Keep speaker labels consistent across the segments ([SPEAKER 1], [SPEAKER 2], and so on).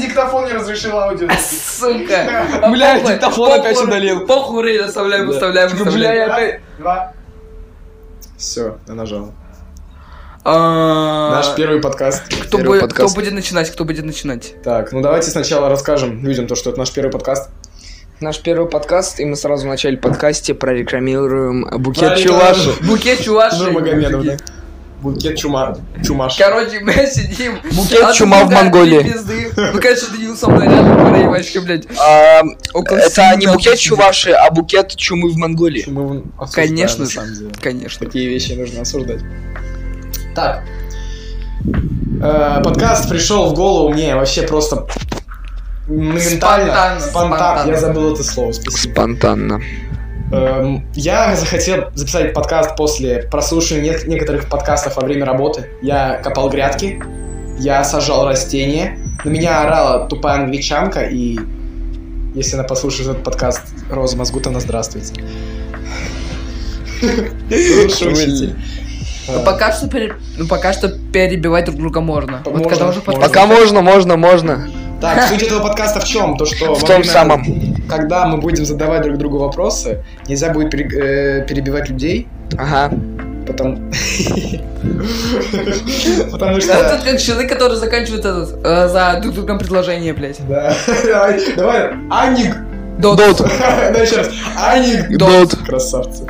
[SPEAKER 1] диктофон не разрешил
[SPEAKER 2] А,
[SPEAKER 1] аудио.
[SPEAKER 3] Сука.
[SPEAKER 2] Бля,
[SPEAKER 3] Похуй,
[SPEAKER 2] диктофон
[SPEAKER 3] похуй,
[SPEAKER 2] опять удалил.
[SPEAKER 3] Похуй, рей, оставляем,
[SPEAKER 2] Да.
[SPEAKER 3] оставляем,
[SPEAKER 2] Бля, я
[SPEAKER 3] оставляем.
[SPEAKER 2] опять...
[SPEAKER 1] Два.
[SPEAKER 2] Все, я нажал.
[SPEAKER 3] А,
[SPEAKER 2] Наш первый подкаст.
[SPEAKER 3] кто
[SPEAKER 2] Первый
[SPEAKER 3] будет- Кто
[SPEAKER 2] подкаст.
[SPEAKER 3] будет начинать, кто будет начинать?
[SPEAKER 2] Так, ну давайте сначала расскажем людям то, что это наш первый подкаст.
[SPEAKER 4] Наш первый подкаст, и мы сразу в начале подкасте прорекламируем букет
[SPEAKER 2] Правильно.
[SPEAKER 4] чулаши.
[SPEAKER 3] Букет чуваши.
[SPEAKER 2] Нурмагомедов, да? Букет чума. Чумаш.
[SPEAKER 3] Короче, мы сидим.
[SPEAKER 4] Букет
[SPEAKER 3] А ты,
[SPEAKER 4] чума в
[SPEAKER 3] блядь,
[SPEAKER 4] Монголии.
[SPEAKER 3] ты пизды. Ну, конечно, ты не со мной рядом, Рэй, вообще, блядь.
[SPEAKER 4] А,
[SPEAKER 3] Около
[SPEAKER 4] Это
[SPEAKER 3] семи
[SPEAKER 4] не
[SPEAKER 3] нахуй
[SPEAKER 4] букет
[SPEAKER 3] сидит.
[SPEAKER 4] чуваши, а букет чумы в Монголии.
[SPEAKER 2] Мы вон обсуждаем,
[SPEAKER 3] Конечно
[SPEAKER 2] на
[SPEAKER 3] же.
[SPEAKER 2] самом деле.
[SPEAKER 3] Конечно.
[SPEAKER 2] Такие вещи нужно осуждать. Так. Э, подкаст пришел в голову мне вообще просто моментально.
[SPEAKER 3] Спонтанно, спонтанно.
[SPEAKER 2] Я забыл это слово, спасибо.
[SPEAKER 4] Спонтанно.
[SPEAKER 2] Эм, я захотел записать подкаст после прослушивания нек- некоторых подкастов во время работы. Я копал грядки, я сажал растения, на меня орала тупая англичанка, и если она послушает этот подкаст, Роза Мазгутовна, здравствуйте. Лучший учитель.
[SPEAKER 3] Ну,
[SPEAKER 2] Э,
[SPEAKER 3] Пока что, пере- ну, пока что перебивать друг друга можно.
[SPEAKER 2] Можно,
[SPEAKER 3] вот когда уже
[SPEAKER 2] можно.
[SPEAKER 3] подкаст-
[SPEAKER 4] Пока можно, можно, можно.
[SPEAKER 2] Так, суть этого подкаста в чем? То, что...
[SPEAKER 4] В
[SPEAKER 2] во
[SPEAKER 4] том
[SPEAKER 2] время-
[SPEAKER 4] самом.
[SPEAKER 2] Когда мы будем задавать друг другу вопросы, нельзя будет пере- э, перебивать людей,
[SPEAKER 4] Ага.
[SPEAKER 2] потому... Потому
[SPEAKER 3] Это
[SPEAKER 2] что...
[SPEAKER 3] как человек, который заканчивает этот, э, за друг другом предложение, блядь.
[SPEAKER 2] Да, давай, давай, Аник,
[SPEAKER 3] Дот.
[SPEAKER 2] да еще раз, Аник,
[SPEAKER 4] Дот.
[SPEAKER 2] красавцы.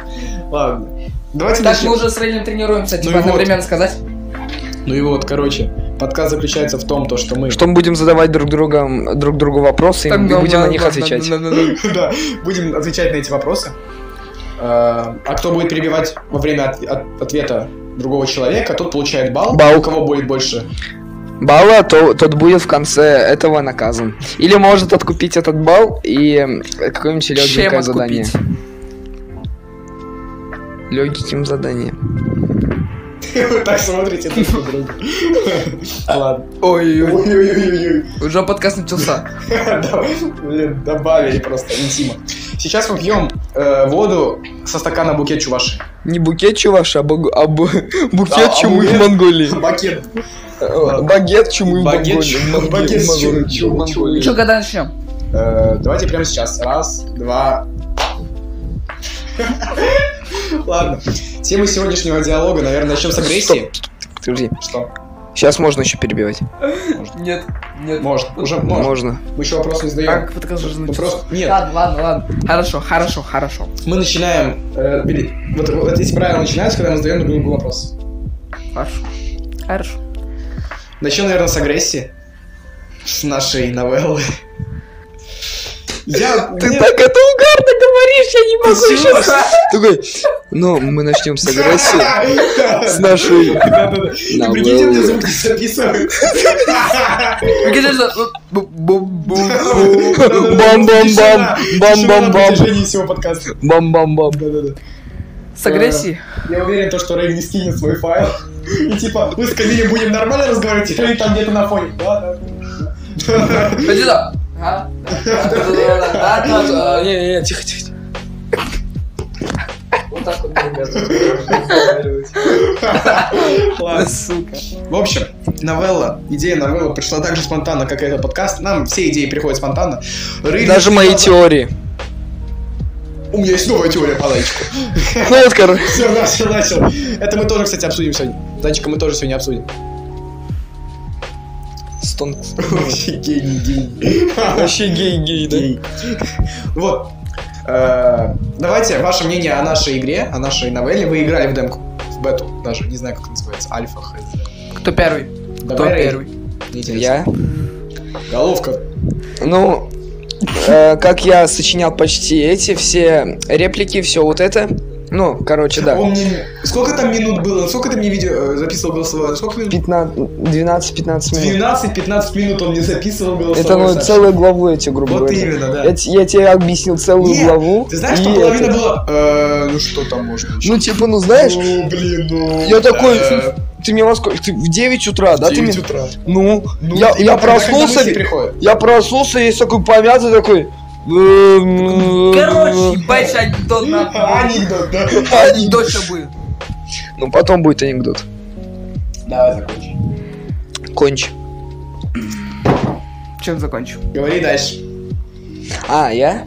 [SPEAKER 2] Ладно, давайте
[SPEAKER 3] Так мы
[SPEAKER 2] начнем.
[SPEAKER 3] уже в среднем тренируемся, типа
[SPEAKER 2] и вот.
[SPEAKER 3] одновременно сказать.
[SPEAKER 2] Ну и вот, короче, подкаст заключается в том, то, что мы...
[SPEAKER 4] Что мы будем задавать друг другу, друг другу вопросы, и
[SPEAKER 3] Там,
[SPEAKER 4] мы
[SPEAKER 3] ну,
[SPEAKER 4] будем на
[SPEAKER 3] ну,
[SPEAKER 4] них
[SPEAKER 3] ну,
[SPEAKER 4] отвечать.
[SPEAKER 3] ну, ну, ну, ну.
[SPEAKER 2] Да, будем отвечать на эти вопросы. А а кто будет перебивать во время от- от- ответа другого человека, тот получает балл.
[SPEAKER 4] Балл.
[SPEAKER 2] У кого будет больше?
[SPEAKER 4] Балла, то, тот будет в конце этого наказан. Или может откупить этот балл и м, какое-нибудь
[SPEAKER 3] Чем
[SPEAKER 4] легенькое задание.
[SPEAKER 3] откупить?
[SPEAKER 4] Легеньким заданием.
[SPEAKER 2] Вы так смотрите друг на друга. Ладно.
[SPEAKER 3] Ой-ой-ой.
[SPEAKER 2] Ой-ой-ой-ой.
[SPEAKER 3] Уже подкаст начался.
[SPEAKER 2] Да, Блин, добавили просто интима. Сейчас мы пьем э, воду со стакана букет чуваши.
[SPEAKER 4] Не букет чуваш, а, бу- а бу- букет
[SPEAKER 2] а
[SPEAKER 4] чумы в
[SPEAKER 2] букет?
[SPEAKER 4] Монголии.
[SPEAKER 2] Бакет.
[SPEAKER 4] Э, Багет чумы в
[SPEAKER 2] Багет
[SPEAKER 4] Монголии.
[SPEAKER 2] чумы-
[SPEAKER 4] Монголии,
[SPEAKER 2] багет с
[SPEAKER 4] Монголии,
[SPEAKER 2] чумой, чумой,
[SPEAKER 4] Монголии.
[SPEAKER 2] чумой.
[SPEAKER 3] Че, когда начнем?
[SPEAKER 2] Э, Давайте прямо сейчас. Раз, два. Ладно. Тема сегодняшнего диалога, наверное, начнем с агрессии.
[SPEAKER 4] Подожди.
[SPEAKER 2] Что?
[SPEAKER 4] Сейчас можно еще перебивать.
[SPEAKER 3] Нет, нет.
[SPEAKER 2] Может, уже может.
[SPEAKER 4] Можно.
[SPEAKER 2] Мы еще вопрос не задаем.
[SPEAKER 3] Как подкаст уже
[SPEAKER 2] Мы
[SPEAKER 3] начался?
[SPEAKER 2] Ну, просто... Нет,
[SPEAKER 3] Ладно, ладно, ладно. Хорошо, хорошо, хорошо.
[SPEAKER 2] мы начинаем... э, бери. вот, вот эти правила начинаются, когда мы задаем друг другу вопрос.
[SPEAKER 3] Хорошо. Хорошо.
[SPEAKER 2] Начнем, наверное, с агрессии. С нашей новеллы. Я...
[SPEAKER 4] Ты
[SPEAKER 2] мне-
[SPEAKER 4] так это угарно говоришь, я не могу
[SPEAKER 2] Спасибо.
[SPEAKER 4] сейчас. Такой, ну, мы начнем с агрессии. С нашей
[SPEAKER 2] Да-да-да. И Прикиньте, мне
[SPEAKER 4] новеллы.
[SPEAKER 2] звук не записывают.
[SPEAKER 3] Прикинь, что- бу- бу- бу- бу.
[SPEAKER 4] Бам-бам-бам. Бам-бам-бам.
[SPEAKER 2] протяжении всего подкаста.
[SPEAKER 4] Бам-бам-бам.
[SPEAKER 2] Да-да-да.
[SPEAKER 3] С агрессией.
[SPEAKER 2] Я уверен, то, что Рейв не скинет свой файл. И типа, мы с Камилем будем нормально разговаривать, и Рейв там где-то на фоне. Да, да.
[SPEAKER 3] Иди сюда. А? Да, да, да, да, да, да, да.
[SPEAKER 4] А, Не-не-не, тихо-тихо.
[SPEAKER 3] Вот так вот, ребята.
[SPEAKER 2] Ладно.
[SPEAKER 3] Сука.
[SPEAKER 2] В общем, новелла, идея новеллы пришла так же спонтанно, как и этот подкаст. Нам все идеи приходят спонтанно. Рейв
[SPEAKER 4] Даже мои
[SPEAKER 2] сказал-
[SPEAKER 4] теории.
[SPEAKER 2] У меня есть новая теория по зайчику.
[SPEAKER 4] Ну вот, короче.
[SPEAKER 2] Все, начал, начал. Это мы тоже, кстати, обсудим сегодня. Зайчика мы тоже сегодня обсудим.
[SPEAKER 4] Стон.
[SPEAKER 2] Вообще гений, гений.
[SPEAKER 4] Вообще гей-гей, да?
[SPEAKER 2] Гений. Вот. Э, Давайте ваше мнение о нашей игре, о нашей новелле. Вы играли в демку, в бету даже, не знаю, как называется, альфа, хз.
[SPEAKER 3] Кто первый? Кто
[SPEAKER 2] Давай, Рэй,
[SPEAKER 3] первый?
[SPEAKER 2] мне интересно.
[SPEAKER 4] Я?
[SPEAKER 2] Головка.
[SPEAKER 4] Ну, э, как я сочинял почти эти все реплики, все вот это. Ну, короче, да.
[SPEAKER 2] Он мне- Сколько там минут было? Сколько ты мне видео э, записывал голосовое? Сколько минут?
[SPEAKER 4] 15 12-15 минут.
[SPEAKER 2] 12-15 минут он мне записывал голосовое.
[SPEAKER 4] Это ну,
[SPEAKER 2] Саша.
[SPEAKER 4] целую главу я тебе, грубо
[SPEAKER 2] Вот
[SPEAKER 4] говоря.
[SPEAKER 2] именно, да.
[SPEAKER 4] Я, те- я тебе объяснил целую
[SPEAKER 2] Не,
[SPEAKER 4] главу.
[SPEAKER 2] Ты знаешь,
[SPEAKER 4] и
[SPEAKER 2] что половина
[SPEAKER 4] это.
[SPEAKER 2] было? «Э, Ну что там можно? еще?»
[SPEAKER 4] Ну, типа, ну знаешь,
[SPEAKER 2] Ну, блин, ну...
[SPEAKER 4] я такой,
[SPEAKER 2] э,
[SPEAKER 4] ты мне во сколько? Ты в 9 утра, да? Ты
[SPEAKER 2] 9
[SPEAKER 4] мне...
[SPEAKER 2] утра.
[SPEAKER 4] Ну,
[SPEAKER 2] Ну, именно
[SPEAKER 4] я, я
[SPEAKER 2] тогда, когда
[SPEAKER 4] проснулся,
[SPEAKER 2] мысли приходят.
[SPEAKER 4] я проснулся, я весь такой помятый такой. эм,
[SPEAKER 3] Короче, ебать, анекдот на...
[SPEAKER 2] Э. Анекдот, да.
[SPEAKER 3] Анекдот что будет?
[SPEAKER 4] Ну, потом будет анекдот.
[SPEAKER 2] Давай закончим.
[SPEAKER 4] Кончи.
[SPEAKER 3] чем закончил?
[SPEAKER 2] Говори дальше.
[SPEAKER 4] А, я?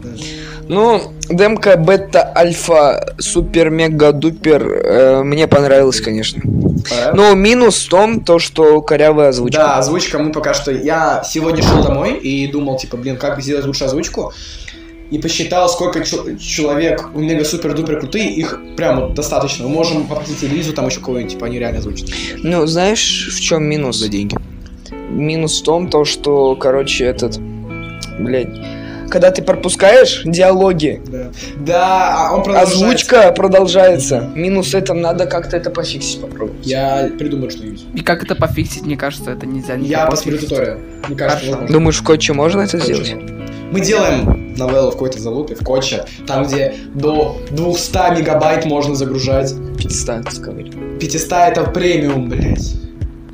[SPEAKER 4] Ну, демка бета альфа супер мега дупер э, мне понравилась, конечно.
[SPEAKER 2] Понравилось?
[SPEAKER 4] Но минус в том, то, что корявая озвучка.
[SPEAKER 2] Да, озвучка мы пока что... Я сегодня шел домой и думал, типа, блин, как бы сделать лучше озвучку. И посчитал, сколько чел- человек у Мега Супер Дупер крутые, их прям вот достаточно. Мы можем попросить Лизу, там еще кого-нибудь, типа, они реально озвучат.
[SPEAKER 4] Ну, знаешь, в чем минус?
[SPEAKER 3] За деньги.
[SPEAKER 4] Минус в том, то, что, короче, этот, блядь, когда ты пропускаешь диалоги,
[SPEAKER 2] Да, да а он продолжается.
[SPEAKER 4] озвучка продолжается. Минус это надо как-то это пофиксить попробовать.
[SPEAKER 2] Я придумаю что-нибудь.
[SPEAKER 3] И как это пофиксить, мне кажется, это нельзя.
[SPEAKER 2] Я
[SPEAKER 3] никак
[SPEAKER 2] посмотрю
[SPEAKER 3] пофиксить.
[SPEAKER 2] туториал. Мне кажется,
[SPEAKER 3] Хорошо.
[SPEAKER 2] возможно.
[SPEAKER 4] Думаешь, в Коче можно это
[SPEAKER 2] Короче,
[SPEAKER 4] сделать?
[SPEAKER 2] Мы делаем новеллу в какой-то залупе, в Коче, там, где до 200 мегабайт можно загружать.
[SPEAKER 4] 500, скажи.
[SPEAKER 2] 500 это премиум, блядь.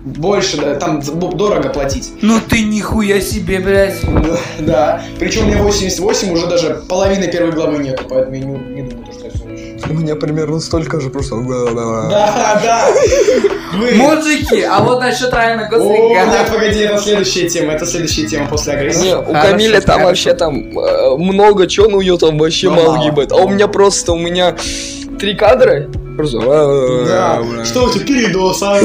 [SPEAKER 2] Больше, да, там з- б- дорого платить.
[SPEAKER 3] Ну ты нихуя себе, блядь.
[SPEAKER 2] Ну, Да, причем мне 88, уже даже половины первой главы нету, поэтому я не, не думаю, что я всё
[SPEAKER 1] У меня примерно столько же просто...
[SPEAKER 2] Да, да. Вы-
[SPEAKER 3] Мужики, а вот насчет Райана
[SPEAKER 2] О, нет,
[SPEAKER 3] Гослинга.
[SPEAKER 2] погоди, это следующая тема, это следующая тема после агрессии.
[SPEAKER 4] Не, у
[SPEAKER 3] Хорошо,
[SPEAKER 4] Камиля там
[SPEAKER 3] хорошо.
[SPEAKER 4] вообще там э, много чего, но ее там вообще
[SPEAKER 2] Ну,
[SPEAKER 4] мало
[SPEAKER 2] мало.
[SPEAKER 4] ебать. А у меня просто, у меня три кадра. Просто...
[SPEAKER 3] э,
[SPEAKER 4] а,
[SPEAKER 2] Да, что у тебя передос, а?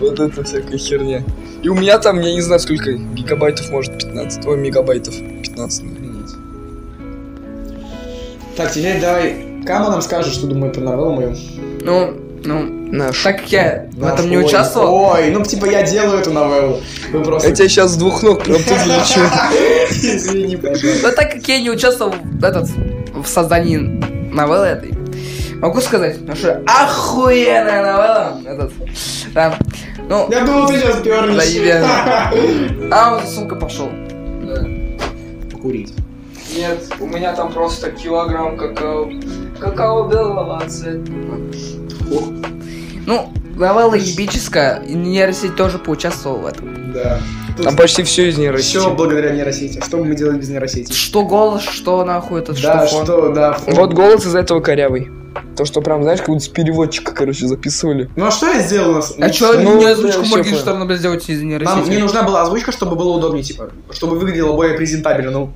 [SPEAKER 4] Вот это всякая херня. И у меня там, я не знаю, сколько гигабайтов может 15. Ой, мегабайтов 15.
[SPEAKER 2] Охренеть. Так, теперь давай Кама нам скажет, что думает про новеллу мою.
[SPEAKER 3] Ну, ну,
[SPEAKER 4] Наш.
[SPEAKER 3] так как я А в этом не
[SPEAKER 2] Ой,
[SPEAKER 3] участвовал.
[SPEAKER 2] Ой, ну типа я делаю эту новеллу. Вы просто...
[SPEAKER 4] Я тебя сейчас с двух ног прям тут залечу.
[SPEAKER 2] Извини, пожалуйста.
[SPEAKER 3] Но так как я не участвовал в, этот, в создании новеллы этой, могу сказать, ну что охуенная новелла. Этот, да. Ну,
[SPEAKER 2] Я думал, ты сейчас пернешь.
[SPEAKER 3] Заебенно. а он за сумкой пошел.
[SPEAKER 2] Покурить.
[SPEAKER 4] Нет, у меня там просто килограмм какао. Какао белого
[SPEAKER 3] Ну, новелла ебическая, и нейросеть тоже поучаствовал в этом.
[SPEAKER 2] Да.
[SPEAKER 4] Там почти все из нейросети.
[SPEAKER 2] Все благодаря нейросети. Что бы мы делали без нейросети?
[SPEAKER 3] Что голос, что нахуй этот,
[SPEAKER 2] Да,
[SPEAKER 3] что фон.
[SPEAKER 2] что, да. фон.
[SPEAKER 4] Вот голос из этого корявый. То, что прям, знаешь, как будто с переводчика, короче, записывали.
[SPEAKER 2] Ну а что я сделал у нас?
[SPEAKER 3] А чё
[SPEAKER 4] Ну,
[SPEAKER 3] мне
[SPEAKER 4] да,
[SPEAKER 3] озвучку
[SPEAKER 4] всё
[SPEAKER 3] Моргенштерна, блядь, сделать из
[SPEAKER 2] Нам не
[SPEAKER 3] нейросети?
[SPEAKER 2] нужна была озвучка, чтобы было удобнее, типа, чтобы выглядело более презентабельно, ну.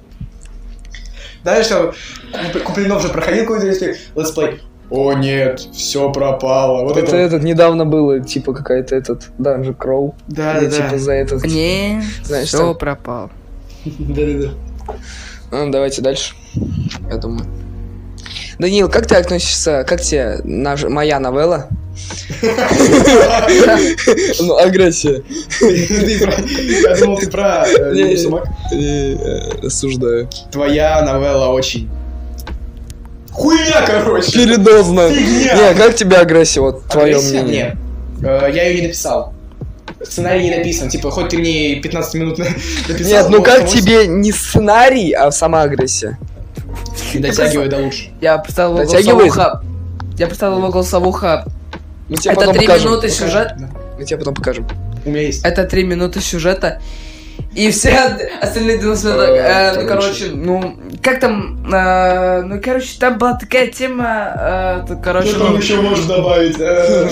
[SPEAKER 2] Дальше Куп- Куплинов же проходил какой-то если летсплей. О нет, все пропало. Вот
[SPEAKER 4] Это
[SPEAKER 2] это.
[SPEAKER 4] этот недавно было, типа какая-то этот Данжи Кроу.
[SPEAKER 2] Да,
[SPEAKER 4] где,
[SPEAKER 2] да, да.
[SPEAKER 4] типа за этот.
[SPEAKER 3] Не,
[SPEAKER 4] Знаешь,
[SPEAKER 3] все
[SPEAKER 4] там-
[SPEAKER 3] пропал.
[SPEAKER 2] Да, да, да.
[SPEAKER 4] Ну, давайте дальше. Я думаю. Даниил, как ты относишься, как тебе наш- моя новелла? Ну, агрессия.
[SPEAKER 2] Ты про- Я думал, ты про э,
[SPEAKER 4] Не.
[SPEAKER 2] «Любовь собак».
[SPEAKER 4] И, э, Осуждаю.
[SPEAKER 2] Твоя новелла очень. Хуйня, короче!
[SPEAKER 4] Передозно.
[SPEAKER 2] Фигня!
[SPEAKER 4] Не, как тебе агрессия, вот твое
[SPEAKER 2] Агрессия?
[SPEAKER 4] мнение?
[SPEAKER 2] Нет. Э, Я ее не написал. Сценарий не написан. Типа, хоть ты мне и 15 минут на- написал.
[SPEAKER 4] Нет, ну
[SPEAKER 2] но
[SPEAKER 4] как
[SPEAKER 2] потому что
[SPEAKER 4] тебе не сценарий, а сама агрессия?
[SPEAKER 2] Не дотягивай до лучше.
[SPEAKER 3] Я представил его
[SPEAKER 4] Дотягивает?
[SPEAKER 3] голосовуха. Я представил его голосовуха.
[SPEAKER 4] Мы тебе
[SPEAKER 3] Это
[SPEAKER 4] потом
[SPEAKER 3] три
[SPEAKER 4] покажем.
[SPEAKER 3] минуты сюжет.
[SPEAKER 4] Мы тебе потом покажем.
[SPEAKER 2] У меня есть.
[SPEAKER 3] Это три минуты сюжета. И все остальные 90 минут, э, ну, короче, ну, как там, э, ну, короче, там была такая тема, э, тут, короче,
[SPEAKER 2] Что там
[SPEAKER 3] ну,
[SPEAKER 2] еще можешь добавить? Э,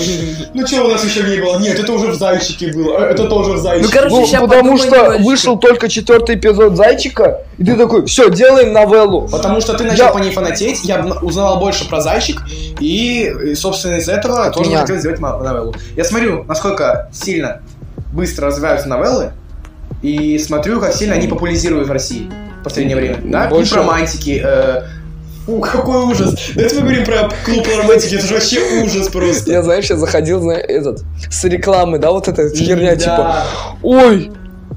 [SPEAKER 2] Ну что у нас еще не было? Нет, это уже в зайчике было. э, Это тоже в зайчике.
[SPEAKER 3] Ну, короче,
[SPEAKER 4] Ну,
[SPEAKER 3] ща
[SPEAKER 4] потому
[SPEAKER 3] подумаю
[SPEAKER 4] что
[SPEAKER 3] немножечко.
[SPEAKER 4] вышел только четвертый эпизод Зайчика, и ты такой, все, делаем новеллу.
[SPEAKER 2] Потому что ты начал
[SPEAKER 4] Я-
[SPEAKER 2] по ней фанатеть, я обна- узнал больше про зайчик, и, и, собственно, из этого
[SPEAKER 4] От
[SPEAKER 2] тоже
[SPEAKER 4] меня.
[SPEAKER 2] хотел сделать ма- новеллу. Я смотрю, насколько сильно быстро развиваются новеллы, и смотрю, как сильно они популяризируют в России в последнее время. Да?
[SPEAKER 4] Больше-
[SPEAKER 2] Клуб романтики, э, Фу, какой ужас. Давайте поговорим про клуб романтики, это же вообще ужас просто.
[SPEAKER 4] Я, знаешь, я заходил на этот, с рекламы, да, вот эта
[SPEAKER 2] Да.
[SPEAKER 4] херня, типа, ой,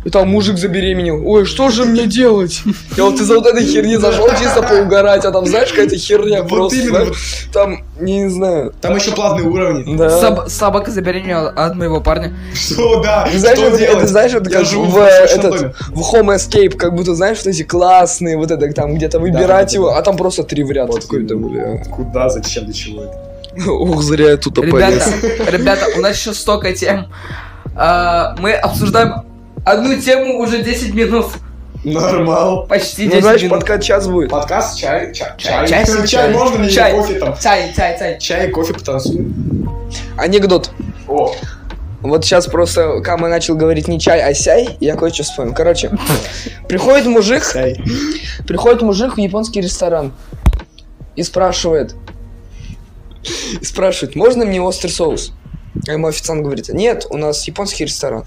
[SPEAKER 4] и там мужик забеременел, ой, что же мне делать? Я вот из-за вот этой херни зашел чисто поугарать, а там, знаешь, какая-то херня
[SPEAKER 2] Вот
[SPEAKER 4] просто,
[SPEAKER 2] именно,
[SPEAKER 4] знаешь, Ну, там, не знаю,
[SPEAKER 2] Там еще платные уровни.
[SPEAKER 4] да.
[SPEAKER 3] соб- собака забеременела от моего парня.
[SPEAKER 2] Что, да,
[SPEAKER 4] Ты знаешь,
[SPEAKER 2] что
[SPEAKER 4] это,
[SPEAKER 2] делать?
[SPEAKER 4] это, знаешь, это
[SPEAKER 2] Я
[SPEAKER 4] как
[SPEAKER 2] живу
[SPEAKER 4] в,
[SPEAKER 2] в сумасшедшем
[SPEAKER 4] этот,
[SPEAKER 2] доме.
[SPEAKER 4] в Home Escape, как будто, знаешь, вот эти классные, вот это, там где-то выбирать
[SPEAKER 2] да,
[SPEAKER 4] его, а там просто три в ряд.
[SPEAKER 2] Вот
[SPEAKER 4] Такой, да, бля.
[SPEAKER 2] Куда, зачем, для чего это?
[SPEAKER 4] Ух, зря я тут
[SPEAKER 3] Ребята, ребята, у нас еще столько тем. А, мы обсуждаем одну тему уже 10 минут.
[SPEAKER 2] Нормал.
[SPEAKER 3] Почти
[SPEAKER 4] Ну,
[SPEAKER 3] 10
[SPEAKER 4] знаешь,
[SPEAKER 3] минут.
[SPEAKER 4] подкат час будет.
[SPEAKER 2] Подкаст, чай, чай,
[SPEAKER 3] Чай,
[SPEAKER 2] чай.
[SPEAKER 3] чай,
[SPEAKER 2] Чай,
[SPEAKER 3] чай.
[SPEAKER 2] можно мне
[SPEAKER 3] Чай.
[SPEAKER 2] кофе там?
[SPEAKER 3] Цай, цай, цай.
[SPEAKER 2] Чай, кофе, потанцуем.
[SPEAKER 4] Анекдот.
[SPEAKER 2] О,
[SPEAKER 4] Вот сейчас просто Кама начал говорить не чай, а сяй, и я кое-что вспомнил. Короче, приходит мужик,
[SPEAKER 2] Сяй.
[SPEAKER 4] приходит мужик в японский ресторан и спрашивает, и спрашивает, можно мне острый соус? А ему официант говорит, нет, у нас японский ресторан.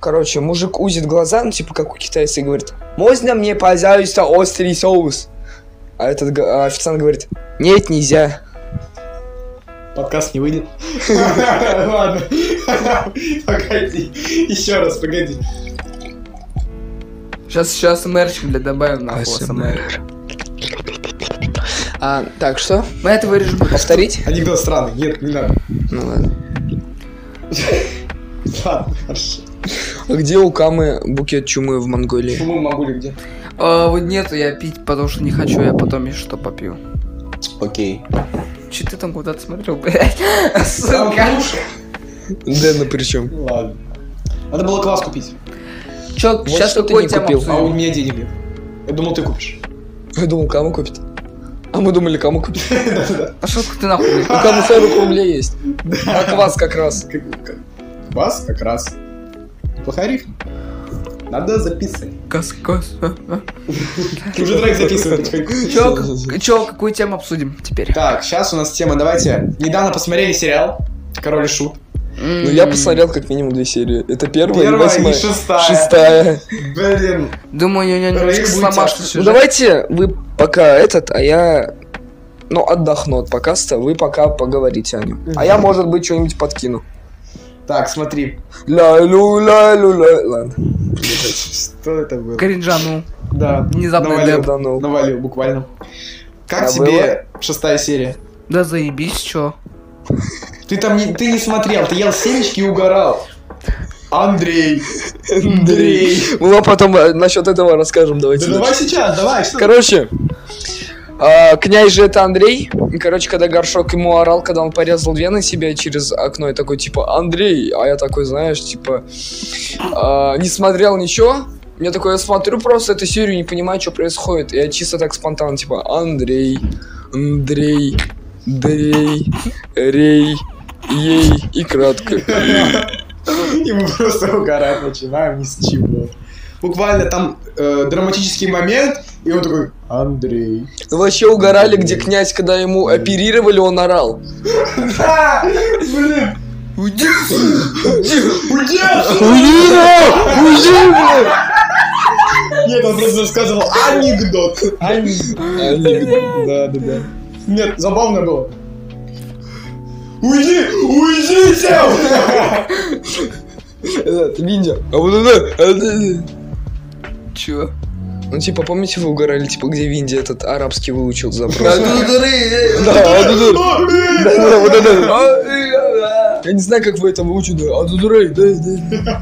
[SPEAKER 4] Короче, мужик узит глаза, ну типа как у китайца, и говорит, можно мне, пожалуйста, острый соус? А этот г- а официант говорит, нет, нельзя.
[SPEAKER 2] Подкаст не выйдет. Ладно. Погоди. Еще раз, погоди.
[SPEAKER 3] Сейчас еще АСМРчик, блядь, добавим нахуй АСМР.
[SPEAKER 4] А, так, что?
[SPEAKER 3] Мы это вырежем.
[SPEAKER 4] Повторить?
[SPEAKER 2] Анекдот странный. Нет, не надо.
[SPEAKER 4] Ну ладно.
[SPEAKER 2] Ладно, хорошо.
[SPEAKER 4] А где у Камы букет чумы в Монголии?
[SPEAKER 2] Шумы могули где?
[SPEAKER 3] А, вот нету, я пить, потому что не хочу, я потом еще что попью.
[SPEAKER 2] Окей.
[SPEAKER 3] Че ты там куда-то смотрел, блядь? Сука.
[SPEAKER 2] Ладно.
[SPEAKER 4] Дэна причем.
[SPEAKER 2] Надо было квас купить.
[SPEAKER 3] Че, сейчас
[SPEAKER 4] что ты
[SPEAKER 3] какую
[SPEAKER 4] не
[SPEAKER 3] тему
[SPEAKER 4] купил.
[SPEAKER 2] А у
[SPEAKER 3] обсудим?
[SPEAKER 2] меня денег нет. Я думал, ты купишь.
[SPEAKER 4] Я думал, Кама купит. А мы думали, Кама купит.
[SPEAKER 2] Да-да-да.
[SPEAKER 3] А шутку ты нахуй?
[SPEAKER 4] У Камы 40 рублей есть. А квас как раз.
[SPEAKER 2] Как- как- Квас как раз. Плохая рифма. Надо записать.
[SPEAKER 3] Газ, газ.
[SPEAKER 2] Ты уже трек записывай.
[SPEAKER 3] Че, какую тему обсудим теперь?
[SPEAKER 2] Так, сейчас у нас тема, давайте. Недавно посмотрели сериал «Король и Шут».
[SPEAKER 4] Ну, я посмотрел как минимум две серии. Это первая, и
[SPEAKER 2] Первая и
[SPEAKER 4] восьмая.
[SPEAKER 2] шестая.
[SPEAKER 4] Шестая.
[SPEAKER 2] Блин.
[SPEAKER 3] Думаю, у него
[SPEAKER 2] Проект
[SPEAKER 3] немножко
[SPEAKER 2] будет
[SPEAKER 3] сломашный
[SPEAKER 2] тяжко.
[SPEAKER 4] Ну,
[SPEAKER 3] сюжет.
[SPEAKER 4] давайте вы пока этот, а я... Ну, отдохну от подкаста, вы пока поговорите о нем. А я, может быть, что-нибудь подкину.
[SPEAKER 2] Так, смотри.
[SPEAKER 4] Ля-лю-ля-лю-ля. Ладно,
[SPEAKER 2] Что это было?
[SPEAKER 3] Кринжану.
[SPEAKER 2] Да.
[SPEAKER 3] Внезапно
[SPEAKER 2] Навалил.
[SPEAKER 3] для...
[SPEAKER 4] давно.
[SPEAKER 2] Навалил, буквально. Как
[SPEAKER 4] А
[SPEAKER 2] тебе шестая серия?
[SPEAKER 3] Да заебись, чё?
[SPEAKER 2] Ты там не, ты не смотрел, ты ел семечки и угорал. Андрей. Андрей.
[SPEAKER 4] Мы вам потом э, насчет этого расскажем,
[SPEAKER 2] Да
[SPEAKER 4] давайте.
[SPEAKER 2] давай сейчас, давай. что-
[SPEAKER 4] Короче, а, князь же это Андрей. И, короче, когда горшок ему орал, когда он порезал вены себе через окно, и такой, типа, Андрей, а я такой, знаешь, типа, а, не смотрел ничего. Я такой, я смотрю просто эту серию, не понимаю, что происходит. И я чисто так спонтанно, типа, Андрей, Андрей, Дрей, Рей, Ей, и кратко.
[SPEAKER 2] И мы просто угорать начинаем ни с чего. Буквально там э, драматический момент, и он такой, Андрей.
[SPEAKER 4] Ну, Вообще угорали, где князь, когда ему оперировали, он орал.
[SPEAKER 2] Да! Блин!
[SPEAKER 3] Уйди!
[SPEAKER 2] Уйди! Нет, он просто рассказывал анекдот. Анекдот. Да, да, да. Нет, забавно было. Уйди! Уйдите!
[SPEAKER 4] Этот, Виндя. А вот это, а вот это.
[SPEAKER 3] Чё?
[SPEAKER 4] Ну, типа, помните, вы угорали, типа, где Винди этот арабский выучил
[SPEAKER 3] А
[SPEAKER 4] запрос?
[SPEAKER 3] ты дуры, э,
[SPEAKER 4] Да, а тут- тут- да, да, вот это.
[SPEAKER 3] а, э, а.
[SPEAKER 4] Я не знаю, как вы это выучили, а тут рей, да, да.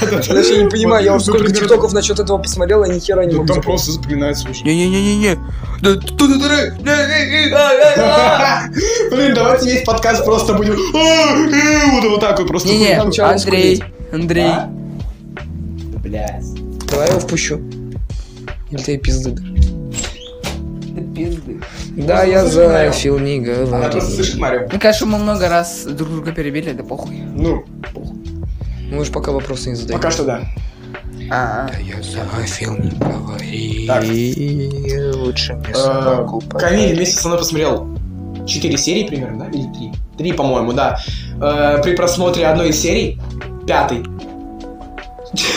[SPEAKER 4] Я вообще не понимаю, я уже сколько тиктоков насчет этого посмотрел, я ни хера не
[SPEAKER 2] Ну,
[SPEAKER 4] могу.
[SPEAKER 2] Там просто запоминается уже.
[SPEAKER 3] Не-не-не-не-не. Да тут ты дуры. Э, э, э, а, а, а.
[SPEAKER 2] Блин, давайте весь подкаст просто будем... «А, э, Вот вот так вот просто.
[SPEAKER 3] Не-не,
[SPEAKER 4] там челочку
[SPEAKER 3] Андрей,
[SPEAKER 4] лезть.
[SPEAKER 3] Андрей.
[SPEAKER 2] А? Блять.
[SPEAKER 4] Давай я его впущу. Или ты пизды дашь?
[SPEAKER 3] Да пизды.
[SPEAKER 4] Да, я за Фил не
[SPEAKER 2] Она
[SPEAKER 4] говорю.
[SPEAKER 2] просто слышит Марио.
[SPEAKER 3] Ну, конечно, мы много раз друг друга перебили, да похуй.
[SPEAKER 2] Ну,
[SPEAKER 4] Можешь пока вопросы не задай.
[SPEAKER 2] пока что да.
[SPEAKER 3] А,
[SPEAKER 4] Я за Фил не говори.
[SPEAKER 2] Так.
[SPEAKER 4] Лучше мне
[SPEAKER 2] Э,
[SPEAKER 4] собаку
[SPEAKER 2] Камиль вместе со мной посмотрел 4 серии примерно, да? Или 3? 3, по-моему, да. Э, При просмотре одной из серий, пятой,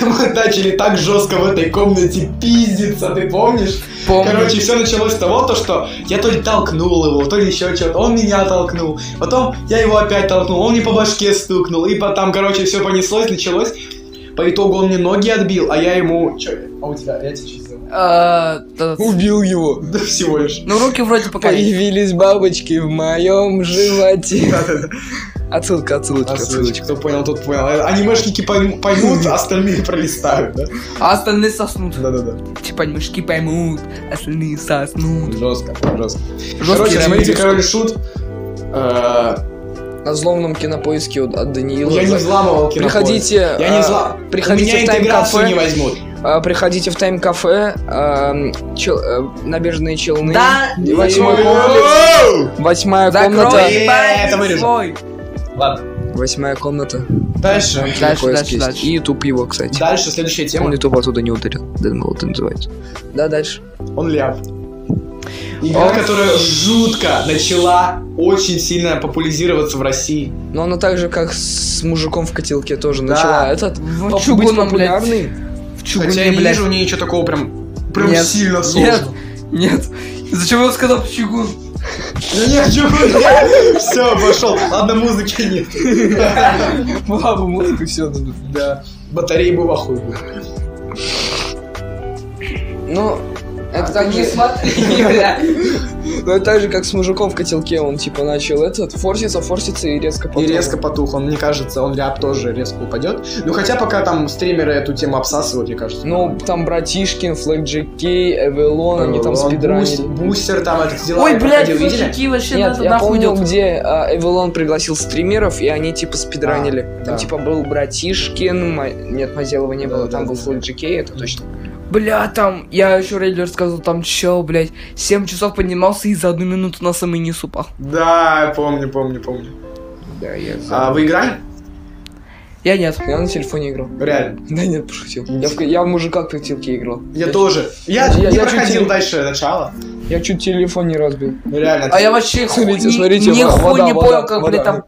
[SPEAKER 2] мы начали так жестко в этой комнате пиздиться, ты помнишь?
[SPEAKER 3] помню.
[SPEAKER 2] Короче, все началось с того, то, что я то ли толкнул его, то ли еще что-то. Он меня толкнул. Потом я его опять толкнул, он мне по башке стукнул. И потом, короче, все понеслось, началось. По итогу он мне ноги отбил, а я ему... Че? А у тебя опять чуть
[SPEAKER 3] А, да, да.
[SPEAKER 4] Убил его.
[SPEAKER 2] Да всего лишь.
[SPEAKER 3] Ну, руки вроде пока есть.
[SPEAKER 4] Появились бабочки в моем животе. Отсылка, отсылочка,
[SPEAKER 2] Ссылочка,
[SPEAKER 4] отсылочка.
[SPEAKER 2] кто понял, тот понял. А- Анимешники пойм- поймут, а остальные пролистают, да?
[SPEAKER 3] А остальные соснут.
[SPEAKER 2] Да-да-да.
[SPEAKER 3] Типа, мешки поймут, остальные соснут.
[SPEAKER 2] Жестко, жестко.
[SPEAKER 3] Жесткий
[SPEAKER 2] Короче, смотрите,
[SPEAKER 3] романтик.
[SPEAKER 2] король и шут. Э,
[SPEAKER 4] На зломном кинопоиске от, от Даниила.
[SPEAKER 2] Я не взламывал кино.
[SPEAKER 4] Приходите,
[SPEAKER 2] Я не
[SPEAKER 4] а,
[SPEAKER 2] взла...
[SPEAKER 4] приходите
[SPEAKER 2] У меня
[SPEAKER 4] в
[SPEAKER 2] интеграцию
[SPEAKER 4] тайм-кафе.
[SPEAKER 2] не возьмут.
[SPEAKER 4] А, приходите в тайм-кафе, ам, чел- э, набережные Челны.
[SPEAKER 3] Да,
[SPEAKER 4] И Восьмой
[SPEAKER 2] Ой,
[SPEAKER 4] комната.
[SPEAKER 2] оу!
[SPEAKER 4] Восьмая комната.
[SPEAKER 3] Закрой
[SPEAKER 2] Это
[SPEAKER 3] ебать
[SPEAKER 2] вырежем.
[SPEAKER 3] свой.
[SPEAKER 2] Ладно.
[SPEAKER 4] Восьмая комната.
[SPEAKER 2] Дальше.
[SPEAKER 3] Дальше,
[SPEAKER 4] Такое
[SPEAKER 3] дальше,
[SPEAKER 4] есть.
[SPEAKER 3] дальше.
[SPEAKER 4] И ютуб его, кстати.
[SPEAKER 2] Дальше следующая
[SPEAKER 4] Он
[SPEAKER 2] тема.
[SPEAKER 4] ютуб оттуда не ударил. Дэнмел это называется. Да, дальше.
[SPEAKER 2] Он ляв. Игра,
[SPEAKER 3] Он-
[SPEAKER 2] которая жутко начала очень сильно популяризироваться в России.
[SPEAKER 4] Но она так же, как с мужиком в котелке тоже
[SPEAKER 2] Да.
[SPEAKER 4] начала этот
[SPEAKER 3] В
[SPEAKER 4] поп-
[SPEAKER 3] чугунном,
[SPEAKER 4] быть
[SPEAKER 3] блядь.
[SPEAKER 4] популярной.
[SPEAKER 3] В
[SPEAKER 2] Хотя я
[SPEAKER 3] чугуне,
[SPEAKER 2] не
[SPEAKER 3] блядь.
[SPEAKER 2] вижу в ней ничего такого прям, прям
[SPEAKER 3] Нет.
[SPEAKER 2] сильно
[SPEAKER 3] Нет.
[SPEAKER 2] сложного.
[SPEAKER 3] Нет. Зачем я сказал чугун?
[SPEAKER 2] Да нет, чего? Все, пошел. Ладно, музыки нет.
[SPEAKER 4] Мама, музыка, все.
[SPEAKER 2] Да. ну, Батареи бы в ахуе были.
[SPEAKER 4] Ну,
[SPEAKER 3] Так
[SPEAKER 4] это так
[SPEAKER 3] А, не
[SPEAKER 4] же...
[SPEAKER 3] смотри, бля.
[SPEAKER 4] Ну, это так же, как с мужиком в котелке, он типа начал этот, форситься, форситься и резко
[SPEAKER 2] И
[SPEAKER 4] потом.
[SPEAKER 2] резко потух. Он, мне кажется, он ляп тоже резко упадет. Ну хотя пока там стримеры эту тему обсасывают, мне кажется.
[SPEAKER 4] Ну, там Братишкин, Флэк Джей Кей, Эвелон, они там
[SPEAKER 2] Ну, Он буст-
[SPEAKER 4] спидранили.
[SPEAKER 2] Бустер там это дела.
[SPEAKER 3] Ой,
[SPEAKER 2] я
[SPEAKER 3] блядь,
[SPEAKER 2] проходил, видели?
[SPEAKER 3] мужики вообще
[SPEAKER 4] Нет,
[SPEAKER 3] надо
[SPEAKER 4] я
[SPEAKER 3] нахуй
[SPEAKER 4] помню,
[SPEAKER 3] идет.
[SPEAKER 4] где а, Эвелон пригласил стримеров, и они типа спидранили.
[SPEAKER 2] А,
[SPEAKER 4] там
[SPEAKER 2] да.
[SPEAKER 4] типа был Братишкин, Ма- нет, Мазелова не
[SPEAKER 2] Да,
[SPEAKER 4] было,
[SPEAKER 2] да,
[SPEAKER 4] там
[SPEAKER 2] да,
[SPEAKER 4] был
[SPEAKER 2] да.
[SPEAKER 4] Флэк Джей Кей, это точно.
[SPEAKER 3] Бля, там, я еще Рейдер сказал, там чел, блядь, 7 часов поднимался и за одну минуту на самый низ упал.
[SPEAKER 2] Да, я помню, помню, помню.
[SPEAKER 4] Да, я
[SPEAKER 2] А
[SPEAKER 4] забыл.
[SPEAKER 2] вы играли?
[SPEAKER 3] Я нет.
[SPEAKER 4] А, Я на телефоне играл.
[SPEAKER 2] Реально.
[SPEAKER 4] Да нет, пошутил. Я в, я в мужика в котелке играл.
[SPEAKER 2] Я тоже. Я,
[SPEAKER 4] Я-
[SPEAKER 2] не
[SPEAKER 4] я чуть
[SPEAKER 2] проходил
[SPEAKER 4] не-
[SPEAKER 2] дальше начала.
[SPEAKER 4] Я чуть телефон не разбил.
[SPEAKER 2] Реально.
[SPEAKER 3] А я вообще хуй-
[SPEAKER 4] Смотрите,
[SPEAKER 3] ни-
[SPEAKER 4] смотрите,
[SPEAKER 3] ни
[SPEAKER 4] вода,
[SPEAKER 3] хуй не
[SPEAKER 4] вода,
[SPEAKER 3] понял, как,
[SPEAKER 4] вода.
[SPEAKER 3] блядь, там...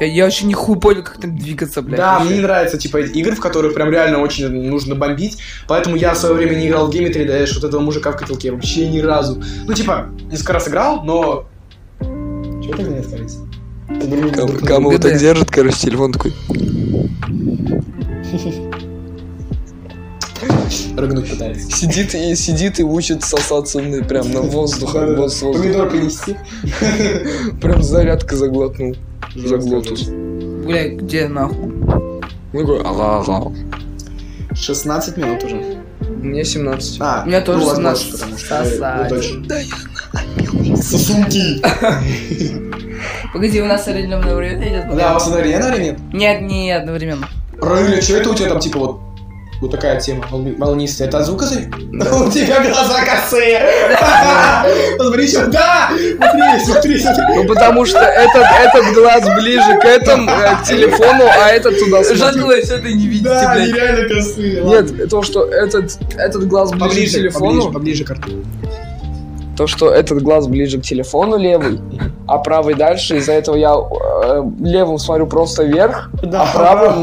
[SPEAKER 3] Я- Я вообще нихуй понял, как там двигаться, блядь.
[SPEAKER 2] Да,
[SPEAKER 3] вообще.
[SPEAKER 2] мне не нравятся, типа, эти игры, в которых прям реально очень нужно бомбить. Поэтому я в свое время не играл в Гейме 3D, вот этого мужика в котелке вообще ни разу. Ну, типа, несколько раз играл, но... Чего так не остались?
[SPEAKER 3] Кому вот так
[SPEAKER 4] держит, короче, телефон такой.
[SPEAKER 2] Рыгнуть пытались.
[SPEAKER 4] Сидит и сидит и учит сосаться на- прям на воздух, на воздух.
[SPEAKER 2] Помидор принести.
[SPEAKER 4] Прям зарядка заглотнул. Заглотус.
[SPEAKER 3] Бля, где нахуй?
[SPEAKER 4] Ну, такой, «Ала, ала».
[SPEAKER 2] 16 минут уже.
[SPEAKER 4] Мне 17.
[SPEAKER 2] А,
[SPEAKER 3] У меня тоже
[SPEAKER 2] ну, возможно,
[SPEAKER 3] 16.
[SPEAKER 2] потому что
[SPEAKER 3] Сосать.
[SPEAKER 2] вы дольше. Сосунки.
[SPEAKER 3] Погоди, у нас одновременно время идет?
[SPEAKER 2] Да, у вас одновременно или нет?
[SPEAKER 3] Нет, не одновременно.
[SPEAKER 2] Равиля, что это у тебя там, типа, вот вот такая тема, волни- волнистая. Это от звука ты? У тебя глаза косые. Посмотри еще. Да! Смотри, смотри, смотри.
[SPEAKER 4] Ну потому что этот, этот глаз ближе к этому, э, к телефону, а этот туда смотрит.
[SPEAKER 3] Жалко, все это не видите,
[SPEAKER 2] Да, они
[SPEAKER 3] блядь.
[SPEAKER 2] реально косые. ладно.
[SPEAKER 4] Нет, то, что этот, этот глаз ближе к
[SPEAKER 2] Поближе,
[SPEAKER 4] телефону,
[SPEAKER 2] поближе, поближе к рту.
[SPEAKER 4] то, что этот глаз ближе к телефону левый, а правый дальше, из-за этого я э, левым смотрю просто вверх, а правым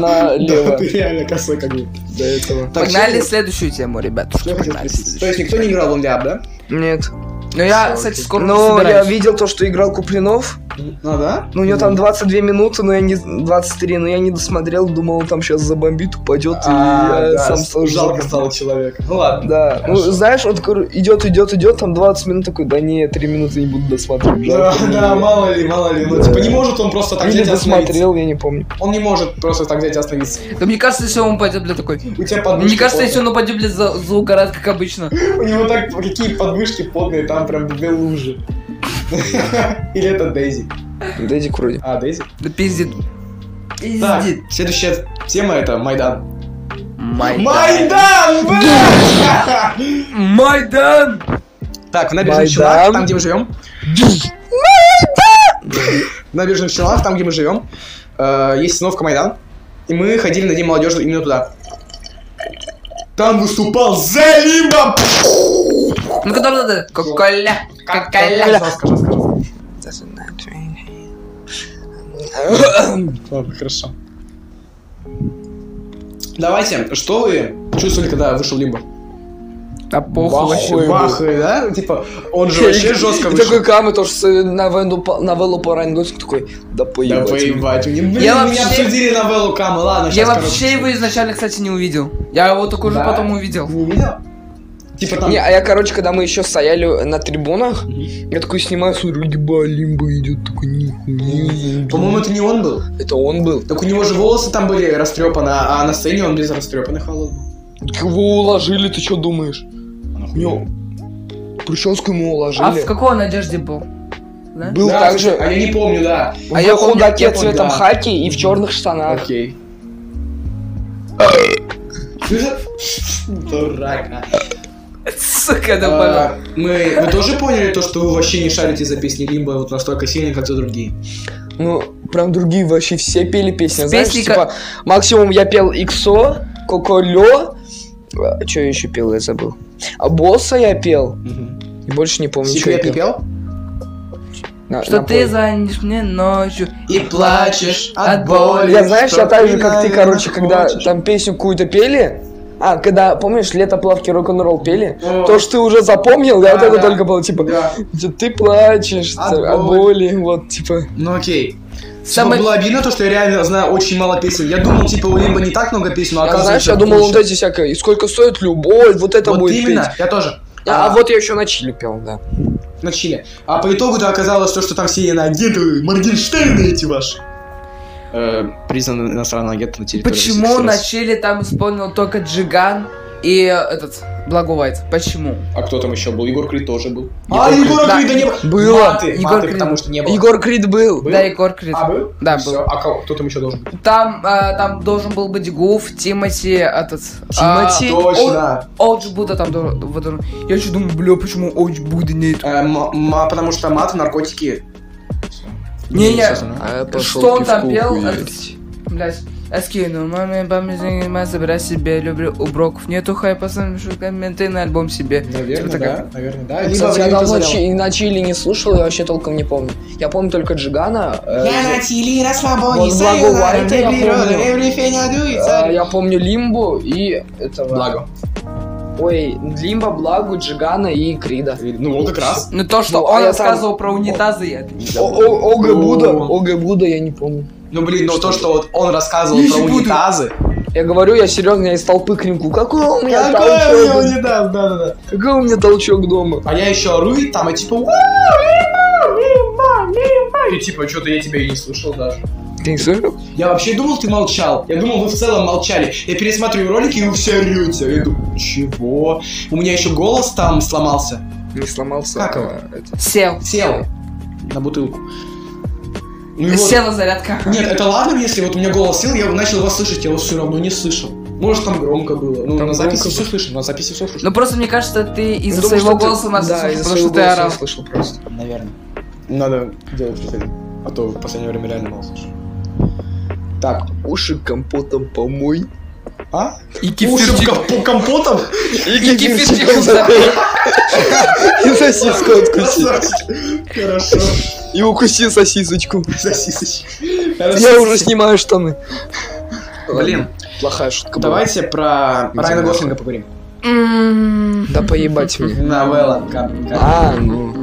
[SPEAKER 2] Да,
[SPEAKER 4] налево.
[SPEAKER 2] ты реально косой как будто.
[SPEAKER 4] До этого.
[SPEAKER 2] Так,
[SPEAKER 3] Погнали
[SPEAKER 2] что-
[SPEAKER 3] следующую тему,
[SPEAKER 2] что
[SPEAKER 3] ребятушки,
[SPEAKER 2] я хотел
[SPEAKER 3] погнали
[SPEAKER 2] спросить? То
[SPEAKER 3] следующую.
[SPEAKER 2] есть никто не играл в онляп, да?
[SPEAKER 4] Нет.
[SPEAKER 3] Ну я, кстати, скоро
[SPEAKER 4] Ну, я
[SPEAKER 3] собираюсь.
[SPEAKER 4] видел то, что играл Куплинов.
[SPEAKER 2] А, да?
[SPEAKER 4] Ну, у него там 22 минуты, но я не... 23, но я не досмотрел, думал, он там сейчас забомбит, упадет, и
[SPEAKER 2] А,
[SPEAKER 4] я
[SPEAKER 2] да,
[SPEAKER 4] сам
[SPEAKER 2] с-
[SPEAKER 4] сам
[SPEAKER 2] жалко стало человека. Ну ладно.
[SPEAKER 4] Да, ну
[SPEAKER 2] Хорошо.
[SPEAKER 4] знаешь, он такой идет, идет, идет, там 20 минут такой, да не, 3 минуты не буду досматривать.
[SPEAKER 2] Да,
[SPEAKER 4] жалко, не
[SPEAKER 2] да, мало ли, мало ли. Ну,
[SPEAKER 4] Да.
[SPEAKER 2] типа, не может он просто так
[SPEAKER 4] Или
[SPEAKER 2] взять и остановиться.
[SPEAKER 4] досмотрел, я не помню.
[SPEAKER 2] Он не может просто так взять и остановиться.
[SPEAKER 3] Да мне кажется, если он упадет, бля, такой...
[SPEAKER 2] У тебя подмышки
[SPEAKER 3] Мне кажется,
[SPEAKER 2] потные.
[SPEAKER 3] если он упадет, бля, за, за угорает, как обычно.
[SPEAKER 2] У него так какие подмышки потные, там прям две лужи. Или это Дейзи?
[SPEAKER 4] Дэдди вроде.
[SPEAKER 2] А, Дейзи?
[SPEAKER 3] Да пиздит.
[SPEAKER 2] Так,
[SPEAKER 3] Пиздит.
[SPEAKER 2] следующая тема это Майдан.
[SPEAKER 3] Майдан.
[SPEAKER 2] Майдан, блядь!
[SPEAKER 3] Майдан!
[SPEAKER 2] Так, в набережных
[SPEAKER 4] Майдан.
[SPEAKER 2] Челнах, там, где мы живем. В набережных Челнах, там, где мы живем, э, есть остановка Майдан. И мы ходили на День молодежи именно туда. Там выступал Залиба!
[SPEAKER 3] Ну, который надо... Коколя. Коколя.
[SPEAKER 2] Сказал, сказал, сказал. Ладно, хорошо. Давайте, что вы чувствовали, когда вышел Лимбо?
[SPEAKER 3] Да похуй вообще.
[SPEAKER 4] Ой,
[SPEAKER 2] Бахай, да? Типа, он же вообще жестко
[SPEAKER 4] И
[SPEAKER 2] вышел.
[SPEAKER 4] такой камы, то что с- новеллу по- новеллу по Райнгольцу такой,
[SPEAKER 2] Да
[SPEAKER 4] да поебать.
[SPEAKER 2] поебать, мне, блин,
[SPEAKER 3] Я
[SPEAKER 2] мы не
[SPEAKER 3] вообще-
[SPEAKER 2] обсудили новеллу Камы, ладно,
[SPEAKER 3] Я
[SPEAKER 2] щас,
[SPEAKER 3] вообще
[SPEAKER 2] короче.
[SPEAKER 3] его изначально, кстати, не увидел. Я его только уже
[SPEAKER 2] Да?
[SPEAKER 3] потом увидел.
[SPEAKER 2] Не видел? Типа там...
[SPEAKER 4] Не, а я, короче, когда мы еще стояли на трибунах, я такой снимаю, смотрю, еба, лимба идет, такой нихуя.
[SPEAKER 2] По-моему, это не он был.
[SPEAKER 4] Это он был.
[SPEAKER 2] Так у него же волосы там были растрепаны, а а на сцене он без растрепанных волос был.
[SPEAKER 4] Его уложили, ты что думаешь? У него прическу ему
[SPEAKER 3] А в
[SPEAKER 4] уложили.
[SPEAKER 3] какой он одежде был? Да?
[SPEAKER 4] Был
[SPEAKER 2] Да,
[SPEAKER 4] также...
[SPEAKER 2] А я не помню, да.
[SPEAKER 4] А
[SPEAKER 3] я
[SPEAKER 4] я
[SPEAKER 3] помню,
[SPEAKER 4] худаке
[SPEAKER 2] я помню,
[SPEAKER 4] цветом
[SPEAKER 2] да.
[SPEAKER 4] хаки и в черных штанах.
[SPEAKER 2] Окей. Дурак, а.
[SPEAKER 3] Сука, да понял.
[SPEAKER 2] А, Мы, вы тоже поняли то, что вы вообще не шарите за песни Лимба вот настолько сильно, как все другие?
[SPEAKER 4] Ну, прям другие вообще все пели песни,
[SPEAKER 3] С
[SPEAKER 4] знаешь,
[SPEAKER 3] песней
[SPEAKER 4] типа, максимум я пел Иксо, Коколё, а, чё я еще пел, я забыл. А Босса я пел,
[SPEAKER 2] Мгм.
[SPEAKER 4] и больше не помню, что я
[SPEAKER 2] Секрет не
[SPEAKER 4] пел.
[SPEAKER 2] пел?
[SPEAKER 4] На-
[SPEAKER 3] Что ты
[SPEAKER 4] напой.
[SPEAKER 3] звонишь мне ночью
[SPEAKER 2] И плачешь от боли.
[SPEAKER 4] Я знаешь, я
[SPEAKER 2] что
[SPEAKER 4] так же, как ты,
[SPEAKER 2] наверно,
[SPEAKER 4] короче, когда
[SPEAKER 2] хочешь.
[SPEAKER 4] там песню какую-то пели, а, когда, помнишь, лето плавки рок-н-ролл пели,
[SPEAKER 2] О,
[SPEAKER 4] то, что ты уже запомнил, я вот
[SPEAKER 2] Да,
[SPEAKER 4] это
[SPEAKER 2] да.
[SPEAKER 4] только было, типа,
[SPEAKER 2] да.
[SPEAKER 4] ты плачешь
[SPEAKER 2] От
[SPEAKER 4] от боли, вот, типа.
[SPEAKER 2] Ну окей.
[SPEAKER 3] Самое-
[SPEAKER 2] Самое... было обидно то, что я реально знаю очень мало песен. Я думал, типа, у Лимба не так много песен, но
[SPEAKER 4] А
[SPEAKER 2] оказывается...
[SPEAKER 4] знаешь, я думал,
[SPEAKER 2] куча.
[SPEAKER 4] вот эти всякое, и сколько стоит любовь, вот это
[SPEAKER 2] Вот
[SPEAKER 4] будет
[SPEAKER 2] именно,
[SPEAKER 4] петь.
[SPEAKER 2] я тоже. А,
[SPEAKER 4] А, а вот я еще на чили пел, да.
[SPEAKER 2] На Чили. А по итогу-то оказалось то, что там все иноагенты, Моргенштерны эти ваши. Э, Признан иностранным агентом на территории
[SPEAKER 3] Почему на Чили там исполнил только Джиган и э, этот Благовайт? Почему?
[SPEAKER 2] А кто там еще был? Егор Крид тоже был.
[SPEAKER 4] А, Егор
[SPEAKER 2] Крид
[SPEAKER 4] Крид,
[SPEAKER 2] да не было.
[SPEAKER 4] Было.
[SPEAKER 2] Маты,
[SPEAKER 3] Егор
[SPEAKER 2] маты,
[SPEAKER 3] Крид.
[SPEAKER 2] потому что не было.
[SPEAKER 4] Егор Крид был.
[SPEAKER 2] Был?
[SPEAKER 3] Да, Егор Крид.
[SPEAKER 2] А, был?
[SPEAKER 3] Да,
[SPEAKER 2] Всё,
[SPEAKER 3] был.
[SPEAKER 2] А кого? кто там еще должен быть?
[SPEAKER 3] Там, э, там должен был быть Гуф, Тимати, этот...
[SPEAKER 4] Тимати?
[SPEAKER 3] а, О- Олдж Будда там должен... вот должен- Я еще думаю, бля, почему Олдж Будда нет?
[SPEAKER 2] Э, м- м- потому что маты, наркотики.
[SPEAKER 3] Не, я-
[SPEAKER 2] связано.
[SPEAKER 4] А я пошел
[SPEAKER 3] Что он
[SPEAKER 4] пивко
[SPEAKER 3] там пел?
[SPEAKER 4] хуярить.
[SPEAKER 3] Блять. Аскину, маме, папе, занимайся, брать себе, люблю, у броков нету хайпа, сам пишу комменты на альбом себе.
[SPEAKER 2] Наверное,
[SPEAKER 3] Типа такая.
[SPEAKER 2] да, наверное, да. Либо
[SPEAKER 4] Кстати, я
[SPEAKER 2] время
[SPEAKER 4] давно
[SPEAKER 2] позволяло.
[SPEAKER 4] чи- и на чили не слушал, я вообще толком не помню. Я помню только Джигана. э,
[SPEAKER 2] Я на Чили на свободе,
[SPEAKER 4] Вот Благо Уайта я
[SPEAKER 2] природа,
[SPEAKER 4] помню.
[SPEAKER 2] everything I do,
[SPEAKER 4] э,
[SPEAKER 2] it's all-
[SPEAKER 4] я помню Лимбу и этого... Ой, Лимба, Благу, Джигана и Крида.
[SPEAKER 2] Ну вот как раз.
[SPEAKER 3] Ну то, что
[SPEAKER 4] Ну, а
[SPEAKER 3] он
[SPEAKER 4] я
[SPEAKER 3] рассказывал про
[SPEAKER 4] там-
[SPEAKER 3] унитазы, я это не
[SPEAKER 4] О- о- Ога
[SPEAKER 2] О.
[SPEAKER 4] Буда, Ога Буда, я не помню.
[SPEAKER 2] Ну блин, ну то, что вот он рассказывал
[SPEAKER 3] Я
[SPEAKER 2] про
[SPEAKER 3] ещё буду.
[SPEAKER 2] унитазы.
[SPEAKER 4] Я говорю, я серьезно, я из толпы кринку. Какой у меня
[SPEAKER 2] Какой у
[SPEAKER 4] толчок?
[SPEAKER 2] него унитаз, да-да-да.
[SPEAKER 4] Какой у меня толчок дома?
[SPEAKER 2] А я еще ору, и там, и типа, «Вау, Лимба, Лимба, Лимба». И типа, что-то я тебя и не слышал даже.
[SPEAKER 4] Ты не слышал?
[SPEAKER 2] Я вообще думал, ты молчал. Я думал, вы в целом молчали. Я пересматриваю ролики, и вы все орете. Я думаю, чего? У меня еще голос там сломался.
[SPEAKER 4] Не сломался.
[SPEAKER 2] Как
[SPEAKER 4] а,
[SPEAKER 2] его?
[SPEAKER 4] это.
[SPEAKER 3] Сел.
[SPEAKER 2] Сел на бутылку. Ну и вот-
[SPEAKER 3] Села зарядка.
[SPEAKER 2] Нет, это ладно, если вот у меня голос сел, я начал вас слышать, я вас все равно не слышал. Может, там громко было. Ну,
[SPEAKER 4] Там
[SPEAKER 2] на записи
[SPEAKER 4] громко
[SPEAKER 2] все слышно, на записи все слышно.
[SPEAKER 3] Ну просто мне кажется, ты из-за
[SPEAKER 4] Потому
[SPEAKER 3] своего
[SPEAKER 4] Ну, что ты-
[SPEAKER 3] голоса нас
[SPEAKER 4] да,
[SPEAKER 3] слушаешь,
[SPEAKER 4] из-за
[SPEAKER 3] потому что
[SPEAKER 4] своего
[SPEAKER 3] ты
[SPEAKER 4] голоса я
[SPEAKER 3] орал.
[SPEAKER 4] слышал просто.
[SPEAKER 2] Наверное. Надо делать что-то, а то в последнее время реально мало слышу. Так,
[SPEAKER 4] Уши компотом помой.
[SPEAKER 2] а?
[SPEAKER 3] И
[SPEAKER 2] Уши ком- компотом?
[SPEAKER 4] И
[SPEAKER 3] кефирчиком
[SPEAKER 4] запой. И сосиску откуси.
[SPEAKER 2] Хорошо.
[SPEAKER 4] И укуси сосисочку.
[SPEAKER 2] Сосисочки.
[SPEAKER 4] Я уже снимаю штаны.
[SPEAKER 2] Блин,
[SPEAKER 4] Ладно, Плохая шутка была.
[SPEAKER 2] давайте про
[SPEAKER 4] Где
[SPEAKER 2] Райана
[SPEAKER 4] нахуй?
[SPEAKER 2] Гослинга поговорим.
[SPEAKER 3] М.
[SPEAKER 4] Да поебать мне.
[SPEAKER 2] Новелла. Кап- Кап-
[SPEAKER 4] А, ну.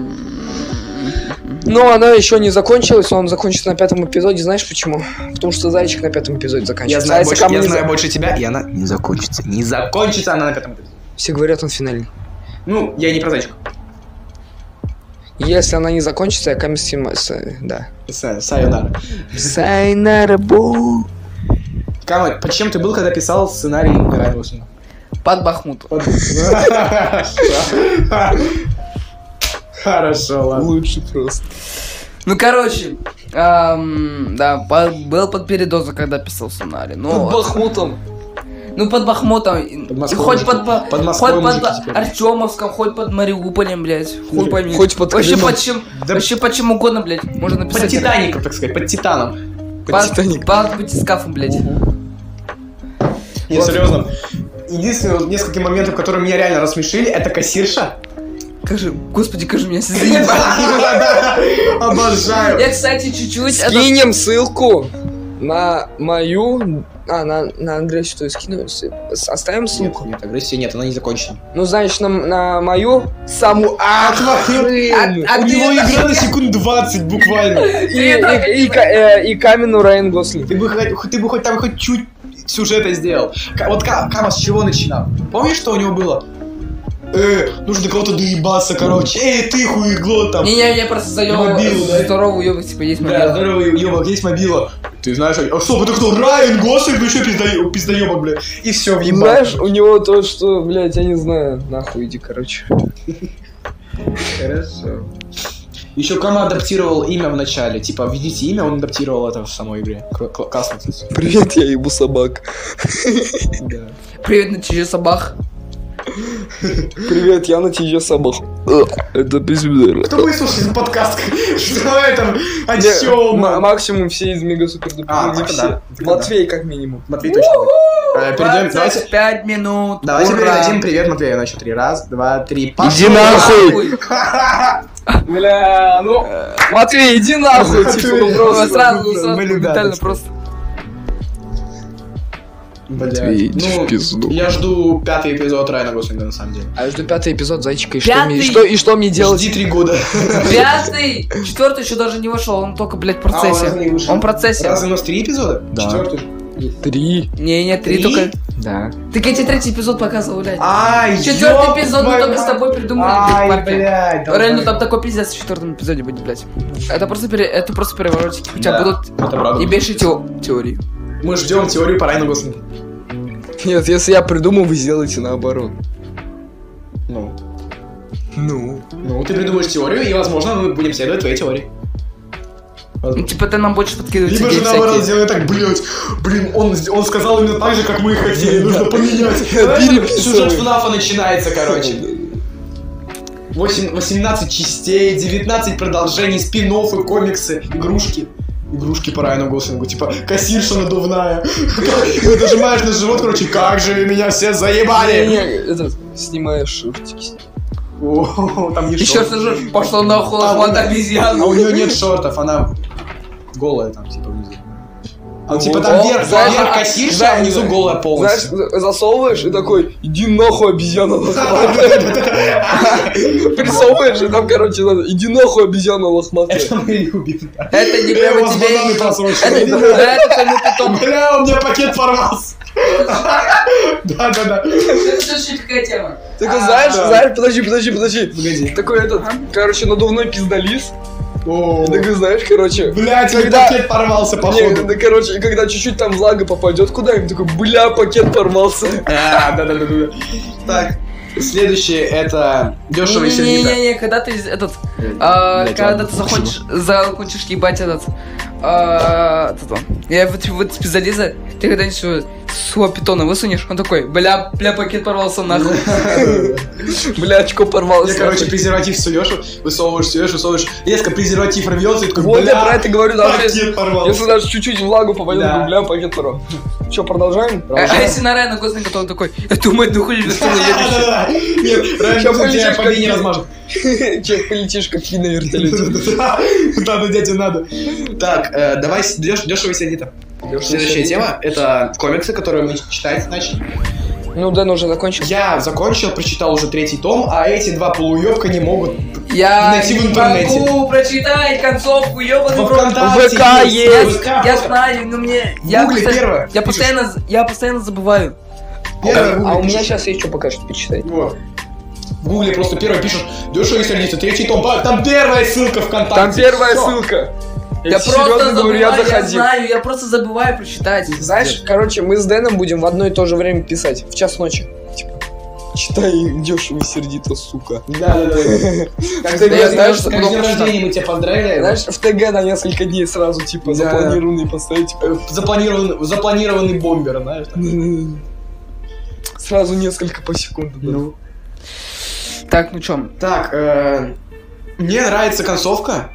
[SPEAKER 4] Но она еще не закончилась, он закончится на пятом эпизоде, знаешь почему? Потому что зайчик на пятом эпизоде
[SPEAKER 2] Я
[SPEAKER 4] заканчивается. А
[SPEAKER 2] знаю,
[SPEAKER 4] если
[SPEAKER 2] больше,
[SPEAKER 4] камни
[SPEAKER 2] я
[SPEAKER 4] за-
[SPEAKER 2] знаю больше тебя, и она не закончится. Не закончится она на пятом этаже.
[SPEAKER 4] Все говорят, он финальный.
[SPEAKER 2] Ну, я не про зайчика.
[SPEAKER 4] Если она не закончится, я камень снимаю. с- Да.
[SPEAKER 2] Са- Сайонара.
[SPEAKER 4] Сайнара Бу.
[SPEAKER 2] Кама, под чем ты был, когда писал сценарий Райана Гослинга?
[SPEAKER 3] Под Бахмут.
[SPEAKER 2] Под- Хорошо, ладно.
[SPEAKER 4] Лучше просто.
[SPEAKER 3] Ну, короче, эм, да, по- был под передозом, когда писал сценарий. Ну,
[SPEAKER 4] Под Бахмутом.
[SPEAKER 3] ну под Бахмутом, и-
[SPEAKER 2] Под Москвой
[SPEAKER 3] хоть
[SPEAKER 2] мужики.
[SPEAKER 3] под, Ба-
[SPEAKER 2] Под Москвой
[SPEAKER 3] хоть под
[SPEAKER 2] мужики теперь.
[SPEAKER 3] Артемовском, хоть под Мариуполем, блядь, хуй пойми.
[SPEAKER 4] Хоть под
[SPEAKER 3] Вообще
[SPEAKER 4] Крымом.
[SPEAKER 3] под чем,
[SPEAKER 2] Да-
[SPEAKER 3] вообще под чем угодно, блядь, можно
[SPEAKER 2] Под
[SPEAKER 3] написать.
[SPEAKER 2] Титаником, так сказать, под Титаном.
[SPEAKER 4] Под Титаник.
[SPEAKER 3] Под батискафом, блядь.
[SPEAKER 2] Угу. Не, серьезно. Единственное, вот несколько моментов, которые меня реально рассмешили, это кассирша.
[SPEAKER 3] Как же, господи, как же меня сейчас заебали.
[SPEAKER 2] Обожаю.
[SPEAKER 3] Я, кстати, чуть-чуть... а это-
[SPEAKER 4] Скинем ссылку на мою... А, на, на Андрея что скину? С- с- Оставим ссылку.
[SPEAKER 2] нет, агрессии нет, она не закончена.
[SPEAKER 4] Ну, значит, на, на мою саму...
[SPEAKER 2] А,
[SPEAKER 4] Охрен!
[SPEAKER 3] А
[SPEAKER 2] у
[SPEAKER 3] ты
[SPEAKER 2] него
[SPEAKER 3] это-
[SPEAKER 2] игра на секунд 20 буквально.
[SPEAKER 4] И, и, и, ка- э, и камену Райан Гослинг.
[SPEAKER 2] Ты бы, хоть- ты бы хоть там хоть чуть сюжета сделал. Ка- вот Ка- Кама с чего начинал? Помнишь, что у него было? Э, нужно до кого-то доебаться, короче. Эй, ты хуегло там.
[SPEAKER 3] Не-не-не, просто заебал.
[SPEAKER 2] Мобил, да?
[SPEAKER 3] Здорово, уебок, типа, есть
[SPEAKER 2] Да,
[SPEAKER 3] момент.
[SPEAKER 2] здоровый ебок, есть мобила. Ты знаешь, а что, это кто? Райан Гослинг, ну еще пиздоебок, пиздоебок, бля. И все, въебал.
[SPEAKER 4] Знаешь, у него то, что, блядь, я не знаю, нахуй иди, короче.
[SPEAKER 2] Хорошо. Еще Кама адаптировал имя в начале. Типа, видите имя, он адаптировал это в самой игре. Кра- кла- Классно.
[SPEAKER 4] Привет, я ебу собак.
[SPEAKER 2] Да.
[SPEAKER 3] Привет на чужих собак.
[SPEAKER 4] Привет, я на тебе собак. Э, Это пиздец.
[SPEAKER 2] Кто будет слушать этот подкаст? Что это? О
[SPEAKER 4] Не,
[SPEAKER 2] чем?
[SPEAKER 4] м- максимум все из Мега Супер Дупер,
[SPEAKER 2] А,
[SPEAKER 4] не
[SPEAKER 2] тогда
[SPEAKER 4] все.
[SPEAKER 2] да, тогда
[SPEAKER 4] Матвей как минимум.
[SPEAKER 2] Матвей точно. Э, Перейдем, давайте...
[SPEAKER 3] 25 минут.
[SPEAKER 2] Давайте
[SPEAKER 3] ура.
[SPEAKER 2] передадим привет Матвею на три. Раз, два, три.
[SPEAKER 4] Иди нахуй! Бля, ну...
[SPEAKER 3] Э,
[SPEAKER 4] Матвей, иди нахуй!
[SPEAKER 2] Матвей,
[SPEAKER 4] Типа, ну
[SPEAKER 3] ну,
[SPEAKER 4] просто...
[SPEAKER 3] Сразу,
[SPEAKER 2] мы
[SPEAKER 3] сразу,
[SPEAKER 2] любим
[SPEAKER 3] моментально
[SPEAKER 2] тебя.
[SPEAKER 3] просто.
[SPEAKER 2] Блядь. Ну,
[SPEAKER 4] пизду.
[SPEAKER 2] я жду пятый эпизод Райана Гослинга, на самом деле.
[SPEAKER 4] А я жду пятый эпизод Зайчика, и что
[SPEAKER 3] Пятый?
[SPEAKER 4] мне, что, и что мне делать?
[SPEAKER 2] Жди три года.
[SPEAKER 3] Пятый, четвертый еще даже не вошел, он только, блядь, в
[SPEAKER 2] А, он
[SPEAKER 3] процессе.
[SPEAKER 2] не вышел.
[SPEAKER 3] Он в процессе.
[SPEAKER 2] Разве у нас три эпизода?
[SPEAKER 4] Да.
[SPEAKER 2] Четвертый.
[SPEAKER 4] Три.
[SPEAKER 3] Не, не, три
[SPEAKER 2] Три?
[SPEAKER 3] только.
[SPEAKER 4] Да.
[SPEAKER 3] Так я тебе третий эпизод показывал, блядь.
[SPEAKER 2] А, ёб
[SPEAKER 3] Четвертый эпизод мы
[SPEAKER 2] твою
[SPEAKER 3] только с
[SPEAKER 2] мать.
[SPEAKER 3] тобой придумали.
[SPEAKER 2] Ай,
[SPEAKER 3] блядь, парня.
[SPEAKER 2] блядь. давай.
[SPEAKER 3] Реально там такой пиздец в четвертом эпизоде будет, блядь. Это просто, пере... это просто переворотики. У тебя
[SPEAKER 2] Да,
[SPEAKER 3] будут
[SPEAKER 2] Это правда.
[SPEAKER 3] и меньше тео- теории.
[SPEAKER 2] Мы ждем теорию по Райану Гослингу.
[SPEAKER 4] Нет, если я придумал, вы сделаете наоборот.
[SPEAKER 2] Ну.
[SPEAKER 1] Ну.
[SPEAKER 2] Ну, ты придумаешь теорию, и, возможно, мы будем следовать твоей теории.
[SPEAKER 3] Ну, типа ты нам больше подкидываешь
[SPEAKER 2] Либо же
[SPEAKER 3] идеи
[SPEAKER 2] наоборот
[SPEAKER 3] всякие.
[SPEAKER 2] сделай так, блядь, блин, он, он сказал именно так же, как мы и хотели, нужно поменять.
[SPEAKER 4] Переписывай.
[SPEAKER 2] Сюжет ФНАФа начинается, короче. 8, 18 частей, 19 продолжений, спин и комиксы, игрушки. Игрушки по Райану Гослингу, типа кассирша надувная. Нажимаешь на живот, короче, как же вы меня все
[SPEAKER 4] Не,
[SPEAKER 2] заебали!
[SPEAKER 4] этот, снимаешь шортики.
[SPEAKER 2] О, Там не
[SPEAKER 3] Еще раз
[SPEAKER 2] шорты.
[SPEAKER 3] скажу, пошло нахуй,
[SPEAKER 2] А,
[SPEAKER 3] вот
[SPEAKER 2] ну, А
[SPEAKER 3] обезьяна.
[SPEAKER 2] у нее нет шортов, она голая там, типа, внизу. А, типа
[SPEAKER 4] О,
[SPEAKER 2] там вверх,
[SPEAKER 4] знаешь,
[SPEAKER 2] вверх
[SPEAKER 4] а-
[SPEAKER 2] кассирша, а внизу голая полностью.
[SPEAKER 4] Знаешь, за- засовываешь и такой, иди нахуй, обезьяна лохматая. Присовываешь, и там, короче, надо, иди нахуй, обезьяна лохматая.
[SPEAKER 2] Это мы любим.
[SPEAKER 4] Э,
[SPEAKER 3] Это не
[SPEAKER 2] Я
[SPEAKER 3] прямо
[SPEAKER 2] вас
[SPEAKER 3] тебе
[SPEAKER 2] бананы
[SPEAKER 3] и-
[SPEAKER 2] просрочил.
[SPEAKER 3] Это не это кому ты там.
[SPEAKER 2] Бля, у меня пакет порвался. Да-да-да.
[SPEAKER 3] Это вообще какая тема?
[SPEAKER 4] Такой,
[SPEAKER 3] А,
[SPEAKER 4] знаешь,
[SPEAKER 2] да.
[SPEAKER 4] знаешь, подожди, подожди, подожди.
[SPEAKER 2] Погоди.
[SPEAKER 4] Такой этот, короче, надувной пиздолиз.
[SPEAKER 2] О,
[SPEAKER 4] И Такой, знаешь, короче,
[SPEAKER 2] Блядь, мой
[SPEAKER 4] Когда-
[SPEAKER 2] пакет порвался,
[SPEAKER 4] не, ну,
[SPEAKER 2] походу.
[SPEAKER 4] да, короче, и когда чуть-чуть там влага попадет куда-нибудь, такой, бля, пакет порвался.
[SPEAKER 2] А, Да-да-да. Так, следующее это дешево и сердито.
[SPEAKER 3] Не-не-не, когда ты из- этот, а,
[SPEAKER 2] Блядь,
[SPEAKER 3] когда
[SPEAKER 2] ладно,
[SPEAKER 3] ты захочешь, закончишь ебать этот, а, этот он. я вот вот специализа, ты когда-нибудь его своего питона высунешь, он такой, бля, бля, пакет порвался нахуй.
[SPEAKER 4] Бля, очко порвалось.
[SPEAKER 2] Я, короче, презерватив суешь, высовываешь, суешь, высовываешь, резко презерватив рвется, и такой,
[SPEAKER 4] Вот я про
[SPEAKER 2] бля,
[SPEAKER 4] это говорю, даже если-
[SPEAKER 2] пакет порвался.
[SPEAKER 4] если даже чуть-чуть влагу попадет,
[SPEAKER 2] Да.
[SPEAKER 4] такой, бля, пакет порвался. Че, продолжаем?
[SPEAKER 3] А а если на Райана Гослинга, то он такой, эту мать ну хули высунула, ебать».
[SPEAKER 2] Да-да-да. Нет,
[SPEAKER 4] Ща
[SPEAKER 2] реально, тебя
[SPEAKER 4] полетишь,
[SPEAKER 2] по вине
[SPEAKER 4] как-
[SPEAKER 2] размажет.
[SPEAKER 4] Че, полетишь, как на вертолете.
[SPEAKER 2] Надо, дядя, надо. Так, э, давай с- деш- дешево и сердито. Следующая тема — это комиксы, которые мы читать начали.
[SPEAKER 4] Ну, Дэн уже закончил.
[SPEAKER 2] Я закончил, прочитал уже третий том, а эти два полуёбка не могут...
[SPEAKER 3] Я
[SPEAKER 2] Найти в
[SPEAKER 3] не
[SPEAKER 2] интернете.
[SPEAKER 3] могу прочитать концовку, ебаный
[SPEAKER 2] Во
[SPEAKER 3] в рот.
[SPEAKER 2] ВКонтакте
[SPEAKER 4] ВК
[SPEAKER 3] Я,
[SPEAKER 4] есть.
[SPEAKER 2] ВК, ВК.
[SPEAKER 3] я знаю, но мне... Я
[SPEAKER 2] Гугли
[SPEAKER 3] постоянно-
[SPEAKER 2] первое.
[SPEAKER 3] Я
[SPEAKER 2] Пишешь.
[SPEAKER 3] постоянно, з- я постоянно забываю. Э,
[SPEAKER 2] Первое в
[SPEAKER 4] А у
[SPEAKER 2] Гугле
[SPEAKER 4] меня
[SPEAKER 2] пишешь.
[SPEAKER 4] сейчас есть что пока что почитать.
[SPEAKER 2] Вот. В Гугле просто первое пишешь «Дешево и сердито», третий том, а, там первая ссылка ВКонтакте.
[SPEAKER 4] Там первая
[SPEAKER 2] Всё.
[SPEAKER 4] ссылка.
[SPEAKER 3] Я просто
[SPEAKER 4] говорю,
[SPEAKER 3] забываю,
[SPEAKER 4] я
[SPEAKER 3] я
[SPEAKER 4] заходил.
[SPEAKER 3] знаю, я просто забываю прочитать.
[SPEAKER 4] Знаешь, короче, мы с Дэном будем в одно и то же время писать. В час ночи. Типа, Читай дешево сердито, сука.
[SPEAKER 2] Да-да-да. Как с
[SPEAKER 4] Ты
[SPEAKER 2] днём-
[SPEAKER 4] знаешь,
[SPEAKER 2] как с
[SPEAKER 4] потом
[SPEAKER 2] днём
[SPEAKER 4] что-
[SPEAKER 2] рождения мы тебя поздравляем.
[SPEAKER 4] Знаешь, в ТГ на несколько дней сразу,
[SPEAKER 2] Да.
[SPEAKER 4] типа, запланированные поставить,
[SPEAKER 2] Э, Запланирован- Запланированный бомбер, знаешь. так.
[SPEAKER 4] типа, Сразу несколько по секунду. да.
[SPEAKER 3] Так, ну чё?
[SPEAKER 2] Так, э, мне нравится концовка.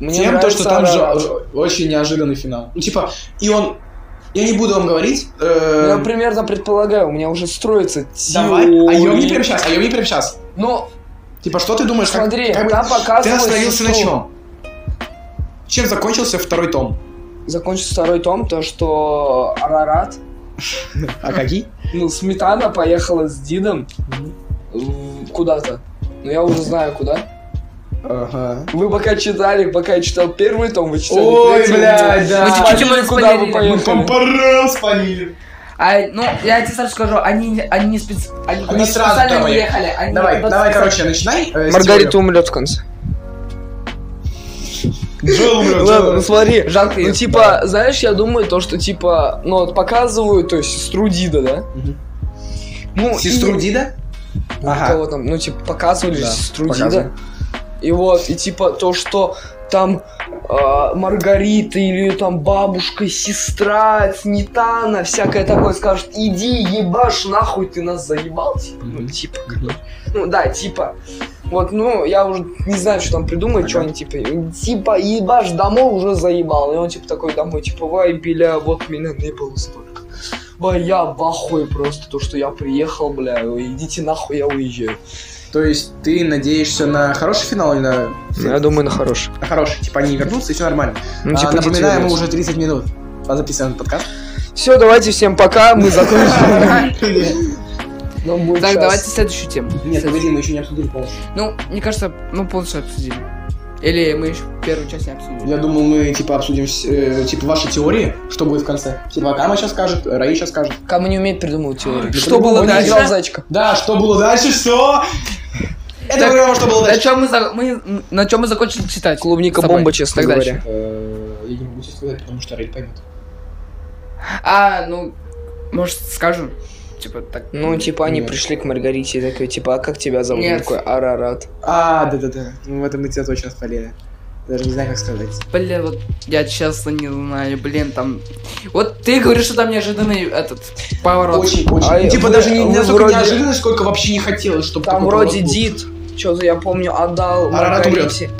[SPEAKER 4] Мне
[SPEAKER 2] тем, то,
[SPEAKER 4] нравится
[SPEAKER 2] что там же
[SPEAKER 4] Арарат.
[SPEAKER 2] очень неожиданный финал. Ну, типа, и он... Я не буду вам говорить. э,
[SPEAKER 4] Я примерно предполагаю, у меня уже строится
[SPEAKER 2] давай.
[SPEAKER 4] теория.
[SPEAKER 2] А ё мне прямо сейчас, а ё мне прямо сейчас.
[SPEAKER 4] Ну,
[SPEAKER 2] Типа, что ты думаешь? как-
[SPEAKER 4] смотри,
[SPEAKER 2] как бы-
[SPEAKER 4] там показывается,
[SPEAKER 2] ты остановился на
[SPEAKER 4] что-
[SPEAKER 2] чем? Чем закончился второй том?
[SPEAKER 4] Закончится второй том, то, что Арарат,
[SPEAKER 2] А какие?
[SPEAKER 4] ну, Сметана поехала с Дидом в- куда-то. Но я уже знаю, куда.
[SPEAKER 2] Ага.
[SPEAKER 4] Вы пока читали, пока я читал первый том, вы читали
[SPEAKER 2] Ой,
[SPEAKER 4] третий,
[SPEAKER 2] блядь, да. М-м-м,
[SPEAKER 4] вы не
[SPEAKER 3] Вы чуть-чуть
[SPEAKER 4] поняли,
[SPEAKER 3] его
[SPEAKER 4] куда вы
[SPEAKER 3] спойлерили.
[SPEAKER 4] поехали.
[SPEAKER 2] Пампара спалили.
[SPEAKER 3] А, ну, я тебе сразу скажу, они, они не спец... Они,
[SPEAKER 2] Они сразу
[SPEAKER 3] специально
[SPEAKER 2] давай.
[SPEAKER 3] не ехали. Они
[SPEAKER 2] Давай,
[SPEAKER 3] просто
[SPEAKER 2] давай,
[SPEAKER 3] специально-
[SPEAKER 2] короче, начинай. э, с
[SPEAKER 4] умрет в конце.
[SPEAKER 2] теории. Джоэл умрет, Джоэл
[SPEAKER 4] Ладно, ну
[SPEAKER 2] умрет.
[SPEAKER 4] смотри,
[SPEAKER 3] Жалко
[SPEAKER 4] Ну,
[SPEAKER 3] её.
[SPEAKER 4] типа, знаешь, я думаю, то, что, типа, ну, вот показывают, то есть, сестру Дида, да?
[SPEAKER 2] Мгм.
[SPEAKER 4] Ну,
[SPEAKER 2] Сестру
[SPEAKER 4] и-
[SPEAKER 2] Дида?
[SPEAKER 4] Ну,
[SPEAKER 2] Ага.
[SPEAKER 4] кого там, ну, типа, показывали
[SPEAKER 2] Да,
[SPEAKER 4] сестру
[SPEAKER 2] показывали.
[SPEAKER 4] Дида. И вот, и типа, то, что там э, а, Маргарита или там бабушка, сестра, Сметана, всякое такое скажет, иди ебашь нахуй, ты нас заебал, типа, ну,
[SPEAKER 2] Мгм.
[SPEAKER 4] типа, как бы. ну, да, типа, вот, ну, я уже не знаю, что там придумают, что они, типа, типа, ебашь домой уже заебал, и он, типа, такой домой, типа, вай, бля, вот меня не было столько. Вай, я в ахуе просто, то, что я приехал, бля, идите нахуй, я уезжаю.
[SPEAKER 2] То есть ты надеешься на хороший финал или на,
[SPEAKER 4] Ну, Я думаю, на хороший.
[SPEAKER 2] на хороший? Типа они вернутся и все нормально.
[SPEAKER 4] Ну,
[SPEAKER 2] А,
[SPEAKER 4] типа,
[SPEAKER 2] напоминаю, мы уже 30 минут. А записываем подкаст.
[SPEAKER 4] Все, давайте всем пока, мы закончим. Нам будет
[SPEAKER 3] Так,
[SPEAKER 4] час.
[SPEAKER 3] давайте следующую тему.
[SPEAKER 2] Нет, погоди, мы еще не обсудили полностью.
[SPEAKER 3] Ну, мне кажется, ну полностью обсудили. Или мы еще первую часть не обсудили.
[SPEAKER 2] Я думал, мы типа обсудим э, типа ваши теории, что будет в конце. Типа Кама сейчас скажет, Раи сейчас скажет.
[SPEAKER 4] Кама не умеет придумывать теории.
[SPEAKER 3] Что было
[SPEAKER 4] Он не
[SPEAKER 3] дальше?
[SPEAKER 4] играл в зайчика.
[SPEAKER 2] Да, что было дальше, все. Это
[SPEAKER 3] Так,
[SPEAKER 2] программа, что было
[SPEAKER 3] На
[SPEAKER 2] дальше.
[SPEAKER 3] чем мы, за- мы- на чем мы закончили читать?
[SPEAKER 4] Клубника
[SPEAKER 3] С тобой.
[SPEAKER 4] бомба, честно
[SPEAKER 3] Так
[SPEAKER 4] говоря.
[SPEAKER 3] дальше.
[SPEAKER 2] Э, Я не могу тебе сказать, потому что Раи поймет.
[SPEAKER 3] А, ну, может, скажем? Типа так.
[SPEAKER 4] Ну, типа, они
[SPEAKER 2] Нет.
[SPEAKER 4] пришли к Маргарите и такой, типа, а как тебя зовут? Он
[SPEAKER 3] Нет.
[SPEAKER 4] такой, Арарат.
[SPEAKER 2] А, да-да-да. Ну, в этом мы тебя точно спалили. Даже не знаю, как сказать.
[SPEAKER 3] Блин, вот я честно не знаю, блин, там... Вот ты говоришь, что там неожиданный этот поворот.
[SPEAKER 2] Очень-очень.
[SPEAKER 4] А,
[SPEAKER 2] типа
[SPEAKER 4] вы-
[SPEAKER 2] даже не
[SPEAKER 4] вы
[SPEAKER 2] настолько
[SPEAKER 4] вроде-
[SPEAKER 2] неожиданно, сколько вообще не хотелось, чтобы
[SPEAKER 4] Там
[SPEAKER 2] такой
[SPEAKER 4] вроде
[SPEAKER 2] поворот был.
[SPEAKER 4] Дид, что-то я помню, отдал
[SPEAKER 2] Арарат
[SPEAKER 4] Маргарите.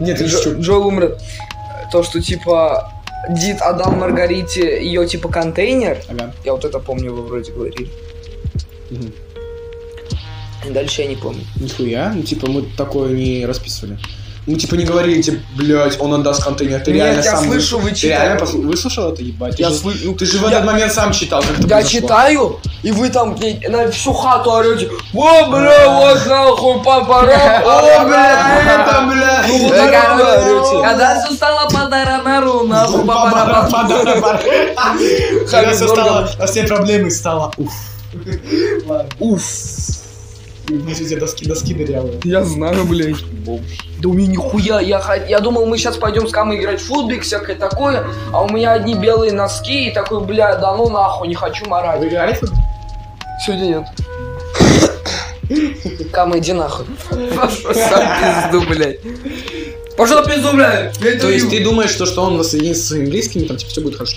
[SPEAKER 2] Нет, ты
[SPEAKER 4] Джо-
[SPEAKER 2] чё?
[SPEAKER 4] Джоэл умрет. То, что, типа, Дид отдал Маргарите ее, типа, контейнер.
[SPEAKER 2] Ага.
[SPEAKER 4] Я вот это помню, вы вроде говорили.
[SPEAKER 2] Мгм.
[SPEAKER 4] Дальше я не помню.
[SPEAKER 2] Нихуя, ну типа мы такое не расписывали. Мы типа не говорили, типа, блядь, он отдаст контейнер, ты
[SPEAKER 4] Нет,
[SPEAKER 2] реально
[SPEAKER 4] я
[SPEAKER 2] сам...
[SPEAKER 4] слышу, вы
[SPEAKER 2] Ты реально
[SPEAKER 4] читаете.
[SPEAKER 2] посл- выслушал это, ебать? Ты
[SPEAKER 4] Я
[SPEAKER 2] же- ну,
[SPEAKER 4] слышу.
[SPEAKER 2] Ты же в
[SPEAKER 4] Я-
[SPEAKER 2] этот момент сам читал, как это
[SPEAKER 4] Я
[SPEAKER 2] произошло.
[SPEAKER 4] читаю, и вы там блядь, на всю хату орете. О, бля, вот нахуй папа рам,
[SPEAKER 2] О,
[SPEAKER 4] о,
[SPEAKER 2] бля, это,
[SPEAKER 4] бля.
[SPEAKER 2] бля!
[SPEAKER 4] Ну, вот
[SPEAKER 3] Да,
[SPEAKER 4] так
[SPEAKER 3] когда-
[SPEAKER 4] вы орете.
[SPEAKER 3] Э, Когда все стало подаранару,
[SPEAKER 2] Ну,
[SPEAKER 3] нахуй
[SPEAKER 2] Бабара,
[SPEAKER 3] бабара-
[SPEAKER 2] бабара, бабара. Когда всё
[SPEAKER 4] Горган.
[SPEAKER 2] стало, на все проблемы стало. Уф. Ладно.
[SPEAKER 4] Уф,
[SPEAKER 2] Мы же тебе доски, доски дырявые.
[SPEAKER 4] я знаю, блядь. Да у меня нихуя, я, хо- я думал, мы сейчас пойдем с Камой играть в футбик, всякое такое, а у меня одни белые носки, и такой, бля, да ну нахуй, не хочу морать.
[SPEAKER 2] Вы играли в футбол?
[SPEAKER 4] Сегодня нет. Кама, иди нахуй.
[SPEAKER 3] Пошел сам пизду, блядь. Пошел пизду, блядь. Я
[SPEAKER 2] То есть
[SPEAKER 3] даю.
[SPEAKER 2] ты думаешь, что, что он воссоединится со своими близкими, там типа все будет хорошо?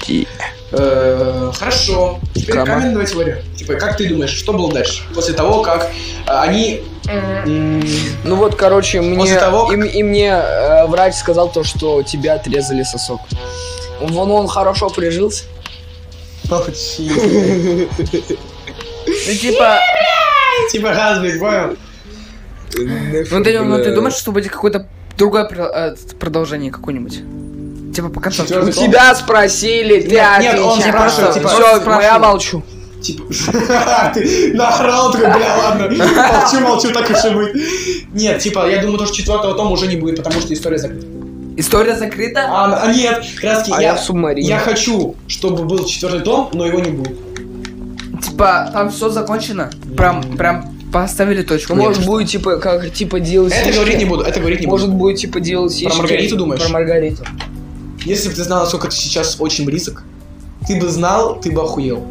[SPEAKER 2] Окей. Э, Хорошо. Теперь
[SPEAKER 4] Кама.
[SPEAKER 2] каменная теория. Типа, как ты думаешь, что было дальше? После того, как э, они... м,
[SPEAKER 4] Ну вот, короче, мне,
[SPEAKER 2] После того,
[SPEAKER 4] и, м- и мне э, врач сказал то, что тебя отрезали сосок. Вон он хорошо прижился.
[SPEAKER 3] Ну, типа,
[SPEAKER 2] Типа, разбить, понял?
[SPEAKER 3] ну ты, ну, ты думаешь, что будет какое-то другое про- э, продолжение какое-нибудь? Типа по концовке.
[SPEAKER 2] Четвёртый том.
[SPEAKER 4] Тебя спросили, ты
[SPEAKER 2] Нет, нет, он
[SPEAKER 4] отвечай.
[SPEAKER 2] спрашивает, типа,
[SPEAKER 4] Всё,
[SPEAKER 3] он
[SPEAKER 4] я
[SPEAKER 3] спрашивает.
[SPEAKER 4] молчу.
[SPEAKER 2] Типа, ты наорал, такой, бля, ладно, молчу, молчу, так уж и быть. Нет, типа, я думаю, то, что четвертого тома уже не будет, потому что история закрыта.
[SPEAKER 3] История закрыта?
[SPEAKER 2] А, а нет, краски,
[SPEAKER 4] А я,
[SPEAKER 2] я,
[SPEAKER 4] в субмарине.
[SPEAKER 2] я хочу, чтобы был четвертый том, но его не будет.
[SPEAKER 3] Типа, там все закончено? Прям, прям поставили точку.
[SPEAKER 4] Ну, может, будет, типа, как, типа, DLC.
[SPEAKER 2] Это говорить не буду, это говорить не
[SPEAKER 4] Может,
[SPEAKER 2] буду.
[SPEAKER 4] будет, типа, DLC.
[SPEAKER 2] Про Маргариту думаешь?
[SPEAKER 4] Про Маргариту.
[SPEAKER 2] Если бы ты знал, насколько ты сейчас очень близок, ты бы знал, ты бы охуел.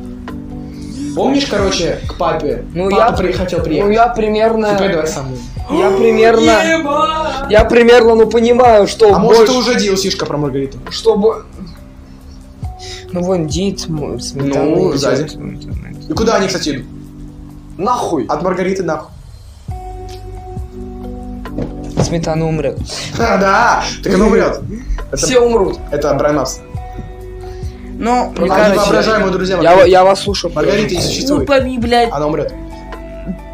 [SPEAKER 2] Помнишь, короче, к папе?
[SPEAKER 4] Ну,
[SPEAKER 2] Папа
[SPEAKER 4] я-
[SPEAKER 2] при- хотел
[SPEAKER 4] Ну,
[SPEAKER 2] приехать.
[SPEAKER 4] я примерно...
[SPEAKER 2] Теперь давай сам.
[SPEAKER 4] Я примерно... Я примерно, ну, понимаю, что
[SPEAKER 2] А может,
[SPEAKER 4] больше...
[SPEAKER 2] ты уже DLC-шка про Маргариту?
[SPEAKER 4] Чтобы... Ну, вон, Дит, м, Сметана
[SPEAKER 2] Ну,
[SPEAKER 4] идёт.
[SPEAKER 2] сзади. И куда они, кстати, идут?
[SPEAKER 4] Нахуй.
[SPEAKER 2] От Маргариты нахуй.
[SPEAKER 4] Сметана умрет.
[SPEAKER 2] А, да, так она умрет. Это-
[SPEAKER 4] Все умрут.
[SPEAKER 2] Это Брайнавс.
[SPEAKER 3] Ну, мне
[SPEAKER 2] Они
[SPEAKER 4] короче,
[SPEAKER 2] воображаемые друзья.
[SPEAKER 4] Я, я вас слушаю.
[SPEAKER 2] Маргарита не существует.
[SPEAKER 3] Глупами, блядь.
[SPEAKER 2] Она умрет.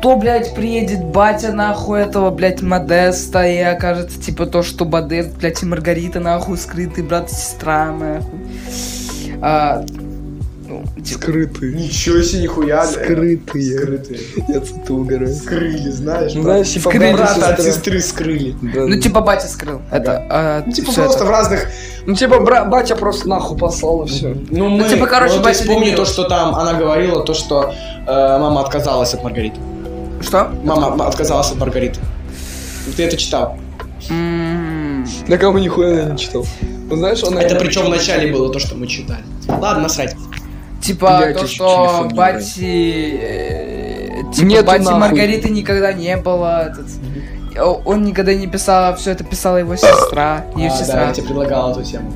[SPEAKER 3] То, блядь, приедет батя нахуй этого, блядь, Модеста, и окажется, типа, то, что Модест, блядь, и Маргарита нахуй скрытый брат и сестра, нахуй. А, ну, типа,
[SPEAKER 4] Скрытые.
[SPEAKER 2] Ничего себе, нихуя.
[SPEAKER 4] Скрытые.
[SPEAKER 2] Скрытые.
[SPEAKER 4] Я циту угораю.
[SPEAKER 2] Скрыли, знаешь?
[SPEAKER 4] Ну, знаешь, типа,
[SPEAKER 3] Скрыли
[SPEAKER 4] брат,
[SPEAKER 2] Брата от
[SPEAKER 4] сестра.
[SPEAKER 2] сестры скрыли.
[SPEAKER 4] Да.
[SPEAKER 3] ну, типа, батя скрыл. Это, а,
[SPEAKER 2] Ну, типа,
[SPEAKER 3] всё
[SPEAKER 2] просто
[SPEAKER 3] это.
[SPEAKER 2] в разных...
[SPEAKER 4] Ну, типа, бра- батя просто нахуй послал и все.
[SPEAKER 2] Ну, мы...
[SPEAKER 3] типа, короче,
[SPEAKER 2] вот
[SPEAKER 3] батя
[SPEAKER 2] вспомни
[SPEAKER 3] любил.
[SPEAKER 2] то, что там она говорила, то, что э, мама отказалась от Маргариты.
[SPEAKER 3] Что?
[SPEAKER 2] Мама м- отказалась от Маргариты. Ты это читал.
[SPEAKER 3] М,
[SPEAKER 4] Да кому нихуя я не читал. Ну, знаешь, он...
[SPEAKER 2] Это причем в начале было то, что мы читали. Ладно, насрать.
[SPEAKER 3] Типа,
[SPEAKER 4] Блядь,
[SPEAKER 3] то,
[SPEAKER 4] я чуть телефон
[SPEAKER 3] что
[SPEAKER 4] не
[SPEAKER 3] бати... э, Типа,
[SPEAKER 4] Нету
[SPEAKER 3] бати
[SPEAKER 4] нахуй.
[SPEAKER 3] Маргариты никогда не было. этот. э, он никогда не писал, а все это писала его сестра, ее
[SPEAKER 2] А, да,
[SPEAKER 3] сестра.
[SPEAKER 2] я тебе предлагал эту тему.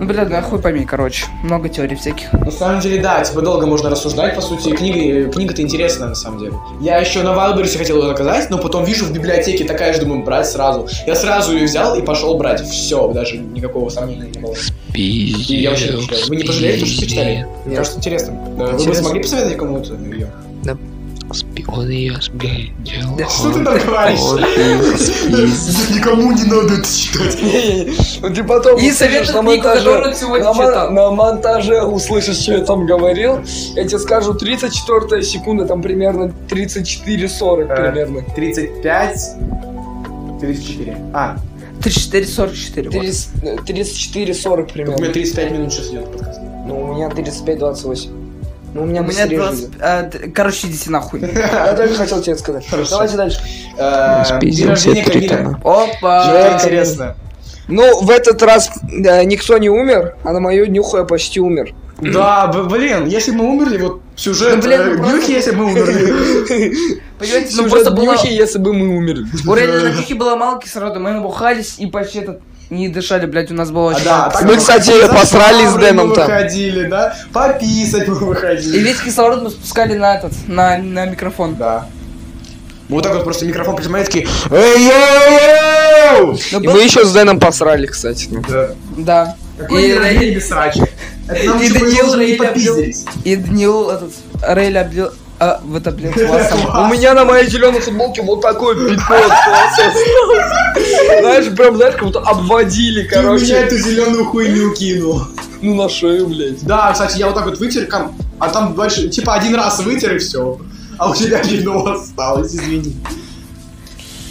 [SPEAKER 3] Ну, блядь, да хуй пойми, короче. Много теорий всяких.
[SPEAKER 2] На самом деле, да, типа долго можно рассуждать, по сути, и книга, книга-то интересная, на самом деле. Я еще на Вайлдберрисе хотел ее заказать, но потом вижу в библиотеке такая же, думаю, брать сразу. Я сразу ее взял и пошел брать. Все, даже никакого сомнения не было. И я вообще не жалею. Вы не пожалеете, что почитали? Мне
[SPEAKER 4] Нет.
[SPEAKER 2] кажется, интересно. Да, Вы бы
[SPEAKER 4] Интересно.
[SPEAKER 2] смогли посоветовать кому-то ее?
[SPEAKER 5] Он ее спиздил.
[SPEAKER 4] Да
[SPEAKER 2] Что ты там говоришь? Никому не надо это читать.
[SPEAKER 4] Не-не-не. Ты типа, потом
[SPEAKER 3] И
[SPEAKER 4] услышишь
[SPEAKER 3] советуют
[SPEAKER 4] на
[SPEAKER 3] книгу, которую
[SPEAKER 4] монтаже.
[SPEAKER 3] он сегодня
[SPEAKER 4] на, мон-
[SPEAKER 3] читал.
[SPEAKER 4] на монтаже услышишь, что я там говорил. Я тебе скажу 34 секунда, там примерно 34-40
[SPEAKER 2] Э.
[SPEAKER 4] примерно.
[SPEAKER 2] 35... 34. А,
[SPEAKER 3] 34-44. вот.
[SPEAKER 4] 30 э, 34-40
[SPEAKER 2] у меня
[SPEAKER 4] примерно.
[SPEAKER 2] 35 минут сейчас идет подкаст.
[SPEAKER 4] Ну, у меня 35-28. Ну, у меня
[SPEAKER 3] У меня
[SPEAKER 4] быстрее
[SPEAKER 3] 20...
[SPEAKER 4] живет.
[SPEAKER 3] а, т- короче, идите нахуй.
[SPEAKER 4] Я только хотел тебе это сказать.
[SPEAKER 2] Хорошо.
[SPEAKER 4] Давайте дальше.
[SPEAKER 2] Э, День
[SPEAKER 5] Спиздил
[SPEAKER 2] рождения
[SPEAKER 5] всех
[SPEAKER 2] Камиля.
[SPEAKER 5] критана.
[SPEAKER 2] Что
[SPEAKER 3] Опа.
[SPEAKER 2] интересно.
[SPEAKER 4] Ну, в этот раз э, никто не умер, а на мою днюху я почти умер.
[SPEAKER 2] Да, б- блин, если бы мы умерли, вот сюжет
[SPEAKER 3] Да, блин,
[SPEAKER 2] э,
[SPEAKER 3] ну просто-
[SPEAKER 2] Днюхи, если бы мы умерли.
[SPEAKER 3] Понимаете, ну
[SPEAKER 4] Сюжет
[SPEAKER 3] просто было...
[SPEAKER 4] днюхи, если бы мы умерли.
[SPEAKER 3] У реально на пике было мало кислорода, мы набухались и почти этот... Не дышали, блядь, у нас было очень...
[SPEAKER 2] Да,
[SPEAKER 3] мало
[SPEAKER 2] а так
[SPEAKER 4] Мы,
[SPEAKER 2] бы-
[SPEAKER 4] кстати,
[SPEAKER 2] за
[SPEAKER 4] посрали с
[SPEAKER 2] шваброй
[SPEAKER 4] Дэном
[SPEAKER 2] мы
[SPEAKER 4] там.
[SPEAKER 2] выходили, да? Пописать мы
[SPEAKER 3] кислорода. И
[SPEAKER 2] выходили.
[SPEAKER 3] весь кислород мы спускали на этот, на, на микрофон.
[SPEAKER 2] Да. Вот так вот просто микрофон прижимает, такие...
[SPEAKER 3] Но
[SPEAKER 4] И
[SPEAKER 3] Ну, был-
[SPEAKER 4] мы еще с Дэном посрали, кстати. ну.
[SPEAKER 2] Да.
[SPEAKER 3] Да.
[SPEAKER 2] Какой
[SPEAKER 3] И-
[SPEAKER 2] день рождения без срачи? Это нам
[SPEAKER 3] И
[SPEAKER 2] еще
[SPEAKER 3] Даниил
[SPEAKER 2] повезло, не
[SPEAKER 3] Рейли обвел-
[SPEAKER 2] попиздились.
[SPEAKER 3] И Даниил этот... Рейль обвил... А, вот облил классом.
[SPEAKER 4] У меня на моей зеленой футболке вот такой пятно Знаешь, прям, знаешь, как будто обводили,
[SPEAKER 2] Ты у меня
[SPEAKER 4] короче.
[SPEAKER 2] эту зеленую хуйню кинул.
[SPEAKER 4] Ну, на шею, блядь.
[SPEAKER 2] Да, кстати, я вот так вот вытер, кам- а там дальше, типа, один раз вытер и все. А у тебя вино осталось, извини.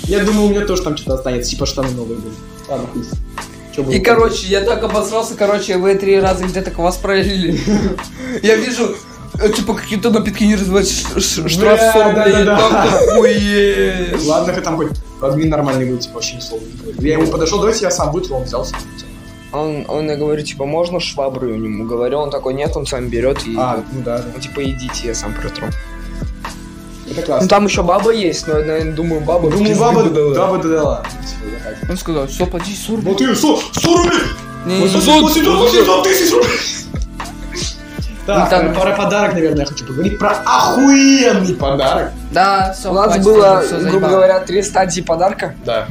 [SPEAKER 2] Я думаю, у меня тоже там что-то останется, типа штаны новые были. Ладно, хуй. с ним. Чё было?
[SPEAKER 3] И, короче, я так обосрался, короче, вы три раза где-то к вас пролили. Я вижу, э, типа, какие-то напитки не развивают, ш- ш- штраф
[SPEAKER 2] Бля,
[SPEAKER 3] 40 рублей,
[SPEAKER 2] да-да-да.
[SPEAKER 3] так-то хуе.
[SPEAKER 2] Ладно, хоть там хоть админ нормальный был, типа, вообще ни слова не говорил. Я ему подошел, давайте я сам вытру, он взялся.
[SPEAKER 4] Он, он, я говорю, типа, можно швабру я ему? Говорю, он такой, нет, он сам берет и...
[SPEAKER 2] А, ну да, да.
[SPEAKER 4] Ну, типа, идите, я сам протру.
[SPEAKER 2] Это
[SPEAKER 4] Ну,
[SPEAKER 2] классно.
[SPEAKER 4] там еще баба есть, но, я, наверное, думаю,
[SPEAKER 3] Ну,
[SPEAKER 4] баба... в
[SPEAKER 2] Думаю,
[SPEAKER 4] пизду
[SPEAKER 2] баба,
[SPEAKER 4] бы дала.
[SPEAKER 2] баба додала. Типа, я Ну так.
[SPEAKER 3] Он сказал, все, плати 40
[SPEAKER 2] Вот и 100, 100 рублей!
[SPEAKER 3] Не, не, не.
[SPEAKER 2] 800 тысяч рублей! Так,
[SPEAKER 3] Ну, там-
[SPEAKER 2] э, про подарок, наверное, я хочу поговорить. Про охуенный подарок.
[SPEAKER 3] Да, все,
[SPEAKER 4] У нас было, грубо говоря, три стадии подарка.
[SPEAKER 2] Да.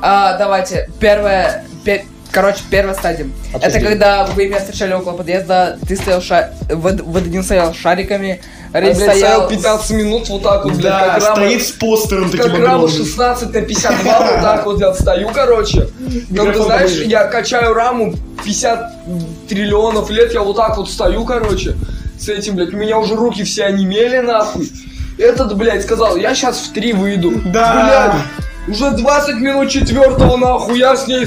[SPEAKER 3] А, давайте, первая, пе- короче, первая стадия. Это
[SPEAKER 2] Обсудили.
[SPEAKER 3] когда вы меня встречали около подъезда, ты стоял ша... Вад- Вадим стоял шариками,
[SPEAKER 2] А,
[SPEAKER 4] Я,
[SPEAKER 3] Рейс
[SPEAKER 4] блядь, стоял
[SPEAKER 3] стоял...
[SPEAKER 4] 15 минут вот так вот, блядь,
[SPEAKER 2] Да,
[SPEAKER 4] как рамы-
[SPEAKER 2] стоит с постером таким
[SPEAKER 4] Как раму
[SPEAKER 2] огромным.
[SPEAKER 4] 16 на 52, вот так вот я стою, короче. Там, ты
[SPEAKER 2] Микрофон
[SPEAKER 4] знаешь,
[SPEAKER 2] поближе.
[SPEAKER 4] я качаю раму 50 триллионов лет, я вот так вот стою, короче, с этим, блядь, у меня уже руки все онемели, нахуй. Этот, блядь, сказал, я сейчас в 3 выйду.
[SPEAKER 2] Да.
[SPEAKER 4] Блядь, уже 20 минут четвертого, нахуй, я с ней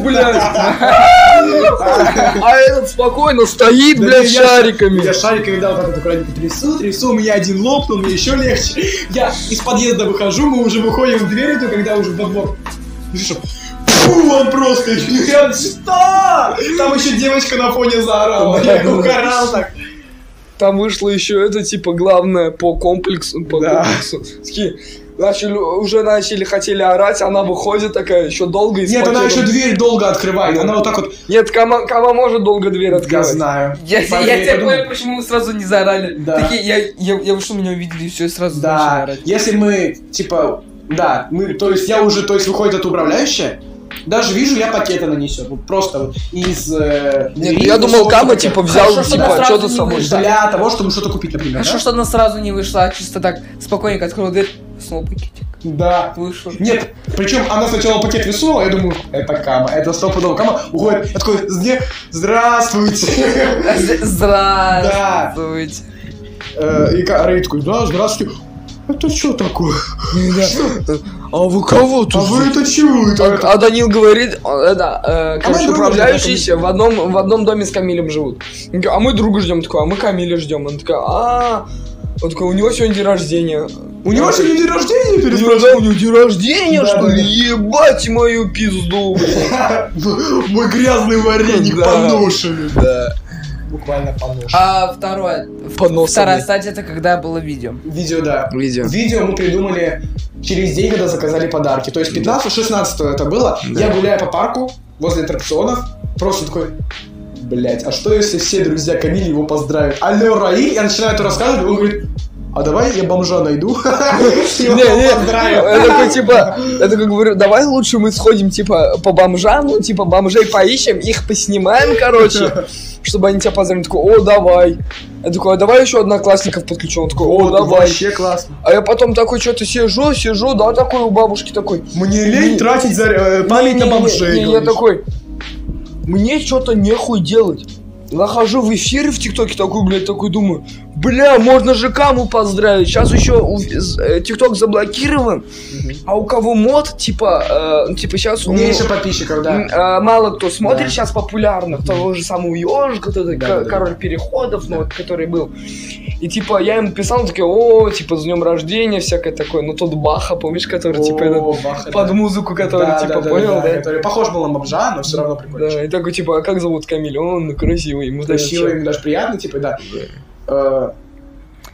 [SPEAKER 4] блядь. А этот спокойно стоит,
[SPEAKER 2] Да
[SPEAKER 4] блядь,
[SPEAKER 2] я ша-
[SPEAKER 4] шариками.
[SPEAKER 2] Я шариками, да, вот так вот аккуратненько трясу, трясу, у меня один лопнул, мне еще легче. Я из подъезда выхожу, мы уже выходим в дверь эту, когда уже во двор. Ну что, Фу, он просто, я что? Там еще девочка на фоне заорала, я
[SPEAKER 4] ну,
[SPEAKER 2] угорал так.
[SPEAKER 4] Там вышло еще это, типа, главное по комплексу. По
[SPEAKER 2] Да.
[SPEAKER 4] комплексу. Такие, начали, уже начали, хотели орать, она выходит такая еще долго. и с
[SPEAKER 2] Нет, она
[SPEAKER 4] пакетом.
[SPEAKER 2] еще дверь долго открывает, она вот так вот,
[SPEAKER 4] Нет, кому, кому может долго дверь
[SPEAKER 2] я
[SPEAKER 4] открывать?
[SPEAKER 2] знаю.
[SPEAKER 3] Я, я,
[SPEAKER 2] Поэтому
[SPEAKER 3] тебя
[SPEAKER 2] думаю-
[SPEAKER 3] понял, почему вы сразу не заорали.
[SPEAKER 2] Да.
[SPEAKER 3] Такие, я, я, я вышел, меня увидели, и все, и сразу начали
[SPEAKER 2] Да,
[SPEAKER 3] орать.
[SPEAKER 2] если мы, типа, да, мы, то есть я уже, то есть выходит от управляющая, даже вижу, я пакеты нанесет. Вот просто вот из... э,
[SPEAKER 4] Нет,
[SPEAKER 2] двери
[SPEAKER 4] я думал,
[SPEAKER 2] высовывается
[SPEAKER 4] Кама,
[SPEAKER 2] пакет.
[SPEAKER 4] типа, взял,
[SPEAKER 3] Хорошо, что мы
[SPEAKER 4] типа,
[SPEAKER 3] сразу
[SPEAKER 4] что-то
[SPEAKER 3] не
[SPEAKER 4] с собой.
[SPEAKER 3] вышли.
[SPEAKER 2] Для того, чтобы что-то купить, например,
[SPEAKER 3] Хорошо,
[SPEAKER 2] да?
[SPEAKER 3] что она сразу не вышла, а чисто так спокойненько открыла дверь, снова пакетик.
[SPEAKER 2] Да.
[SPEAKER 3] Вышла.
[SPEAKER 2] Нет, причем она сначала пакет рисовала, я думаю, это Кама, это стопудово Кама. Уходит, я такой, «Зде- здравствуйте.
[SPEAKER 3] З-
[SPEAKER 2] Да.
[SPEAKER 3] Здравствуйте.
[SPEAKER 2] Э, И Ка- Рэй такой, да, здравствуйте. Это что такое?
[SPEAKER 4] А вы кого
[SPEAKER 2] А вы это чего? это?»
[SPEAKER 4] А, а Данил говорит, а, это, э, короче,
[SPEAKER 2] мы друга
[SPEAKER 4] управляющиеся в одном, в одном доме с Камилем живут. Он такой, А мы друга ждем, такой, а мы Камиля ждем. Он такой, а он такой, у него сегодня день рождения.
[SPEAKER 2] У него сегодня день рождения
[SPEAKER 4] День
[SPEAKER 2] перед
[SPEAKER 4] рождения, у него день рождения,
[SPEAKER 2] Да,
[SPEAKER 4] что
[SPEAKER 2] да, да.
[SPEAKER 4] ли? Ебать мою пизду, блядь.
[SPEAKER 2] Мой грязный вареник
[SPEAKER 4] Да.
[SPEAKER 2] поношенный.
[SPEAKER 4] Да.
[SPEAKER 2] буквально понос.
[SPEAKER 3] А второе, в-
[SPEAKER 4] Понос,
[SPEAKER 3] вторая
[SPEAKER 4] блядь.
[SPEAKER 3] стадия, это когда было видео.
[SPEAKER 2] Видео, да.
[SPEAKER 4] Видео.
[SPEAKER 2] Видео мы придумали через день, когда заказали подарки. То есть 15-16 это было.
[SPEAKER 1] Да.
[SPEAKER 2] Я гуляю по парку возле аттракционов, просто такой, блять, а что если все друзья Камиля его поздравят? Алло, Раиль, я начинаю это рассказывать, он говорит, а давай я бомжа найду. И
[SPEAKER 4] Не,
[SPEAKER 2] он
[SPEAKER 4] не,
[SPEAKER 2] его
[SPEAKER 4] я такой,
[SPEAKER 2] поздравит.
[SPEAKER 4] типа, я такой говорю, давай лучше мы сходим, типа, по бомжам, ну, типа, бомжей поищем, их поснимаем, короче, чтобы они тебя позвонили. Он такой, о, давай. Я такой, а давай еще одноклассников подключу. Он такой, о, давай.
[SPEAKER 2] Вообще классно.
[SPEAKER 4] А я потом такой что-то сижу, сижу, да, такой у бабушки такой.
[SPEAKER 2] Мне лень
[SPEAKER 4] Не-
[SPEAKER 2] тратить заря- э, память на
[SPEAKER 4] «Не-не-не,
[SPEAKER 2] бомжей.
[SPEAKER 4] не, Я
[SPEAKER 2] говоришь.
[SPEAKER 4] такой, мне что-то нехуй делать. Захожу в эфир в ТикТоке, такой, блядь, такой думаю, бля, можно же Каму поздравить, сейчас еще ТикТок заблокирован, а у кого мод, типа, э, ну, типа сейчас у
[SPEAKER 2] Меньше подписчиков, да.
[SPEAKER 4] М, а, мало кто смотрит
[SPEAKER 2] Да.
[SPEAKER 4] сейчас популярных, того же самого ежика, вот этот
[SPEAKER 2] Да,
[SPEAKER 4] ко-
[SPEAKER 2] да, да.
[SPEAKER 4] король переходов, ну, вот, который был. И типа я им писал, такие, о, типа с днем рождения, всякое такое. Ну тот Баха, помнишь, который типа этот,
[SPEAKER 2] О, бахать.
[SPEAKER 4] под музыку, который
[SPEAKER 2] Да,
[SPEAKER 4] типа
[SPEAKER 2] да, да,
[SPEAKER 4] понял,
[SPEAKER 2] да,
[SPEAKER 4] да?
[SPEAKER 2] Который похож был на бомжа, но все равно прикольно.
[SPEAKER 4] Да, и такой типа, а как зовут Камиль? Он красивый, ему даже
[SPEAKER 2] красиво, им даже приятно, типа, да. Э,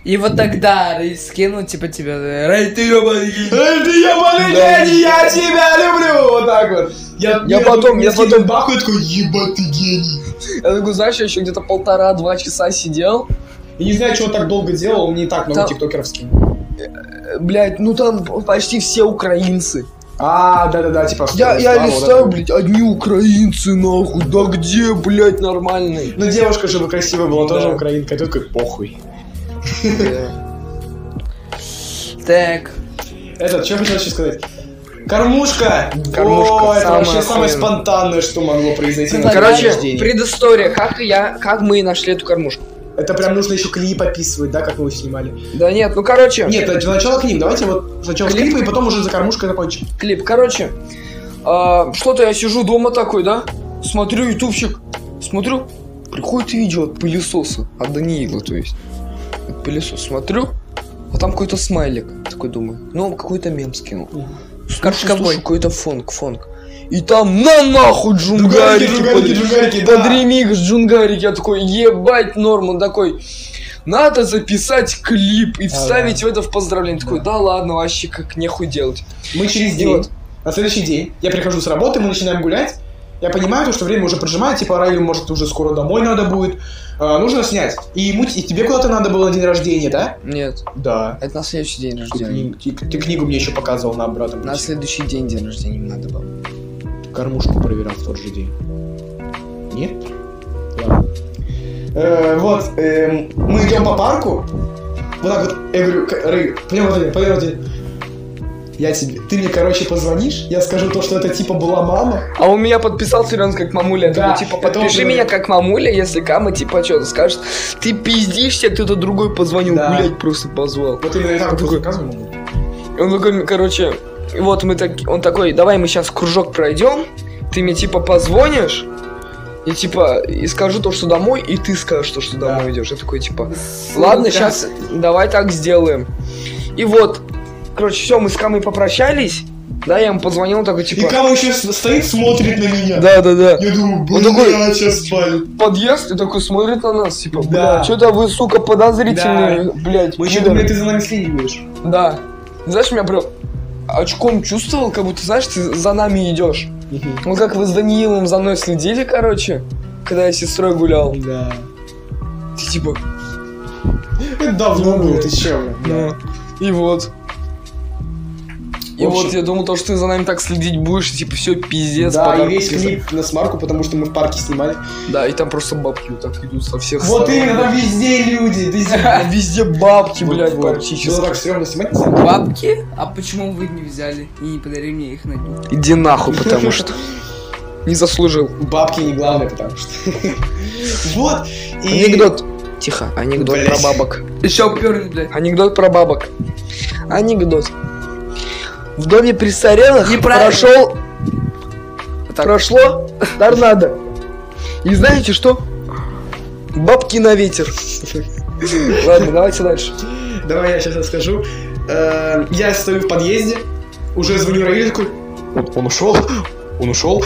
[SPEAKER 3] И вот тогда Рэй скинул, типа, тебя, э, Рэй, ты ёбаный гений».
[SPEAKER 2] Эй, ты ебаный
[SPEAKER 4] Да.
[SPEAKER 2] гений, я тебя люблю! Вот так вот. Я,
[SPEAKER 4] Я потом- я потом-
[SPEAKER 2] баху и такой, ебать ты гений.
[SPEAKER 4] всё. Я такой, знаешь, я еще где-то полтора-два часа сидел.
[SPEAKER 2] Я не знаю, чего так долго делал, мне и так много
[SPEAKER 4] Да.
[SPEAKER 2] тиктокеров скинул.
[SPEAKER 4] Э, Блядь, ну там почти все украинцы.
[SPEAKER 2] А, да-да-да, типа...
[SPEAKER 4] Я,
[SPEAKER 2] что-то
[SPEAKER 4] я
[SPEAKER 2] слава,
[SPEAKER 4] листаю,
[SPEAKER 2] да.
[SPEAKER 4] блядь, одни украинцы, нахуй. Да где, блядь, нормальный?
[SPEAKER 2] Ну, девушка же бы красивая была,
[SPEAKER 4] Да.
[SPEAKER 2] тоже украинка, а ты такой, похуй.
[SPEAKER 3] Так,
[SPEAKER 2] Этот, что я хотел еще сказать? Кормушка!
[SPEAKER 4] Кормушка,
[SPEAKER 2] О, это
[SPEAKER 4] самое
[SPEAKER 2] вообще самое
[SPEAKER 4] охуенное.
[SPEAKER 2] спонтанное, что могло произойти на
[SPEAKER 4] Короче,
[SPEAKER 2] день рождения.
[SPEAKER 4] Предыстория, как я, как мы нашли эту кормушку.
[SPEAKER 2] Это прям нужно еще клип описывать, да, как мы его снимали.
[SPEAKER 4] Да нет, ну короче,
[SPEAKER 2] Нет, для начала клип. Давайте вот сначала
[SPEAKER 4] Клип?
[SPEAKER 2] клип, и потом уже за кормушкой закончим.
[SPEAKER 4] клип, короче, а, что-то я сижу дома такой, да, смотрю ютубчик, смотрю, приходит видео от пылесоса, от Даниила, то есть, от пылесоса, смотрю, а там какой-то смайлик, такой думаю, ну он какой-то мем скинул. Слушай,
[SPEAKER 3] Картковой.
[SPEAKER 4] слушай, какой-то фонк, фонк. И там на нахуй джунгарики, под-
[SPEAKER 2] джугарики,
[SPEAKER 4] под ремикс джунгарик. Я такой, ебать, норма такой. Надо записать клип и вставить в это в поздравление. Такой, А, да ладно, вообще как нехуй делать.
[SPEAKER 2] Мы через
[SPEAKER 4] И
[SPEAKER 2] день,
[SPEAKER 4] вот.
[SPEAKER 2] на следующий день, я прихожу с работы, мы начинаем гулять. Я понимаю, то, что время уже поджимает, типа, Раилю, может, уже скоро домой надо будет. А, нужно снять. И ему, и тебе куда-то надо было на день рождения, да?
[SPEAKER 4] Нет,
[SPEAKER 2] Да.
[SPEAKER 4] это на следующий день
[SPEAKER 2] Ты,
[SPEAKER 4] рождения.
[SPEAKER 2] кни- ты- ты книгу мне еще показывал на обратном
[SPEAKER 4] На
[SPEAKER 2] пути.
[SPEAKER 4] следующий день день рождения мне надо было.
[SPEAKER 2] Кормушку проверял в тот же день. Нет? Ладно. Э, вот, эм, мы идем по парку. Вот так вот, я говорю, «К- Рэй, пойдем вот пойдем вот это». Я тебе, ты мне, короче, позвонишь, я скажу то, что это типа была мама.
[SPEAKER 4] А у меня подписался он как мамуля. Я
[SPEAKER 2] Да,
[SPEAKER 4] такой, типа,
[SPEAKER 2] это он
[SPEAKER 4] подпиши
[SPEAKER 2] говорит.
[SPEAKER 4] меня как мамуля, если Кама, типа, что-то скажет. Ты пиздишься, кто-то другой позвонил,
[SPEAKER 2] Да.
[SPEAKER 4] блядь, просто позвал.
[SPEAKER 2] Вот именно так
[SPEAKER 4] Такой.
[SPEAKER 2] вот показывал.
[SPEAKER 4] И он такой, короче, вот мы так, он такой, давай мы сейчас кружок пройдем, ты мне типа позвонишь, и типа, и скажу то, что домой, и ты скажешь то, что
[SPEAKER 2] Да.
[SPEAKER 4] домой идешь. Я такой, типа, ладно,
[SPEAKER 2] ну,
[SPEAKER 3] Сука.
[SPEAKER 4] сейчас давай так сделаем. И вот, короче, все, мы с Камой попрощались, да, я ему позвонил, он такой,
[SPEAKER 2] И
[SPEAKER 4] типа,
[SPEAKER 2] Кама еще с- стоит, смотрит на меня.
[SPEAKER 4] да, да, да.
[SPEAKER 2] Я думаю,
[SPEAKER 4] Он
[SPEAKER 2] блин,
[SPEAKER 4] такой-
[SPEAKER 2] я сейчас спалю.
[SPEAKER 4] Подъезд и такой смотрит на нас, типа,
[SPEAKER 2] Да.
[SPEAKER 4] бля, что-то вы, сука, подозрительные, блядь.
[SPEAKER 2] Мы еще
[SPEAKER 4] пидоры».
[SPEAKER 2] думали, ты за нами следишь.
[SPEAKER 4] Да. Знаешь, меня прям очком чувствовал, как будто, знаешь, ты за нами идешь. Ну, как вы с Даниилом за мной следили, короче, когда я с сестрой гулял.
[SPEAKER 2] Да.
[SPEAKER 4] Ты типа,
[SPEAKER 2] Это давно было, ты че?
[SPEAKER 4] ну, и вот. И
[SPEAKER 2] В общем-
[SPEAKER 4] вот я думал, то, что ты за нами так следить будешь, и, типа, все пиздец.
[SPEAKER 2] Да, и
[SPEAKER 4] подарок
[SPEAKER 2] весь
[SPEAKER 4] тебе.
[SPEAKER 2] клип на смарку, потому что мы в парке снимали.
[SPEAKER 4] Да, и там просто бабки вот так идут со всех
[SPEAKER 2] Вот
[SPEAKER 4] сторон.
[SPEAKER 2] именно, там везде люди, везде.
[SPEAKER 4] Везде бабки, блядь,
[SPEAKER 2] Вот, вот.
[SPEAKER 4] практически.
[SPEAKER 2] Было так стрёмно снимать, на самом деле.
[SPEAKER 3] бабки? А почему вы не взяли и не подарили мне их на день?
[SPEAKER 4] Иди нахуй, потому что не заслужил.
[SPEAKER 2] Бабки не главное, потому что. Вот. и-
[SPEAKER 4] Анекдот. Тихо, анекдот
[SPEAKER 2] Блядь.
[SPEAKER 4] про бабок.
[SPEAKER 3] Еще перли, блядь.
[SPEAKER 4] Анекдот про бабок. Анекдот. В доме престарелых
[SPEAKER 3] Неправильно.
[SPEAKER 4] прошел...
[SPEAKER 3] так.
[SPEAKER 4] Прошло торнадо. И знаете что? Бабки на ветер. Ладно, давайте дальше.
[SPEAKER 2] Давай я сейчас расскажу. Э, Я стою в подъезде, уже звоню Раилю, такой, «Он- он ушел, он ушел.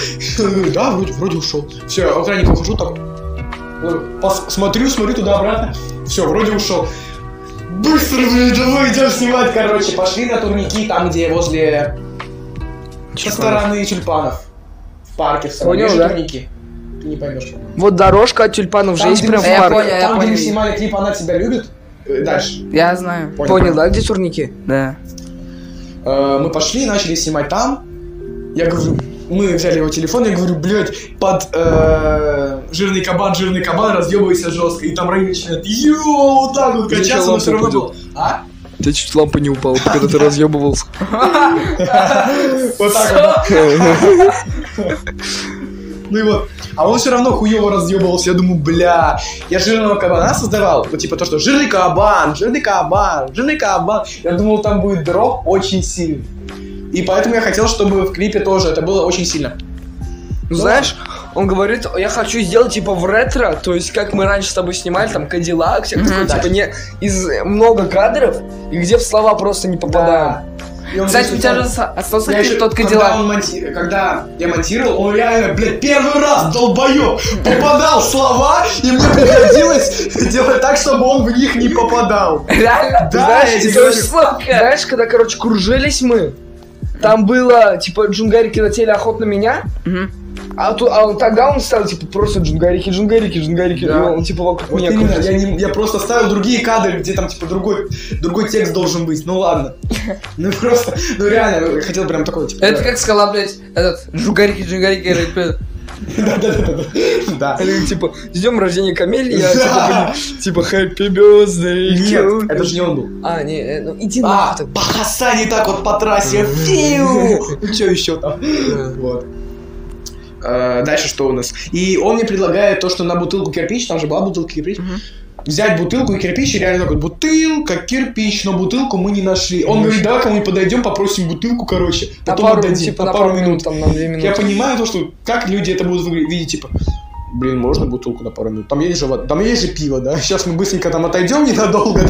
[SPEAKER 2] Да, вроде, вроде ушел. Все, охранник ухожу, так, Ой, пос- Смотрю, смотрю туда-обратно. Все, вроде ушел. Быстро, блин, давай идем снимать, короче. Пошли на турники, там, где возле... Со стороны тюльпанов. В парке в самом.
[SPEAKER 4] Понял,
[SPEAKER 2] Есть же
[SPEAKER 4] да?
[SPEAKER 2] турники. Ты не поймешь.
[SPEAKER 4] Вот дорожка от тюльпанов же
[SPEAKER 2] Там,
[SPEAKER 4] есть
[SPEAKER 2] где
[SPEAKER 4] прям
[SPEAKER 2] мы
[SPEAKER 4] в
[SPEAKER 3] я
[SPEAKER 2] снимали-
[SPEAKER 4] парке.
[SPEAKER 3] понял, я
[SPEAKER 2] Там, где мы
[SPEAKER 3] понял.
[SPEAKER 2] снимали клип «Она тебя любит». э, Дальше.
[SPEAKER 3] Я знаю.
[SPEAKER 4] Понял, да, где турники?
[SPEAKER 3] Да.
[SPEAKER 2] Э, мы пошли, начали снимать там. Я говорю, мы взяли его телефон, я говорю, блядь, под э, жирный кабан, жирный кабан, разъебывайся жестко. И там Рэй начинает, йоу, вот так вот
[SPEAKER 4] Ты чё,
[SPEAKER 2] качаться, но
[SPEAKER 4] лампу
[SPEAKER 2] все равно
[SPEAKER 4] подел?
[SPEAKER 2] было. А?
[SPEAKER 4] Ты чуть лампа не упала, когда ты разъебывался.
[SPEAKER 2] Вот так вот, да. Ну и вот. А он все равно хуево разъебывался. Я думаю, бля, я жирного кабана создавал. Вот типа то, что жирный кабан, жирный кабан, жирный кабан. Я думал, там будет дроп очень сильный. И поэтому я хотел, чтобы в клипе тоже это было очень сильно.
[SPEAKER 4] Ну, знаешь, он говорит, я хочу сделать типа в ретро, то есть как мы раньше с тобой снимали, там Кадиллак, всякое
[SPEAKER 3] Мгм.
[SPEAKER 4] такое, типа не из э, много кадров, и где в слова просто не попадаем.
[SPEAKER 2] И он
[SPEAKER 3] Кстати, у
[SPEAKER 2] говорит,
[SPEAKER 3] тебя
[SPEAKER 2] «Да».
[SPEAKER 3] же оста- остался
[SPEAKER 2] Я еще-
[SPEAKER 3] тот
[SPEAKER 2] Когда,
[SPEAKER 3] Кадиллак.
[SPEAKER 2] он монти- когда я монтировал, он реально, блядь, первый раз, долбоёб, попадал в слова, и мне приходилось делать так, чтобы он в них не попадал.
[SPEAKER 3] Реально?
[SPEAKER 2] Да,
[SPEAKER 4] Знаешь,
[SPEAKER 2] я
[SPEAKER 4] типа,
[SPEAKER 2] тебе
[SPEAKER 4] и то
[SPEAKER 2] говорю.
[SPEAKER 4] есть, знаешь, когда, короче, кружились мы, там было, типа, джунгарики летели охот на меня,
[SPEAKER 3] Мгм.
[SPEAKER 4] а, ту- а он- тогда он стал, типа, просто джунгарики, джунгарики, джунгарики,
[SPEAKER 2] Да.
[SPEAKER 4] и он, типа, вокруг
[SPEAKER 2] Вот
[SPEAKER 4] меня
[SPEAKER 2] именно,
[SPEAKER 4] кружился.
[SPEAKER 2] я, не- я просто ставил другие кадры, где там, типа, другой, другой текст должен быть, ну ладно. Ну просто, ну реально, я хотел прям такой, типа,
[SPEAKER 3] Это как сказала, блядь, этот, джугарики, джугарики, Рэй, блядь.
[SPEAKER 2] да. Да.
[SPEAKER 4] Или, типа, ждем рождения Камель, я,
[SPEAKER 2] Да.
[SPEAKER 4] типа, блин, типа, happy birthday to
[SPEAKER 2] Нет,
[SPEAKER 4] you».
[SPEAKER 2] это же не он был.
[SPEAKER 4] А, не, э, ну, иди
[SPEAKER 2] А,
[SPEAKER 4] нахуй.
[SPEAKER 2] по Хасане так вот по трассе. Фиу! Ну что еще там? Вот. Э, Дальше что у нас? И он мне предлагает то, что на бутылку кирпич, там же была бутылка кирпич,
[SPEAKER 3] Мгм.
[SPEAKER 2] взять бутылку и кирпич, и реально такой, бутылка, кирпич, но бутылку мы не нашли. Он говорит, давай кому-нибудь подойдем, попросим бутылку, короче,
[SPEAKER 4] На
[SPEAKER 2] потом
[SPEAKER 4] пару,
[SPEAKER 2] отдадим,
[SPEAKER 4] типа, на пару минут, там, на две
[SPEAKER 2] Я
[SPEAKER 4] минуты.
[SPEAKER 2] понимаю то, что как люди это будут выгля- видеть, типа, блин, можно бутылку на пару минут? Там есть же, вода- там есть же пиво, да? Сейчас мы быстренько там отойдем ненадолго.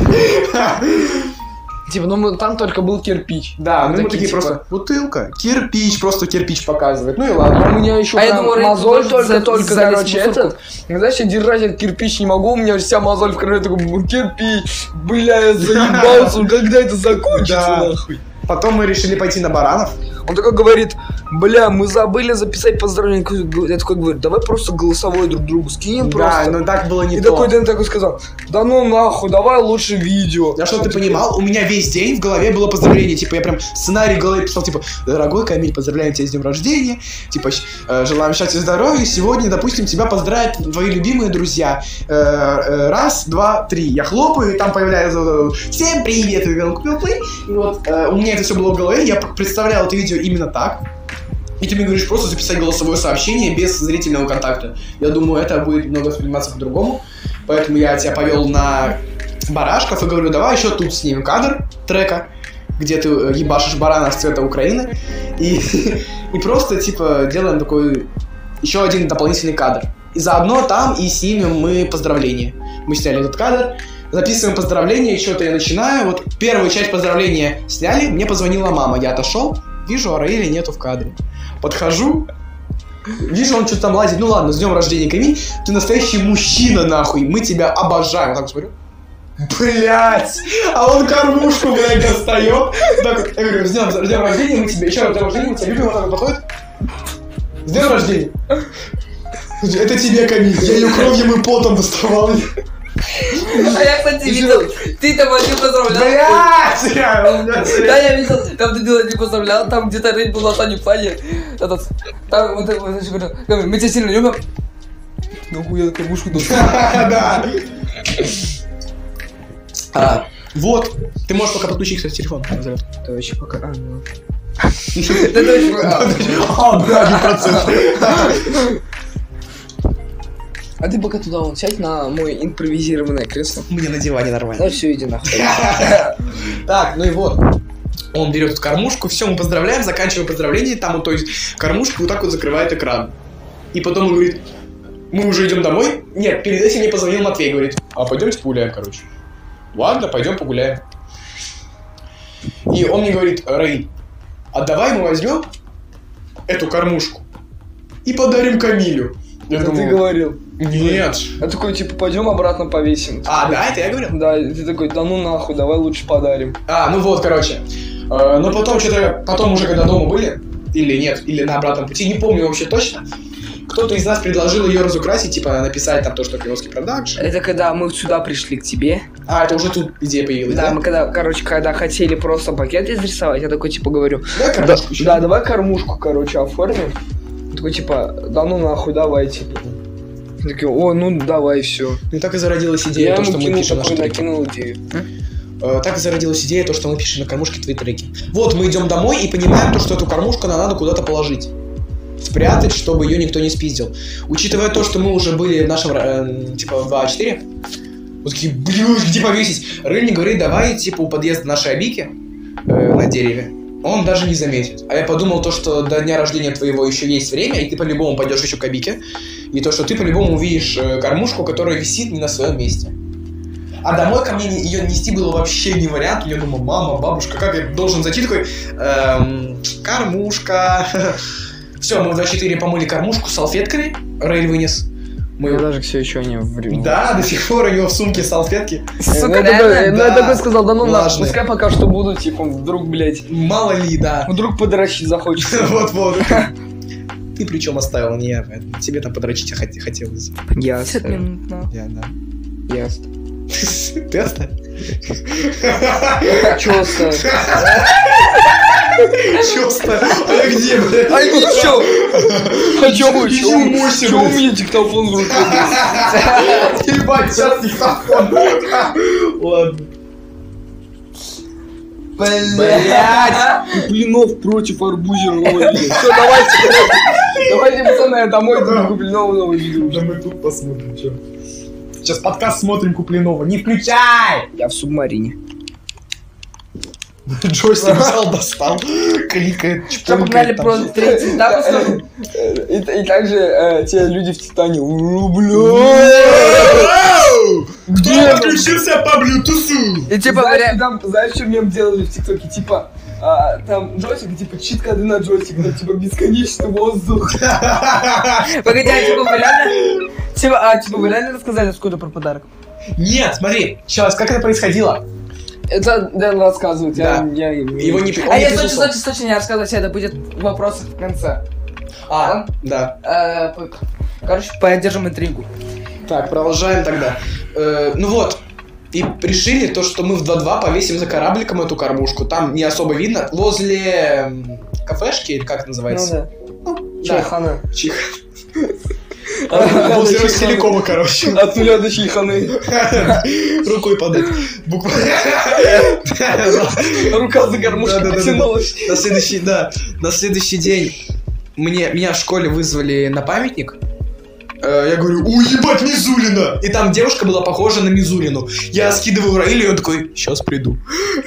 [SPEAKER 4] Типа, ну, мы- там только был кирпич.
[SPEAKER 2] Да, ну
[SPEAKER 4] Такие,
[SPEAKER 2] мы такие
[SPEAKER 4] типа,
[SPEAKER 2] просто бутылка, кирпич, просто кирпич показывает. Ну и ладно.
[SPEAKER 4] У меня еще
[SPEAKER 3] А я
[SPEAKER 4] прям
[SPEAKER 3] думал, Рэй,
[SPEAKER 4] мозоль
[SPEAKER 3] ты тоже за-
[SPEAKER 4] только, только,
[SPEAKER 3] залез в
[SPEAKER 4] короче,
[SPEAKER 3] мусорку.
[SPEAKER 4] этот. Ну, Знаешь, я держать этот кирпич не могу, у меня вся мозоль в крови, такой, «Бу, кирпич, бля, я заебался, когда это закончится,
[SPEAKER 2] Да.
[SPEAKER 4] нахуй?
[SPEAKER 2] Потом мы решили пойти на баранов.
[SPEAKER 4] Он такой говорит, бля, мы забыли записать поздравление. Я такой говорю, давай просто голосовое друг другу
[SPEAKER 2] да,
[SPEAKER 4] скинем Ну, просто.
[SPEAKER 2] но так было не
[SPEAKER 4] И
[SPEAKER 2] то.
[SPEAKER 4] такой Дэн такой сказал, да ну нахуй, давай лучше видео.
[SPEAKER 2] Да что Типа, ты понимал, у меня весь день в голове было поздравление, типа я прям сценарий в голове писал, типа, дорогой Камиль, поздравляем тебя с днем рождения, типа, щ- э, желаем счастья и здоровья, сегодня, допустим, тебя поздравят твои любимые друзья, Э, э, раз, два, три, я хлопаю, и там появляется, вот это вот, всем привет, и говорю, «Пил, пил». и вот, э, у меня это все было в голове, я п- представлял это видео именно так, и ты мне говоришь просто записать голосовое сообщение без зрительного контакта. Я думаю, это будет немного восприниматься по-другому. Поэтому я тебя повел на барашков и говорю, давай еще тут снимем кадр трека, где ты э, ебашишь барана с цвета Украины. И, и просто, типа, делаем такой еще один дополнительный кадр. И заодно там и снимем мы поздравления. Мы сняли этот кадр, записываем поздравления, что-то я начинаю. Вот первую часть поздравления сняли, мне позвонила мама, я отошел, вижу, Араиля нету в кадре. Подхожу, вижу, он что-то там лазит. Ну ладно, с днем рождения, Камиль, ты настоящий мужчина, нахуй, мы тебя обожаем. Вот так вот смотрю, Блять! А он кормушку, блядь, достает. Так, вот, я говорю, с днем, с днем рождения мы тебе, еще раз, с днем рождения мы тебя любим, он так вот подходит. С днем рождения! Это тебе, Камиль, я ее кровью и потом доставал.
[SPEAKER 3] А я, кстати, видел, ты там один поздравлял.
[SPEAKER 2] Блять! реально, у меня
[SPEAKER 3] Да,
[SPEAKER 2] цель.
[SPEAKER 3] я видел, там ты дело не поздравлял, там где-то рейд был на Тане Плане. Этот, там вот это, вот это, говорю, говорю, мы тебя сильно любим. Нахуй я кормушку дал.
[SPEAKER 2] Да. А, Вот. Ты можешь пока подключить, кстати, телефон.
[SPEAKER 4] Это вообще пока... а, ну.
[SPEAKER 3] Да, да, да.
[SPEAKER 2] А, да,
[SPEAKER 4] А ты пока туда вот сядь на мой импровизированное кресло.
[SPEAKER 2] Мне на диване нормально.
[SPEAKER 4] Да все, иди нахуй.
[SPEAKER 2] Так, ну и вот. Он берет эту кормушку, все, мы поздравляем, заканчиваем поздравление, там вот, то есть кормушка вот так вот закрывает экран. И потом он говорит, мы уже идем домой? Нет, перед этим мне позвонил Матвей, говорит, а пойдемте погуляем, короче. Ладно, пойдем погуляем. И он мне говорит, Рэй, а давай мы возьмем эту кормушку и подарим Камилю. Я
[SPEAKER 4] Это ты
[SPEAKER 2] думаю,
[SPEAKER 4] говорил.
[SPEAKER 2] Нет.
[SPEAKER 4] Я такой, типа, пойдем обратно повесим.
[SPEAKER 2] А, да, это я говорил?
[SPEAKER 4] Да, и ты такой, да ну нахуй, давай лучше подарим.
[SPEAKER 2] А, ну вот, короче. Э, Но потом что-то, потом уже когда дома были, или нет, или на обратном пути, не помню вообще точно, кто-то из нас предложил ее разукрасить, типа написать там то, что Киевский продакшн.
[SPEAKER 3] Это когда мы сюда пришли к тебе.
[SPEAKER 2] А, это уже тут идея появилась,
[SPEAKER 3] Да,
[SPEAKER 2] да?
[SPEAKER 3] мы когда, короче, когда хотели просто пакет изрисовать, я такой, типа, говорю,
[SPEAKER 2] Да,
[SPEAKER 4] Да,
[SPEAKER 2] кормушку ещё?
[SPEAKER 4] да, давай кормушку, короче, оформим. Он Такой, типа, да ну нахуй, давайте. Мы Такие, о, ну давай, все.
[SPEAKER 2] Ну, так и зародилась идея,
[SPEAKER 4] Я
[SPEAKER 2] то,
[SPEAKER 4] ему
[SPEAKER 2] что мы
[SPEAKER 4] кинул
[SPEAKER 2] пишем наши
[SPEAKER 4] такой,
[SPEAKER 2] треки.
[SPEAKER 4] накинул идею.
[SPEAKER 2] Э, Так и зародилась идея, то, что мы пишем на кормушке твои треки. Вот, мы идем домой и понимаем то, что эту кормушку нам надо куда-то положить. Спрятать, чтобы ее никто не спиздил. Учитывая то, что мы уже были в нашем, э, типа, в А4, вот такие, блядь, где повесить? Рыльник говорит, давай, типа, у подъезда нашей Абики э, на дереве. Он даже не заметит. А я подумал то, что до дня рождения твоего еще есть время, и ты по-любому пойдешь еще к Абике. И то, что ты по-любому увидишь э, кормушку, которая висит не на своем месте. А домой ко мне не- ее нести было вообще не вариант. Я думаю, мама, бабушка, как я должен зайти? Такой, эм, кормушка. Все, мы в 24 помыли кормушку салфетками. Рейль вынес. Мы...
[SPEAKER 4] Я даже все еще не время.
[SPEAKER 2] Да, до сих пор у него в сумке салфетки.
[SPEAKER 3] сука,
[SPEAKER 4] я такой,
[SPEAKER 3] реально,
[SPEAKER 4] ну, я
[SPEAKER 2] да.
[SPEAKER 4] такой сказал, да ну нахуй,
[SPEAKER 2] Влажные.
[SPEAKER 4] пускай пока что будут, типа, вдруг, блядь,
[SPEAKER 2] Мало ли, да.
[SPEAKER 4] вдруг подращить захочется.
[SPEAKER 2] Вот-вот. Ты причем оставил, не я. поэтому Тебе там подрочить хот- хотелось.
[SPEAKER 4] Ясно.
[SPEAKER 3] 50 минут, ну.
[SPEAKER 2] Я, да.
[SPEAKER 4] Ясно.
[SPEAKER 2] Ты оставил?
[SPEAKER 4] Чё оставил?
[SPEAKER 2] Чё оставил? А где, блядь?
[SPEAKER 4] А ничего! А чё вы, чё
[SPEAKER 2] Чё
[SPEAKER 4] вы,
[SPEAKER 2] мусите,
[SPEAKER 4] чё у
[SPEAKER 2] блядь?
[SPEAKER 4] меня диктофон в руке? блядь?
[SPEAKER 2] Ебать, сейчас диктофон. Ладно. Блять!
[SPEAKER 4] Блинов против арбузера новое видео. Всё, давайте, давайте. Давайте, пацаны, я домой иду, Блинова новое видео.
[SPEAKER 2] Да мы тут посмотрим, что. Сейчас подкаст смотрим Куплинова. Не включай!
[SPEAKER 4] Я в субмарине.
[SPEAKER 2] Джойстик взял, достал, кликает,
[SPEAKER 3] Что, погнали
[SPEAKER 2] чпонькает
[SPEAKER 3] просто
[SPEAKER 2] там.
[SPEAKER 3] третий этап устроим?
[SPEAKER 4] И, и также э, те люди в Титане. «Уру, бля!» Где?
[SPEAKER 2] подключился по блютусу?
[SPEAKER 3] И типа,
[SPEAKER 4] знаешь,
[SPEAKER 3] вариа-
[SPEAKER 4] там, знаешь, что мем делали в ТикТоке? Типа, а, там джойстик, типа, чит-коды на джойстик, там, типа, бесконечный воздух.
[SPEAKER 3] погоди, а типа, вы реально... Типа, а, типа, вы реально рассказали сколько про подарок?
[SPEAKER 2] Нет, смотри, сейчас, как это происходило?
[SPEAKER 4] Это Дэн рассказывает, ну, я,
[SPEAKER 2] Да.
[SPEAKER 4] я,
[SPEAKER 2] Его не... он
[SPEAKER 3] А
[SPEAKER 2] не
[SPEAKER 3] я точно,
[SPEAKER 2] присутствовал.
[SPEAKER 3] точно, точно не рассказывать, это будет в вопросах в конце.
[SPEAKER 2] А, да.
[SPEAKER 3] Э, п- Короче, поддержим интригу.
[SPEAKER 2] Так, продолжаем тогда. Э, ну вот, и решили то, что мы в 2-2 повесим за корабликом эту кормушку. Там не особо видно. Возле эм, кафешки, или как это называется?
[SPEAKER 4] Ну, А,
[SPEAKER 2] да.
[SPEAKER 4] Чайхана.
[SPEAKER 2] Чих.
[SPEAKER 4] От нуля до
[SPEAKER 2] Возле
[SPEAKER 4] чайханы.
[SPEAKER 2] Ростелекома, короче.
[SPEAKER 4] От нуля до чайханы.
[SPEAKER 2] Рукой подать. Буквально.
[SPEAKER 4] Рука за гармошкой
[SPEAKER 2] Да-да-да-да.
[SPEAKER 4] потянулась.
[SPEAKER 2] На следующий, да, на следующий день мне, меня в школе вызвали на памятник. Э, Я говорю, уебать Мизулина! И там девушка была похожа на Мизулину. Я скидываю Раиля, и он такой, сейчас приду.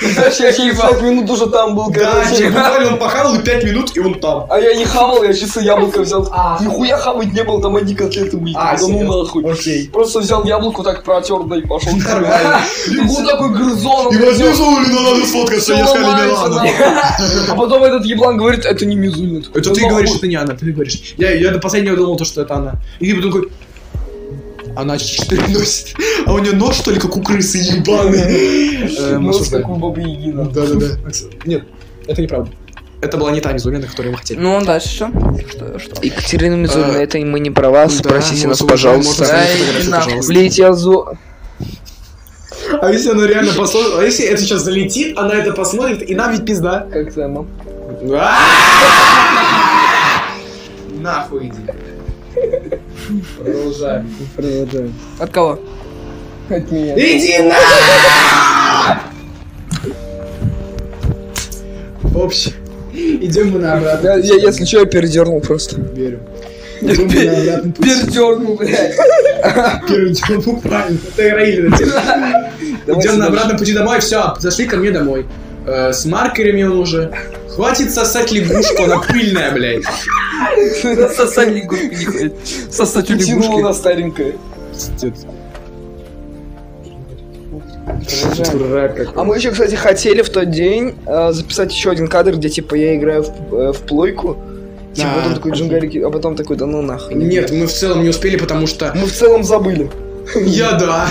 [SPEAKER 4] Знаешь, я через 5 минут уже там был,
[SPEAKER 2] Да,
[SPEAKER 4] короче.
[SPEAKER 2] типа, буквально он похавал и 5 минут, и он там.
[SPEAKER 4] А я не хавал, я чисто яблоко взял.
[SPEAKER 2] А.
[SPEAKER 4] Нихуя хавать не было, там одни котлеты были.
[SPEAKER 2] А,
[SPEAKER 4] Да ну
[SPEAKER 2] серьёзно?
[SPEAKER 4] нахуй.
[SPEAKER 2] Окей.
[SPEAKER 4] Просто взял яблоко, так протер, да и пошел.
[SPEAKER 2] Нормально.
[SPEAKER 4] И был такой грызон. он
[SPEAKER 2] И возьми
[SPEAKER 4] взял,
[SPEAKER 2] Мизулина, надо сфоткаться,
[SPEAKER 4] всё
[SPEAKER 2] я сказал
[SPEAKER 4] ломается,
[SPEAKER 2] Милана.
[SPEAKER 4] да. А потом этот еблан говорит, это не Мизулин.
[SPEAKER 2] Это
[SPEAKER 4] Ну,
[SPEAKER 2] ты
[SPEAKER 4] нахуй.
[SPEAKER 2] говоришь, это не она, ты говоришь. Я, я до последнего думал, то, что это она. И ты потом такой, она 4 носит. А у нее нож, что ли, как у крысы ебаный. Э, мы
[SPEAKER 4] Нос,
[SPEAKER 2] осуждаем.
[SPEAKER 4] как у Бабы Яги, нахуй.
[SPEAKER 2] Да-да-да. Нет, это неправда. Это была не та Мизулина, которую мы хотели.
[SPEAKER 3] Ну, дальше что? Что, что? Э,
[SPEAKER 5] Екатерина Мизулина,
[SPEAKER 2] Мизулина,
[SPEAKER 5] это мы не про вас,
[SPEAKER 2] Да,
[SPEAKER 5] спросите
[SPEAKER 2] мы
[SPEAKER 5] нас,
[SPEAKER 2] осуждаем, можно
[SPEAKER 5] пожалуйста.
[SPEAKER 3] Да,
[SPEAKER 2] снять
[SPEAKER 3] и
[SPEAKER 2] фотографию,
[SPEAKER 3] нахуй.
[SPEAKER 2] пожалуйста.
[SPEAKER 5] Блять, я зо...
[SPEAKER 2] А если она реально посмотрит, а если это сейчас залетит, она это посмотрит, и нам ведь пизда. А!
[SPEAKER 4] Как твоя мама?
[SPEAKER 2] Нахуй иди. Продолжаем.
[SPEAKER 4] Продолжаем.
[SPEAKER 3] От кого?
[SPEAKER 4] От меня.
[SPEAKER 2] Иди на! В общем, идем мы на обратно.
[SPEAKER 4] Я, я, если что, Ну, я передернул просто.
[SPEAKER 2] Верю. Идем мы на обратный путь.
[SPEAKER 4] Передернул, блядь.
[SPEAKER 2] Первый день, ну, правильно. Это Раиль.
[SPEAKER 4] Давай
[SPEAKER 2] Идем
[SPEAKER 4] сюда.
[SPEAKER 2] на обратном пути домой, все, зашли ко мне домой. Э, с маркерами он уже. Хватит сосать лягушку, она пыльная, блядь.
[SPEAKER 3] Сосать лягушку не хочет. Сосать у
[SPEAKER 4] Тянула
[SPEAKER 3] лягушки.
[SPEAKER 4] она старенькая. Продолжаем.
[SPEAKER 2] Дурак какой.
[SPEAKER 4] А мы еще, кстати, хотели в тот день э, записать еще один кадр, где типа я играю в, э, в плойку, Типа
[SPEAKER 2] А.
[SPEAKER 4] потом такой джунгарики, а потом такой, да ну нахуй.
[SPEAKER 2] Нет, мы в целом не успели, потому что...
[SPEAKER 4] Мы в целом забыли.
[SPEAKER 2] Я да.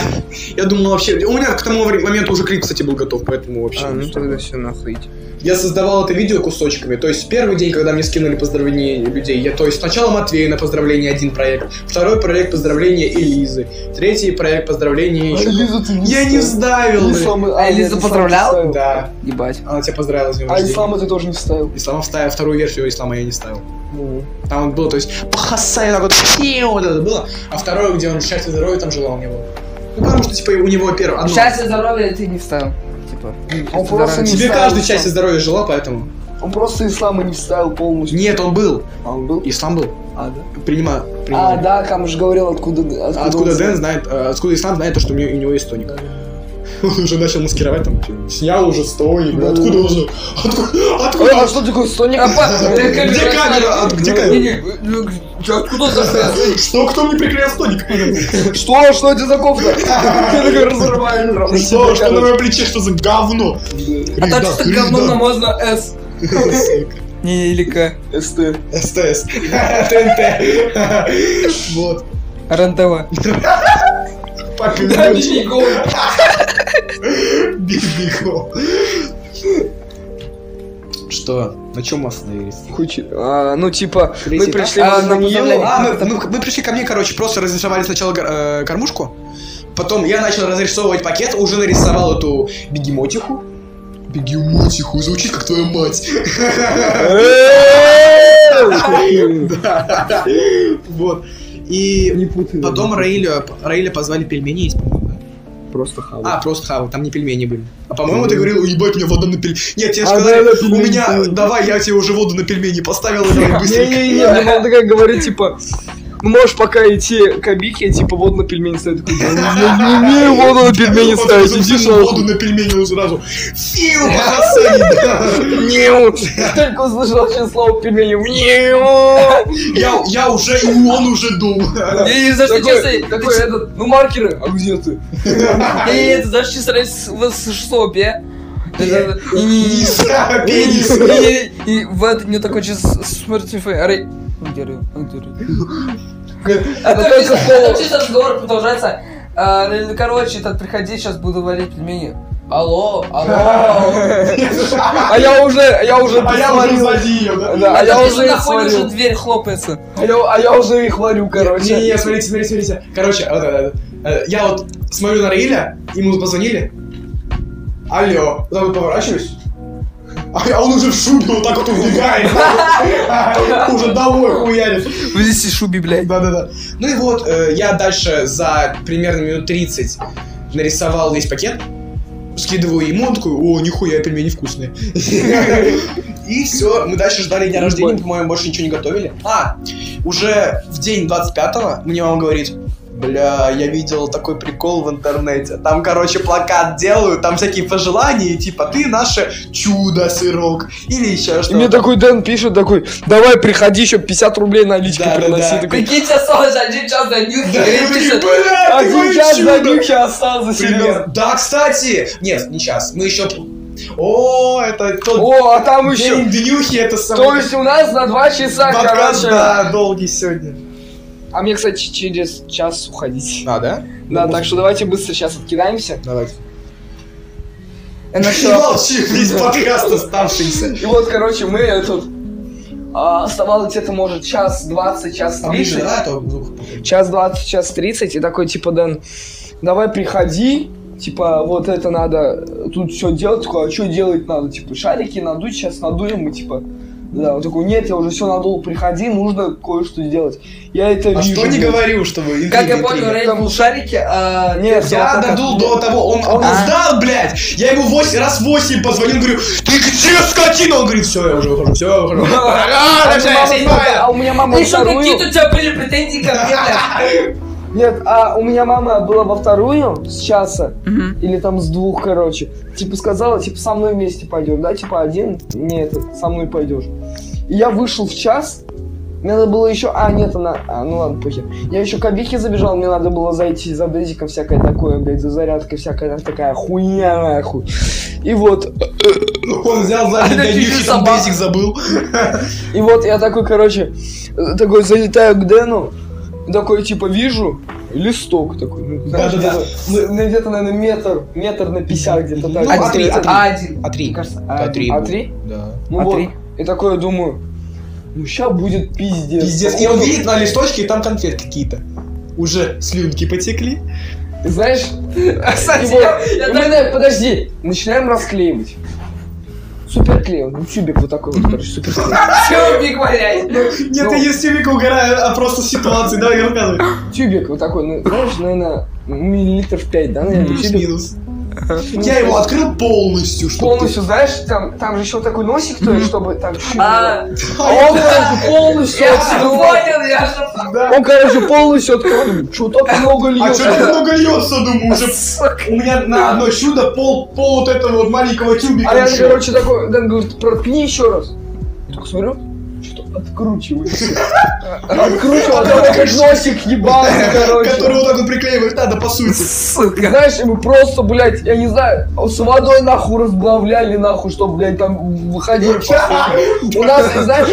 [SPEAKER 2] Я думал вообще... У меня к тому вре- моменту уже клип, кстати, был готов, поэтому вообще...
[SPEAKER 4] А, ну
[SPEAKER 2] всё.
[SPEAKER 4] тогда все нахуй. иди.
[SPEAKER 2] Я создавал это видео кусочками. То есть первый день, когда мне скинули поздравления людей, я, то есть сначала Матвея на поздравление один проект, второй проект поздравления Элизы, третий проект поздравления еще...
[SPEAKER 4] А ты
[SPEAKER 2] Я не вставил! блин.
[SPEAKER 3] А Элиза поздравляла?
[SPEAKER 2] Да,
[SPEAKER 3] Ебать.
[SPEAKER 2] она тебя поздравила с днем
[SPEAKER 4] А
[SPEAKER 2] рождения.
[SPEAKER 4] ислама ты тоже не вставил.
[SPEAKER 2] Ислама вставил, вторую версию Ислама я не ставил. Там вот было, то есть, пахасай, так вот, «Пи», вот это было, а второе, где он счастье здоровье, там желал не было. Ну, потому что, типа, у него
[SPEAKER 4] А
[SPEAKER 2] первое,
[SPEAKER 4] ну.
[SPEAKER 2] одно. А
[SPEAKER 3] Счастье, здоровья ты не вставил. Типа.
[SPEAKER 4] Он просто не
[SPEAKER 2] Тебе
[SPEAKER 4] вставил.
[SPEAKER 2] каждый
[SPEAKER 4] ислам.
[SPEAKER 2] счастье здоровья жила, поэтому...
[SPEAKER 4] Он просто ислама не вставил полностью.
[SPEAKER 2] Нет, он был.
[SPEAKER 4] А он был?
[SPEAKER 2] Ислам был.
[SPEAKER 4] А, да.
[SPEAKER 2] Принимаю.
[SPEAKER 4] А, да, Кам же говорил, откуда...
[SPEAKER 2] А откуда
[SPEAKER 4] он-
[SPEAKER 2] Дэн знает, э, откуда Ислам знает то, что у него, у него есть тоник? Он уже начал маскировать там, типа, снял уже стоник,
[SPEAKER 4] Да,
[SPEAKER 2] откуда
[SPEAKER 4] да,
[SPEAKER 2] он знает? Откуда?
[SPEAKER 4] Ой, а
[SPEAKER 2] Откуда?
[SPEAKER 4] что такое
[SPEAKER 3] Э,
[SPEAKER 4] Соник?
[SPEAKER 2] Где камера? А, Где камера?
[SPEAKER 3] э, Откуда зашел?
[SPEAKER 2] Что, кто мне приклеил стоник?
[SPEAKER 4] Что? Что это за кофта? Я такой разрываю. нахуй.
[SPEAKER 2] Что, что на моем плече, что за говно?
[SPEAKER 3] А так что говно нам можно С. Не, или К.
[SPEAKER 4] СТ.
[SPEAKER 2] СТС. ТНТ. Вот.
[SPEAKER 3] РНТВ.
[SPEAKER 2] Покрылись. Бегом. Что? На чем мы остановились?
[SPEAKER 4] Хуй- а, ну, типа, мы
[SPEAKER 2] Третий, да?
[SPEAKER 4] пришли
[SPEAKER 3] А,
[SPEAKER 4] к
[SPEAKER 3] нам
[SPEAKER 4] Даниилу.
[SPEAKER 3] поздравляли.
[SPEAKER 2] А, мы, мы- мы пришли ко мне, короче, просто разрисовали сначала гор- э, кормушку, потом я начал разрисовывать пакет, уже нарисовал эту бегемотиху. Бегемотиху, звучит как твоя мать. Да. Вот. И
[SPEAKER 4] Не путай.
[SPEAKER 2] потом Раиля, Раиля позвали пельмени есть, по-моему, да?
[SPEAKER 4] Просто хавал.
[SPEAKER 2] А, просто хавал, там не пельмени были. А по-моему, ты говорил, ебать, мне вода на пельмени. Нет, тебе
[SPEAKER 4] Ну. А,
[SPEAKER 2] сказали,
[SPEAKER 4] да, да,
[SPEAKER 2] у
[SPEAKER 4] пельмени
[SPEAKER 2] меня,
[SPEAKER 4] пельмени.
[SPEAKER 2] давай, я тебе уже воду на пельмени поставил, давай быстренько.
[SPEAKER 4] Не-не-не, ну, он такая говорит, типа, ну, можешь пока идти к Абике, типа, воду на пельмени ставить. Такой, «Да Я не умею воду на пельмени
[SPEAKER 2] Он
[SPEAKER 4] ставить,
[SPEAKER 2] сразу
[SPEAKER 4] иди
[SPEAKER 2] всю воду
[SPEAKER 4] нахуй.
[SPEAKER 2] на пельмени он сразу. Фил, пацаны,
[SPEAKER 4] Мяу. Я только услышал вообще слово пельмени. Мяу.
[SPEAKER 2] Я я уже, и он уже дома.
[SPEAKER 3] Я не знаю, что
[SPEAKER 4] Такой-
[SPEAKER 3] честно,
[SPEAKER 4] такой
[SPEAKER 3] ты-
[SPEAKER 4] этот, ну маркеры, а где ты?
[SPEAKER 3] Я не это даже честно раз вас что, бе? Это-
[SPEAKER 2] И сра-
[SPEAKER 3] И- и-
[SPEAKER 2] Пенис.
[SPEAKER 3] и- И вот мне такой час смотрите, Рэй. Он где Рэй? Он где Рэй? А там чисто- а там чисто разговор продолжается. А, ну, Короче, этот приходи, сейчас буду варить пельмени. Алло, алло.
[SPEAKER 4] А я уже, а я уже
[SPEAKER 2] А я уже
[SPEAKER 4] сварил.
[SPEAKER 2] задел, да?
[SPEAKER 4] Да, а я
[SPEAKER 3] Ты
[SPEAKER 4] уже их
[SPEAKER 3] заходишь,
[SPEAKER 4] сварил.
[SPEAKER 3] уже дверь хлопается.
[SPEAKER 4] А я- а я уже их варю, короче.
[SPEAKER 2] Не-не-не, смотрите, смотрите, смотрите. Короче, вот, э, э, я вот смотрю на Раиля, ему позвонили. Алло, потом поворачиваюсь. А я- он уже в шубе вот так вот убегает. Уже домой хуярит.
[SPEAKER 3] Вы здесь шуби, блядь.
[SPEAKER 2] Да-да-да. Ну и вот, э, я дальше за примерно минут 30 нарисовал весь пакет, скидываю ему, он такой, о, нихуя, пельмени вкусные. И все, мы дальше ждали
[SPEAKER 4] Ну,
[SPEAKER 2] дня рождения, по-моему, больше ничего не готовили. А, уже в день 25-го мне мама говорит, Бля, я видел такой прикол в интернете. Там, короче, плакат делают, там всякие пожелания, типа, ты наше чудо-сырок, или еще
[SPEAKER 4] И
[SPEAKER 2] что-то.
[SPEAKER 4] мне такой Дэн пишет, такой, давай, приходи, еще 50 рублей наличкой
[SPEAKER 2] Да-да-да.
[SPEAKER 4] приноси. Такой,
[SPEAKER 3] Прикиньте, осталось один час до нюхи.
[SPEAKER 2] Да, я говорю,
[SPEAKER 3] Видите,
[SPEAKER 2] «Бля, ты
[SPEAKER 4] Один
[SPEAKER 2] мое
[SPEAKER 4] час
[SPEAKER 2] чудо!»
[SPEAKER 4] на днюхе остался, серьезно.
[SPEAKER 2] Примерно. Да, кстати! Нет, не час. Мы еще... О, это тот
[SPEAKER 4] О, а там еще...
[SPEAKER 2] день днюхи, это
[SPEAKER 4] То
[SPEAKER 2] самый...
[SPEAKER 4] есть у нас на 2 часа,
[SPEAKER 2] Подкаст,
[SPEAKER 4] короче.
[SPEAKER 2] да, долгий сегодня.
[SPEAKER 4] А мне, кстати, через час уходить.
[SPEAKER 2] А, да?
[SPEAKER 4] Да, так что давайте быстро сейчас откидаемся.
[SPEAKER 2] Давайте.
[SPEAKER 4] Э,
[SPEAKER 3] На
[SPEAKER 2] Не
[SPEAKER 3] что?
[SPEAKER 2] молчи, весь подкаст оставшийся.
[SPEAKER 4] И вот, короче, мы этот... а, оставалось где-то, может, час двадцать,
[SPEAKER 2] А
[SPEAKER 4] час тридцать.
[SPEAKER 2] да, то звук. А
[SPEAKER 4] Час двадцать, час тридцать. И такой, типа, Дэн, давай приходи. Типа, вот это надо, э, тут все делать. Такой, а что делать надо? Типа, шарики надуть, сейчас надуем и, типа... Да, он такой, нет, я уже все надул, приходи, нужно кое-что сделать. Я это
[SPEAKER 2] А
[SPEAKER 4] вижу.
[SPEAKER 2] что не
[SPEAKER 4] блин.
[SPEAKER 2] говорил, чтобы... интриги,
[SPEAKER 3] Как я
[SPEAKER 2] интриги.
[SPEAKER 3] понял, Рэй был шарики, а...
[SPEAKER 4] Нет,
[SPEAKER 2] Я
[SPEAKER 4] вот так
[SPEAKER 2] додул
[SPEAKER 4] вот.
[SPEAKER 2] до того, он опоздал, блядь! Я ему восемь раз восемь позвонил, говорю, ты где, скотина? Он говорит, все, я уже выхожу, все, я выхожу.
[SPEAKER 4] А
[SPEAKER 2] Ага,
[SPEAKER 4] у меня
[SPEAKER 2] всё, я
[SPEAKER 4] мама-
[SPEAKER 2] снимаю.
[SPEAKER 4] А у меня мама
[SPEAKER 3] И что,
[SPEAKER 4] вторую-
[SPEAKER 3] какие-то у тебя были претензии ко мне,
[SPEAKER 4] Нет, а у меня мама была во вторую с часа,
[SPEAKER 3] блядь?
[SPEAKER 4] или там с двух, короче. Типа сказала, типа, со мной вместе пойдем, да, типа, один, не этот, со мной пойдешь. И я вышел в час, мне надо было еще... А, нет, она... А, ну ладно, похер. Я еще к Абихе забежал, мне надо было зайти за дезиком всякое такое, блядь, за зарядкой всякая такая хуйня, нахуй. И вот...
[SPEAKER 2] Он взял за день
[SPEAKER 3] Она
[SPEAKER 2] до
[SPEAKER 3] чуть не
[SPEAKER 2] нюхи, там
[SPEAKER 3] собака.
[SPEAKER 2] бесик забыл.
[SPEAKER 4] И вот я такой, короче, э, такой залетаю к Дэну, такой, типа, вижу, листок такой, ну, знаешь,
[SPEAKER 2] Да-да-да.
[SPEAKER 4] такой, ну, ну, где-то, наверное, метр, метр на 50 где-то так.
[SPEAKER 2] Ну,
[SPEAKER 3] Один,
[SPEAKER 2] а три, а три.
[SPEAKER 3] один.
[SPEAKER 2] А три.
[SPEAKER 3] Мне кажется,
[SPEAKER 2] А
[SPEAKER 3] один.
[SPEAKER 2] три.
[SPEAKER 4] А три?
[SPEAKER 2] Да.
[SPEAKER 4] Ну
[SPEAKER 3] А
[SPEAKER 4] вот.
[SPEAKER 3] три?
[SPEAKER 4] И такой я думаю, ну сейчас будет пиздец.
[SPEAKER 2] Пиздец. И он
[SPEAKER 4] Походу,
[SPEAKER 2] видит на листочке, и там конфет какие-то. Уже слюнки потекли.
[SPEAKER 4] Знаешь,
[SPEAKER 3] Кстати,
[SPEAKER 4] его-
[SPEAKER 3] я- я
[SPEAKER 4] мы,
[SPEAKER 3] так-
[SPEAKER 4] на- подожди, начинаем расклеивать. Суперклей, ну тюбик вот такой вот, короче, суперклей.
[SPEAKER 3] Чубик валяй.
[SPEAKER 2] Нет,
[SPEAKER 4] Ну.
[SPEAKER 2] я не с Тимика угораю, а просто с ситуации. Давай рассказывай.
[SPEAKER 4] Тюбик вот такой, ну, знаешь, наверное, миллилитров 5, да, наверное, тюбик.
[SPEAKER 2] Плюс-минус. Я его открыл полностью, что
[SPEAKER 4] Полностью, знаешь, там, там же еще вот такой носик, то есть, чтобы там чуть-чуть
[SPEAKER 3] А,
[SPEAKER 4] было.
[SPEAKER 2] ты-
[SPEAKER 4] А он, короче, полностью
[SPEAKER 3] Я же
[SPEAKER 4] отсюда.
[SPEAKER 3] понял, я же
[SPEAKER 2] Да.
[SPEAKER 4] Он, короче, полностью открыл. Что так много
[SPEAKER 2] А что ты
[SPEAKER 4] льет?
[SPEAKER 2] много льется, думаю, уже
[SPEAKER 3] сука.
[SPEAKER 2] у меня на одно чудо пол, пол вот этого вот маленького тюбика.
[SPEAKER 4] А я,
[SPEAKER 2] ещё.
[SPEAKER 4] короче, такой, Дэн говорит, проткни еще раз. Я Так смотрю, что-то откручивается. Откручивал, а там такой носик ебаный,
[SPEAKER 2] который
[SPEAKER 4] короче.
[SPEAKER 2] вот так вот приклеивает, надо по сути.
[SPEAKER 3] Сука.
[SPEAKER 4] Знаешь, ему просто, блядь, я не знаю, с водой нахуй разбавляли, нахуй, чтобы, блядь, там выходили. по сути. У нас, знаешь,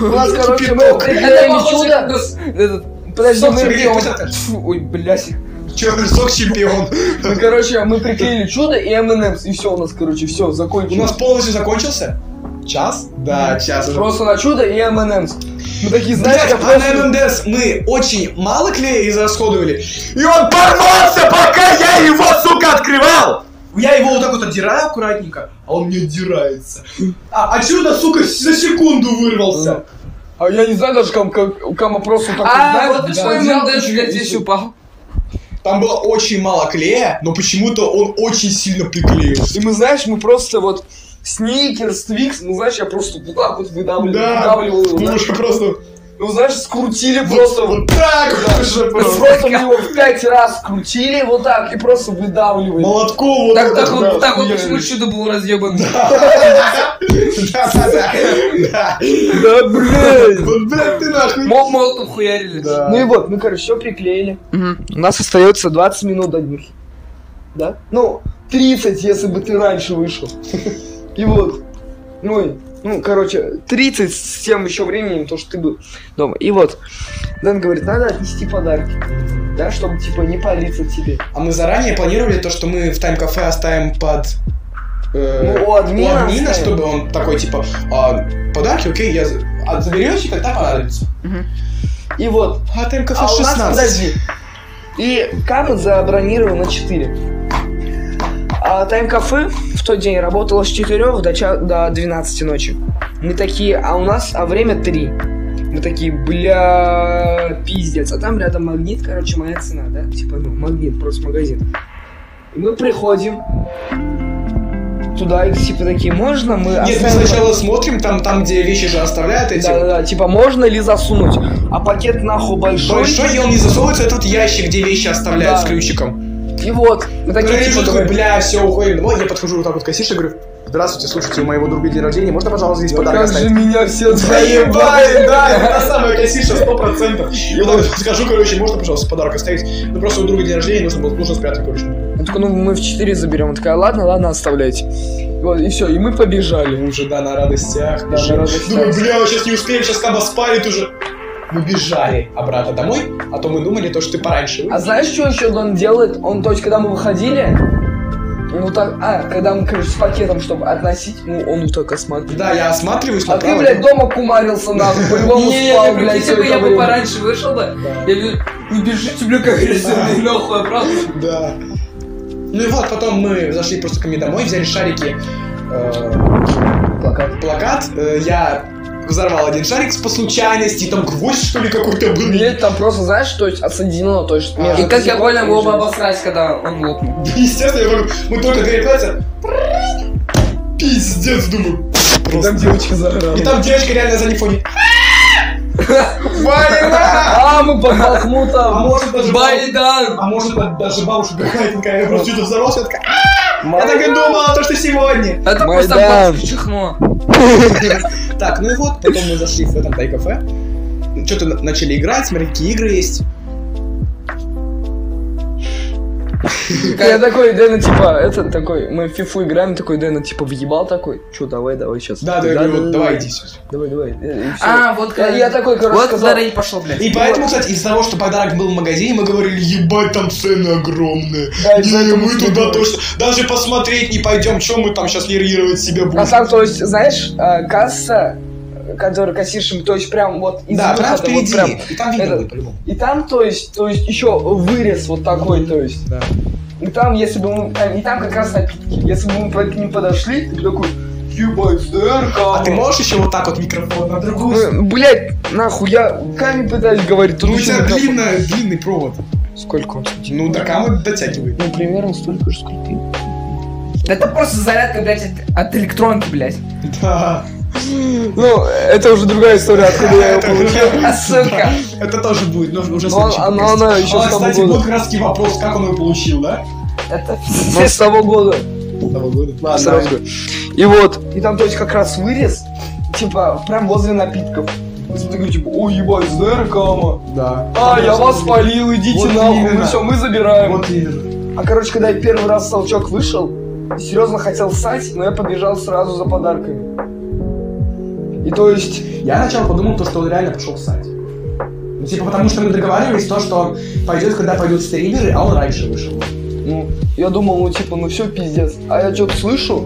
[SPEAKER 4] у нас, короче, мы
[SPEAKER 2] Кипяток.
[SPEAKER 3] Это
[SPEAKER 4] приклеили
[SPEAKER 3] похоже
[SPEAKER 4] чудо.
[SPEAKER 3] как с- этот,
[SPEAKER 4] Подожди,
[SPEAKER 2] Сок
[SPEAKER 4] мы
[SPEAKER 2] Сергей,
[SPEAKER 4] он-
[SPEAKER 2] пусть это-
[SPEAKER 4] Тьфу, Ой, блядь.
[SPEAKER 2] Черный сок чемпион.
[SPEAKER 4] Ну, короче, мы приклеили чудо и M&M's, и все у нас, короче, все,
[SPEAKER 2] У
[SPEAKER 4] закончилось.
[SPEAKER 2] нас полностью закончился? Час? Да, час уже.
[SPEAKER 4] Просто на чудо и M&M's. Мы такие, знаешь,
[SPEAKER 2] Блядь,
[SPEAKER 4] как
[SPEAKER 2] а
[SPEAKER 4] просто...
[SPEAKER 2] на ММДС мы очень мало клея израсходовали, и он порвался, пока я его, сука, открывал! Я его вот так вот отдираю аккуратненько, а он мне отдирается. А, а чудо, сука, за секунду вырвался.
[SPEAKER 4] А я не знаю даже, кому как, кому просто так...
[SPEAKER 3] А,
[SPEAKER 4] знаешь,
[SPEAKER 3] вот ты
[SPEAKER 4] да,
[SPEAKER 3] что
[SPEAKER 4] взял
[SPEAKER 3] ему дашь,
[SPEAKER 4] и-
[SPEAKER 3] блядь, здесь упал.
[SPEAKER 2] Там было очень мало клея, но почему-то он очень сильно приклеился.
[SPEAKER 4] И мы, знаешь, мы просто вот... Сникерс, Твикс, ну знаешь, я просто вот так вот выдавливал,
[SPEAKER 2] Да,
[SPEAKER 4] выдавливал его,
[SPEAKER 2] мы
[SPEAKER 4] знаешь.
[SPEAKER 2] уже просто...
[SPEAKER 4] Ну знаешь, скрутили просто
[SPEAKER 2] Просто
[SPEAKER 4] вот.
[SPEAKER 2] вот так
[SPEAKER 4] Да.
[SPEAKER 2] уже
[SPEAKER 4] Мы
[SPEAKER 2] просто.
[SPEAKER 4] просто его в пять раз скрутили вот так и просто выдавливали.
[SPEAKER 2] Молотком вот
[SPEAKER 3] Так, так
[SPEAKER 2] вот,
[SPEAKER 3] вот,
[SPEAKER 2] да,
[SPEAKER 3] так вот,
[SPEAKER 2] хуярили.
[SPEAKER 3] почему чудо было разъебано.
[SPEAKER 2] Да-да-да. Да.
[SPEAKER 4] Да, блядь!
[SPEAKER 2] Вот, блядь, ты нахуй.
[SPEAKER 3] Мол, молотом хуярили.
[SPEAKER 4] Ну и вот, мы, короче, все приклеили. У нас остается 20 минут до днюхи. Да? Ну, 30, если бы ты раньше вышел. И вот. Ну, и- ну, короче, 30 с тем еще временем, то, что ты был дома. И вот. Дэн говорит, надо отнести подарки. Да, чтобы, типа, не палиться тебе.
[SPEAKER 2] А мы заранее планировали то, что мы в тайм-кафе оставим под... э,
[SPEAKER 4] Ну, у админа
[SPEAKER 2] у админа,
[SPEAKER 4] оставим.
[SPEAKER 2] чтобы он такой, типа, «А, подарки, окей, я... за- А заберете, когда понадобится?
[SPEAKER 4] И вот.
[SPEAKER 2] А тайм-кафе
[SPEAKER 4] А у нас,
[SPEAKER 2] 16.
[SPEAKER 4] подожди. И Камы забронировал на 4. А тайм-кафе в тот день работало с 4 до, ча- до 12 ночи. Мы такие, а у нас, а время 3. Мы такие, бля, пиздец. А там рядом магнит, короче, моя цена, да? Типа, ну, магнит, просто магазин. И мы приходим туда, и типа такие, можно мы...
[SPEAKER 2] Нет, мы
[SPEAKER 4] оставим-
[SPEAKER 2] сначала смотрим, там, там, где вещи же оставляют эти.
[SPEAKER 4] Да-да-да, типа, можно ли засунуть? А пакет нахуй большой.
[SPEAKER 2] Большой, и он не засовывается, этот ящик, где вещи оставляют
[SPEAKER 4] Да.
[SPEAKER 2] с ключиком.
[SPEAKER 4] И вот,
[SPEAKER 2] Ну, Я
[SPEAKER 4] мы такие, типа,
[SPEAKER 2] такой,
[SPEAKER 4] давай.
[SPEAKER 2] бля, все, уходим. Ну, Вот я подхожу вот так вот к кассирше и говорю, здравствуйте, слушайте, у моего друга день рождения, можно, пожалуйста, здесь подарок оставить?
[SPEAKER 4] меня все
[SPEAKER 2] Заебали, да, это та самая кассирша, сто процентов. Я вот так вот скажу, короче, можно, пожалуйста, подарок оставить? Ну, просто у друга день рождения, нужно было, нужно спрятать, короче.
[SPEAKER 4] Я такой, ну мы в 4 заберем. Она такая, ладно, ладно, оставляйте. Вот, и все, и мы побежали.
[SPEAKER 2] Мы уже, да, на радостях.
[SPEAKER 4] Да,
[SPEAKER 2] бежим.
[SPEAKER 4] на радостях.
[SPEAKER 2] Думаю, бля, сейчас не успеем, сейчас каба спалит уже. Мы бежали обратно домой, а то мы думали, то, что ты пораньше.
[SPEAKER 4] А знаешь, что еще Дон делает? Он, то есть, когда мы выходили, ну так, а, когда мы, короче, с пакетом, чтобы относить, ну, он вот так осматривает.
[SPEAKER 2] Да, я осматриваюсь
[SPEAKER 4] А ты,
[SPEAKER 2] направо.
[SPEAKER 4] блядь, дома кумарился нахуй, по-любому
[SPEAKER 3] Не, я
[SPEAKER 4] спал,
[SPEAKER 3] бы,
[SPEAKER 4] блядь,
[SPEAKER 3] если
[SPEAKER 4] всё
[SPEAKER 3] бы
[SPEAKER 4] это
[SPEAKER 3] я бы
[SPEAKER 4] время.
[SPEAKER 3] пораньше вышел бы,
[SPEAKER 2] Да.
[SPEAKER 3] я бы, не бежите, бля, как резервный, нахуй, а правда?
[SPEAKER 2] Да. Ну и вот, потом мы зашли просто ко мне домой, взяли шарики. э,
[SPEAKER 4] Плакат.
[SPEAKER 2] Плакат. Э, Я взорвал один шарик с- по случайности, там гвоздь, что ли, какой-то был.
[SPEAKER 4] Блядь, там просто, знаешь, что есть отсоединено, то есть...
[SPEAKER 2] И
[SPEAKER 4] между
[SPEAKER 3] А, И как я
[SPEAKER 4] стеклом
[SPEAKER 3] понял, мы оба
[SPEAKER 4] лежит.
[SPEAKER 3] обосрались, когда он лопнул.
[SPEAKER 2] Да, Естественно, я говорю, мы только дверь класса. Пиздец, думаю.
[SPEAKER 4] И там девочка загорала.
[SPEAKER 2] И там девочка реально на заднем фоне. Валера!
[SPEAKER 4] А, мы под
[SPEAKER 2] А
[SPEAKER 4] Бахмутом!
[SPEAKER 2] может даже бабушка-
[SPEAKER 3] Байдан!
[SPEAKER 2] а может да- даже бабушка какая-то, я просто чуть взорвался, я такая, я так и думала, то, что сегодня.
[SPEAKER 3] Это просто
[SPEAKER 6] Майдан.
[SPEAKER 3] бабушка чихнула.
[SPEAKER 2] Так, ну и вот, потом мы зашли в этом тай-кафе, что-то начали играть, смотри, какие игры есть.
[SPEAKER 5] Я такой, Дэна, типа, это такой, мы в фифу играем, такой, Дэна, типа, въебал такой, чё, давай, давай, сейчас.
[SPEAKER 2] Да, да, я говорю, давай иди сюда.
[SPEAKER 5] Давай, давай. э, и всё.
[SPEAKER 3] А, вот
[SPEAKER 5] Я-
[SPEAKER 3] как-
[SPEAKER 5] я такой, короче,
[SPEAKER 3] Вот
[SPEAKER 5] сказал-
[SPEAKER 3] на рейд пошел, блядь.
[SPEAKER 2] И поэтому, кстати, из-за того, что подарок был в магазине, мы говорили, ебать, там цены огромные.
[SPEAKER 5] Да,
[SPEAKER 2] Не,
[SPEAKER 5] обязательно
[SPEAKER 2] мы туда
[SPEAKER 5] сходим.
[SPEAKER 2] точно. Даже посмотреть не пойдем, что мы там сейчас лирировать себе будем.
[SPEAKER 5] А сам, то есть, знаешь, э, касса, э, которая кассиршем, то есть, прям вот из
[SPEAKER 2] Да, прям
[SPEAKER 5] выхода, вот
[SPEAKER 2] впереди.
[SPEAKER 5] прям.
[SPEAKER 2] И там видно
[SPEAKER 5] это-
[SPEAKER 2] будет по-любому.
[SPEAKER 5] И там, то есть, то есть, еще вырез вот такой, то есть.
[SPEAKER 2] Да.
[SPEAKER 5] И там, если бы мы, а, и там как раз напитки. Если бы мы под- к ним подошли, ты бы такой, ебать, дырка.
[SPEAKER 2] А ты можешь еще вот так вот микрофон на другую? сторону?
[SPEAKER 4] Ну, Блядь, нахуй, я камень пытаюсь говорить. тут
[SPEAKER 2] Ну, у
[SPEAKER 4] еще
[SPEAKER 2] тебя
[SPEAKER 4] микрофон.
[SPEAKER 2] длинная- длинный провод.
[SPEAKER 4] Сколько он?
[SPEAKER 2] Ну, до камы дотягивает.
[SPEAKER 4] Ну, примерно столько же, сколько ты.
[SPEAKER 3] Да это просто зарядка, блядь, от, от электронки, блядь.
[SPEAKER 2] Да.
[SPEAKER 4] Ну, это уже другая история, откуда я его
[SPEAKER 2] Это
[SPEAKER 4] получил.
[SPEAKER 3] А,
[SPEAKER 2] уже-
[SPEAKER 3] Отсылка.
[SPEAKER 2] Это тоже будет, но уже
[SPEAKER 4] Ну, она, она еще с
[SPEAKER 2] А,
[SPEAKER 4] того
[SPEAKER 2] кстати, вот
[SPEAKER 4] года.
[SPEAKER 2] как раз таки вопрос, как он его получил, да?
[SPEAKER 3] Это
[SPEAKER 4] Ну, с того года.
[SPEAKER 2] Того года.
[SPEAKER 4] Сразу. И вот,
[SPEAKER 5] И там, то есть, как раз вырез, типа, прям возле напитков. Ты такой, типа, ой, ебать, дырка,
[SPEAKER 2] Да.
[SPEAKER 5] А, я вас спалил, идите
[SPEAKER 2] Вот
[SPEAKER 5] нахуй,
[SPEAKER 2] именно.
[SPEAKER 5] мы все, мы забираем.
[SPEAKER 2] Вот именно.
[SPEAKER 5] А короче, когда я первый раз толчок вышел, серьезно хотел ссать, но я побежал сразу за подарками. И то есть,
[SPEAKER 2] Я сначала подумал, то, что он реально пошел ссать. Ну, типа, потому что мы договаривались, то, что он пойдет, когда пойдут стримеры, а он раньше вышел.
[SPEAKER 5] ну, я думал, ну типа, ну все пиздец. А я что-то слышу,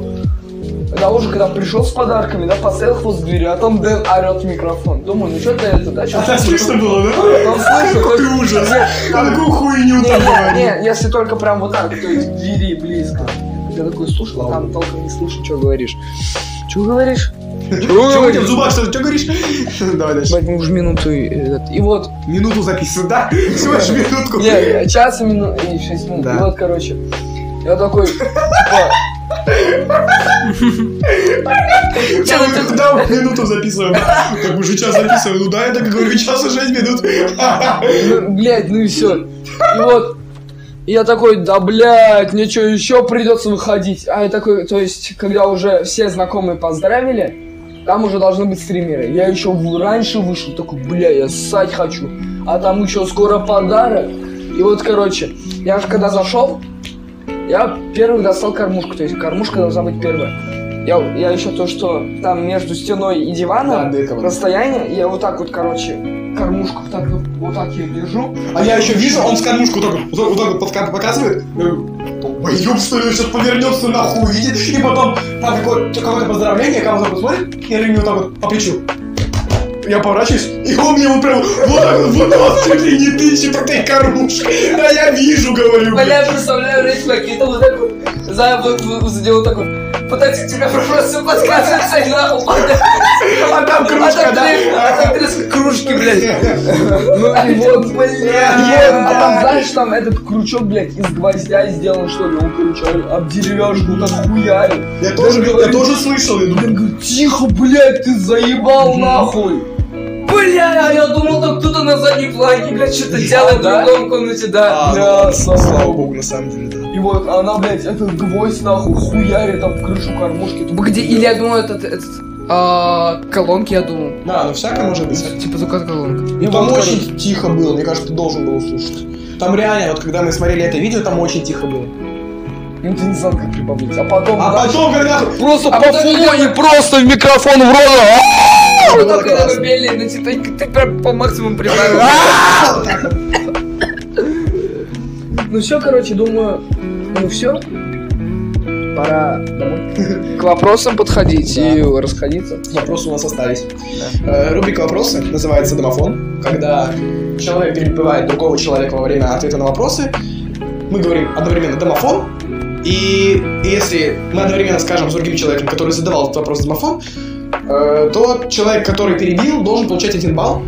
[SPEAKER 5] да уже когда пришел с подарками, да, поставил хвост к двери, а там Дэн орет в микрофон. Думаю, ну что-то это, да,
[SPEAKER 2] А
[SPEAKER 4] А
[SPEAKER 5] что-то.
[SPEAKER 2] было, да?
[SPEAKER 5] Там слышно, то
[SPEAKER 2] Ты ужас! Какую хуйню
[SPEAKER 5] Не,
[SPEAKER 2] там
[SPEAKER 5] не,
[SPEAKER 2] говорил?
[SPEAKER 5] не, если только прям вот так, то есть к двери близко. Я такой слушал, а там толком не слышу, что говоришь.
[SPEAKER 4] что говоришь?
[SPEAKER 2] Чё у тебя в зубах, что ты говоришь? Давай дальше.
[SPEAKER 4] Блять, мы уже минуту и, этот, и вот.
[SPEAKER 2] Минуту записывай, да? Всего лишь минутку.
[SPEAKER 5] Не, час и минут, и шесть минут.
[SPEAKER 2] Да.
[SPEAKER 5] И вот, короче, я такой,
[SPEAKER 2] Да, мы- Да, мы минуту записываем. Так уже час записываем. Ну да, я так и говорю, час и шесть минут.
[SPEAKER 5] ну, блядь, ну и все.
[SPEAKER 4] И вот. И я такой, да блядь, мне что, еще придется выходить? А я такой, то есть, когда уже все знакомые поздравили, там уже должны быть стримеры. Я еще раньше вышел, такой, бля, я ссать хочу. А там еще скоро подарок. И вот, короче, я же когда зашел, я первый достал кормушку, то есть кормушка должна быть первая. Я, я еще то, что там между стеной и диваном расстояние, я вот так вот, короче, кормушку вот так вот, вот так я держу,
[SPEAKER 2] А я еще вижу, он с кормушку так вот- вот так вот подка- показывает. Боем, что ли, сейчас повернется нахуй, видит. И потом там какое- какое-то поздравление, кому-то посмотрит, и я ему вот так вот по плечу. Я поворачиваюсь, и он мне вот прям вот так вот, вот вас чуть ли не тычет этой кормушкой. А я вижу, говорю.
[SPEAKER 3] Бля, Ну, я представляю речь Макита, вот такой, за, вы- вы- сделал такой, пытается тебя просто подсказывать, нахуй, падай.
[SPEAKER 2] А там
[SPEAKER 3] а
[SPEAKER 2] кружка,
[SPEAKER 3] там
[SPEAKER 2] да?
[SPEAKER 3] три, а там три кружки, блядь.
[SPEAKER 5] Ну и вот, блядь,
[SPEAKER 2] да.
[SPEAKER 5] а там, знаешь, там этот крючок, блядь, из гвоздя сделан, что ли, он, короче, об деревяшку так хуярил.
[SPEAKER 2] Я тоже, я тоже слышал, я думаю,
[SPEAKER 5] Я говорю, тихо, блядь, ты заебал нахуй.
[SPEAKER 3] Бля, я думал, там кто-то на заднем плане, блядь, что-то делает в другом комнате,
[SPEAKER 2] А.
[SPEAKER 3] да.
[SPEAKER 2] ну,
[SPEAKER 5] Да, слава богу.
[SPEAKER 2] на самом деле, да.
[SPEAKER 5] И вот она, блядь, этот гвоздь нахуй хуярит там в крышу кормушки. Типа, Ты,
[SPEAKER 3] Где, или я думал, этот, этот, а, колонки, я думал.
[SPEAKER 2] Да, ну всякое может быть.
[SPEAKER 3] Типа только колонка.
[SPEAKER 2] Ну, там очень тихо было, мне кажется, ты должен был услышать. Там реально, вот когда мы смотрели это видео, там очень тихо было.
[SPEAKER 5] Ну ты не знал, как прибавлять. А потом,
[SPEAKER 2] А
[SPEAKER 5] да,
[SPEAKER 2] потом, когда...
[SPEAKER 4] Просто
[SPEAKER 3] А
[SPEAKER 4] по
[SPEAKER 3] потом
[SPEAKER 4] фулу
[SPEAKER 3] я-
[SPEAKER 4] и просто в микрофон в рот.
[SPEAKER 5] а!
[SPEAKER 3] Ну,
[SPEAKER 2] было
[SPEAKER 3] там, когда мы
[SPEAKER 2] классно.
[SPEAKER 3] пели на Титанике, ты прям по максимуму прибавил. А!
[SPEAKER 5] ну все, короче, думаю, ну все, пора домой.
[SPEAKER 4] К вопросам подходить
[SPEAKER 2] Да.
[SPEAKER 4] и расходиться.
[SPEAKER 2] Вопросы у нас остались. Э, Рубрика «Вопросы» называется «Домофон». Когда человек перебивает другого человека во время ответа на вопросы, мы говорим одновременно «домофон», и если мы одновременно скажем с другим человеком, который задавал этот вопрос «домофон», э, то человек, который перебил, должен получать один балл.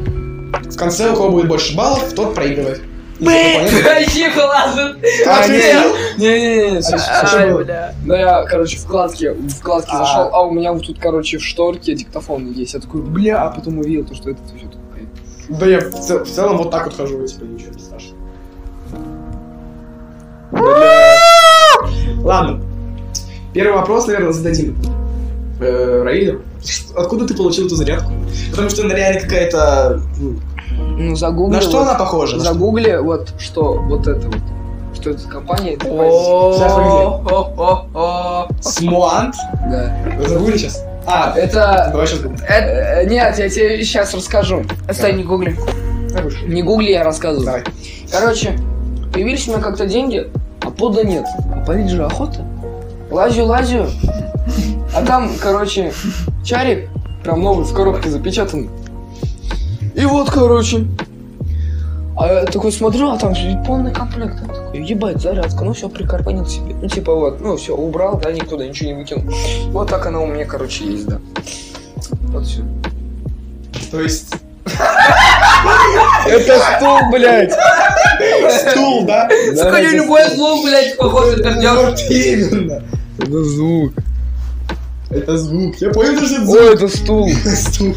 [SPEAKER 2] В конце, у кого будет больше баллов, тот проигрывает. Понятно?
[SPEAKER 3] Ехал, ладно.
[SPEAKER 2] Ответил?
[SPEAKER 4] Не-не-не, всё, всё, всё.
[SPEAKER 3] Ай,
[SPEAKER 2] А было?
[SPEAKER 3] бля.
[SPEAKER 4] Да Ну, я, короче, вкладки, вкладки
[SPEAKER 2] А.
[SPEAKER 4] зашел, а у меня вот тут, короче, в шторке диктофон есть. Я такой, бля, а потом увидел то, что это все такое.
[SPEAKER 2] Да я в, цел- в целом вот так вот хожу, я, типа, ничего не страшно. Ладно. Первый вопрос, наверное, зададим. Э, Раилю, ш- откуда ты получил эту зарядку? Потому что она реально какая-то... ну,
[SPEAKER 4] Ну, загугли.
[SPEAKER 2] На что
[SPEAKER 4] вот-
[SPEAKER 2] она похожа? На что?
[SPEAKER 4] Загугли вот что, вот это вот. что это за компания, это позиция.
[SPEAKER 2] Сейчас, погоди.
[SPEAKER 3] О-о-о-о.
[SPEAKER 2] Смуант?
[SPEAKER 4] Да.
[SPEAKER 2] Забыли сейчас? А,
[SPEAKER 4] Это...
[SPEAKER 2] давай сейчас.
[SPEAKER 3] Э,
[SPEAKER 4] э, Нет, я тебе сейчас расскажу.
[SPEAKER 3] Стой, не гугли.
[SPEAKER 4] Не гугли, я рассказываю.
[SPEAKER 2] Давай.
[SPEAKER 4] Короче, появились у меня как-то деньги, а пода нет. А парить же охота. Лазю, лазю. А там, короче, чарик, прям новый, в коробке запечатанный. И вот, короче. А я такой смотрю, а там же полный комплект. Я такой, ебать, зарядка, ну все, прикарпанил себе. Ну типа вот, ну все, убрал, да, никуда ничего не выкинул. Вот так она у меня, короче, есть, да. Вот все.
[SPEAKER 2] То есть,
[SPEAKER 4] Это стул, блядь!
[SPEAKER 2] стул, да?
[SPEAKER 3] Сука, я любое слово, блядь, походу, вернёшь.
[SPEAKER 2] Вот именно.
[SPEAKER 4] Это звук.
[SPEAKER 2] Это звук. Я понял, что это
[SPEAKER 4] О,
[SPEAKER 2] звук.
[SPEAKER 4] это стул.
[SPEAKER 2] Стул.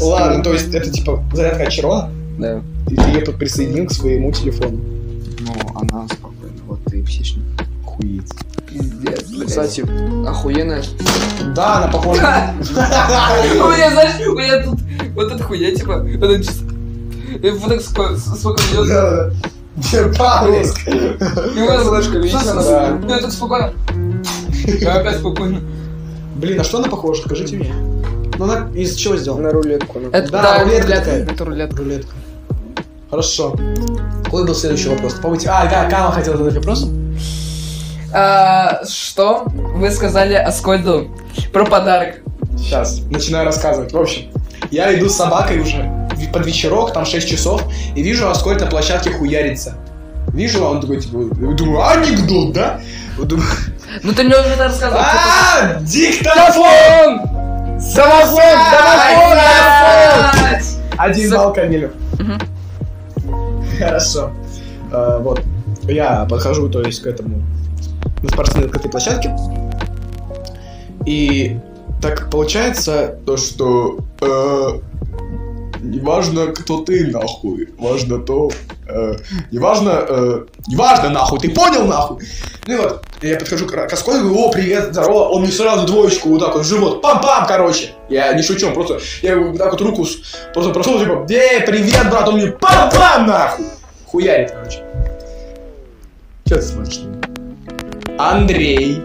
[SPEAKER 2] Ладно, то есть, это типа зарядка от Чирона,
[SPEAKER 4] Да.
[SPEAKER 2] и ты ее присоединил к своему телефону.
[SPEAKER 4] Ну, она спокойно, вот ты псишник.
[SPEAKER 2] Хуец.
[SPEAKER 4] Пиздец, Кстати, охуенная.
[SPEAKER 2] Да, она похожа.
[SPEAKER 3] У меня, знаешь, у меня тут вот эта хуйня, типа, вот это чисто. И вот так сколько, сколько идет.
[SPEAKER 2] Да, да. Павловск.
[SPEAKER 3] И вот
[SPEAKER 4] Флешка, видишь, она-
[SPEAKER 2] Да.
[SPEAKER 3] Ну, я так спокойно. Я опять спокойно.
[SPEAKER 2] Блин, а что она похожа? Скажите мне. Ну, она из чего сделана?
[SPEAKER 4] На рулетку. ну. на-
[SPEAKER 3] Это
[SPEAKER 2] Да,
[SPEAKER 3] да,
[SPEAKER 2] рулетка
[SPEAKER 3] рулетка.
[SPEAKER 2] такая.
[SPEAKER 3] Это рулетка.
[SPEAKER 2] Рулетка. Хорошо. Какой был следующий вопрос? Помните? А, да, Кама хотел задать вопрос.
[SPEAKER 3] А, Что вы сказали Аскольду про подарок?
[SPEAKER 2] Сейчас, начинаю рассказывать. В общем, я иду с собакой уже в- под вечерок, там 6 часов, и вижу, Аскольд на площадке хуярится. Вижу, а он такой, типа, думаю, анекдот, да? Думаю,
[SPEAKER 3] Ну ты мне уже это рассказывал.
[SPEAKER 2] а диктофон! Самофон!
[SPEAKER 3] Блядь!
[SPEAKER 2] Один
[SPEAKER 3] За-
[SPEAKER 2] балл Камилю.
[SPEAKER 3] Мгм.
[SPEAKER 2] Хорошо. Э, Вот. Я подхожу, то есть, к этому на спортивной открытой площадке. И так получается то, что э, не важно, кто ты, нахуй. Важно то... э, не важно... э, не важно, нахуй. Ты понял, нахуй? Ну и вот. Я подхожу к, Ра- к Аскольду, говорю, о, привет, здорово. Он мне сразу двоечку вот так вот в живот. Пам-пам, короче. Я не шучу, он просто... Я вот так вот руку с- Просто прошел, типа, эй, привет, брат, он мне пам-пам, нахуй! Хуярит, короче. Че ты смотришь? на меня? Андрей.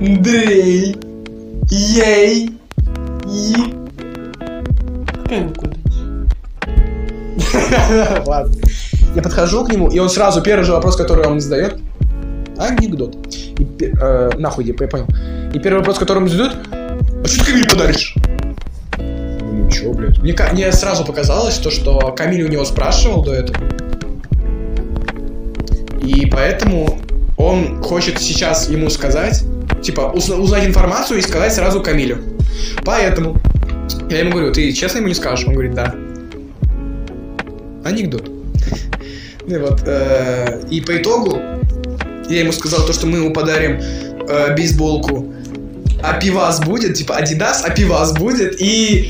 [SPEAKER 2] Андрей. Ей. И. Ладно. Я подхожу к нему, и он сразу первый же вопрос, который он мне задает. Анекдот. И пе- э, нахуй, я я понял. И первый вопрос, который он мне задает. А что ты Камиль подаришь? Ну чё, блядь. Мне, ка- мне сразу показалось то, что Камиль у него спрашивал до этого. И поэтому он хочет сейчас ему сказать, типа, узна- узнать информацию и сказать сразу Камилю. Поэтому я ему говорю, ты честно ему не скажешь? Он говорит, да. Анекдот. Ну и вот. э, И по итогу я ему сказал то, что мы ему подарим э, бейсболку, а пивас будет, типа Адидас, а пивас будет, и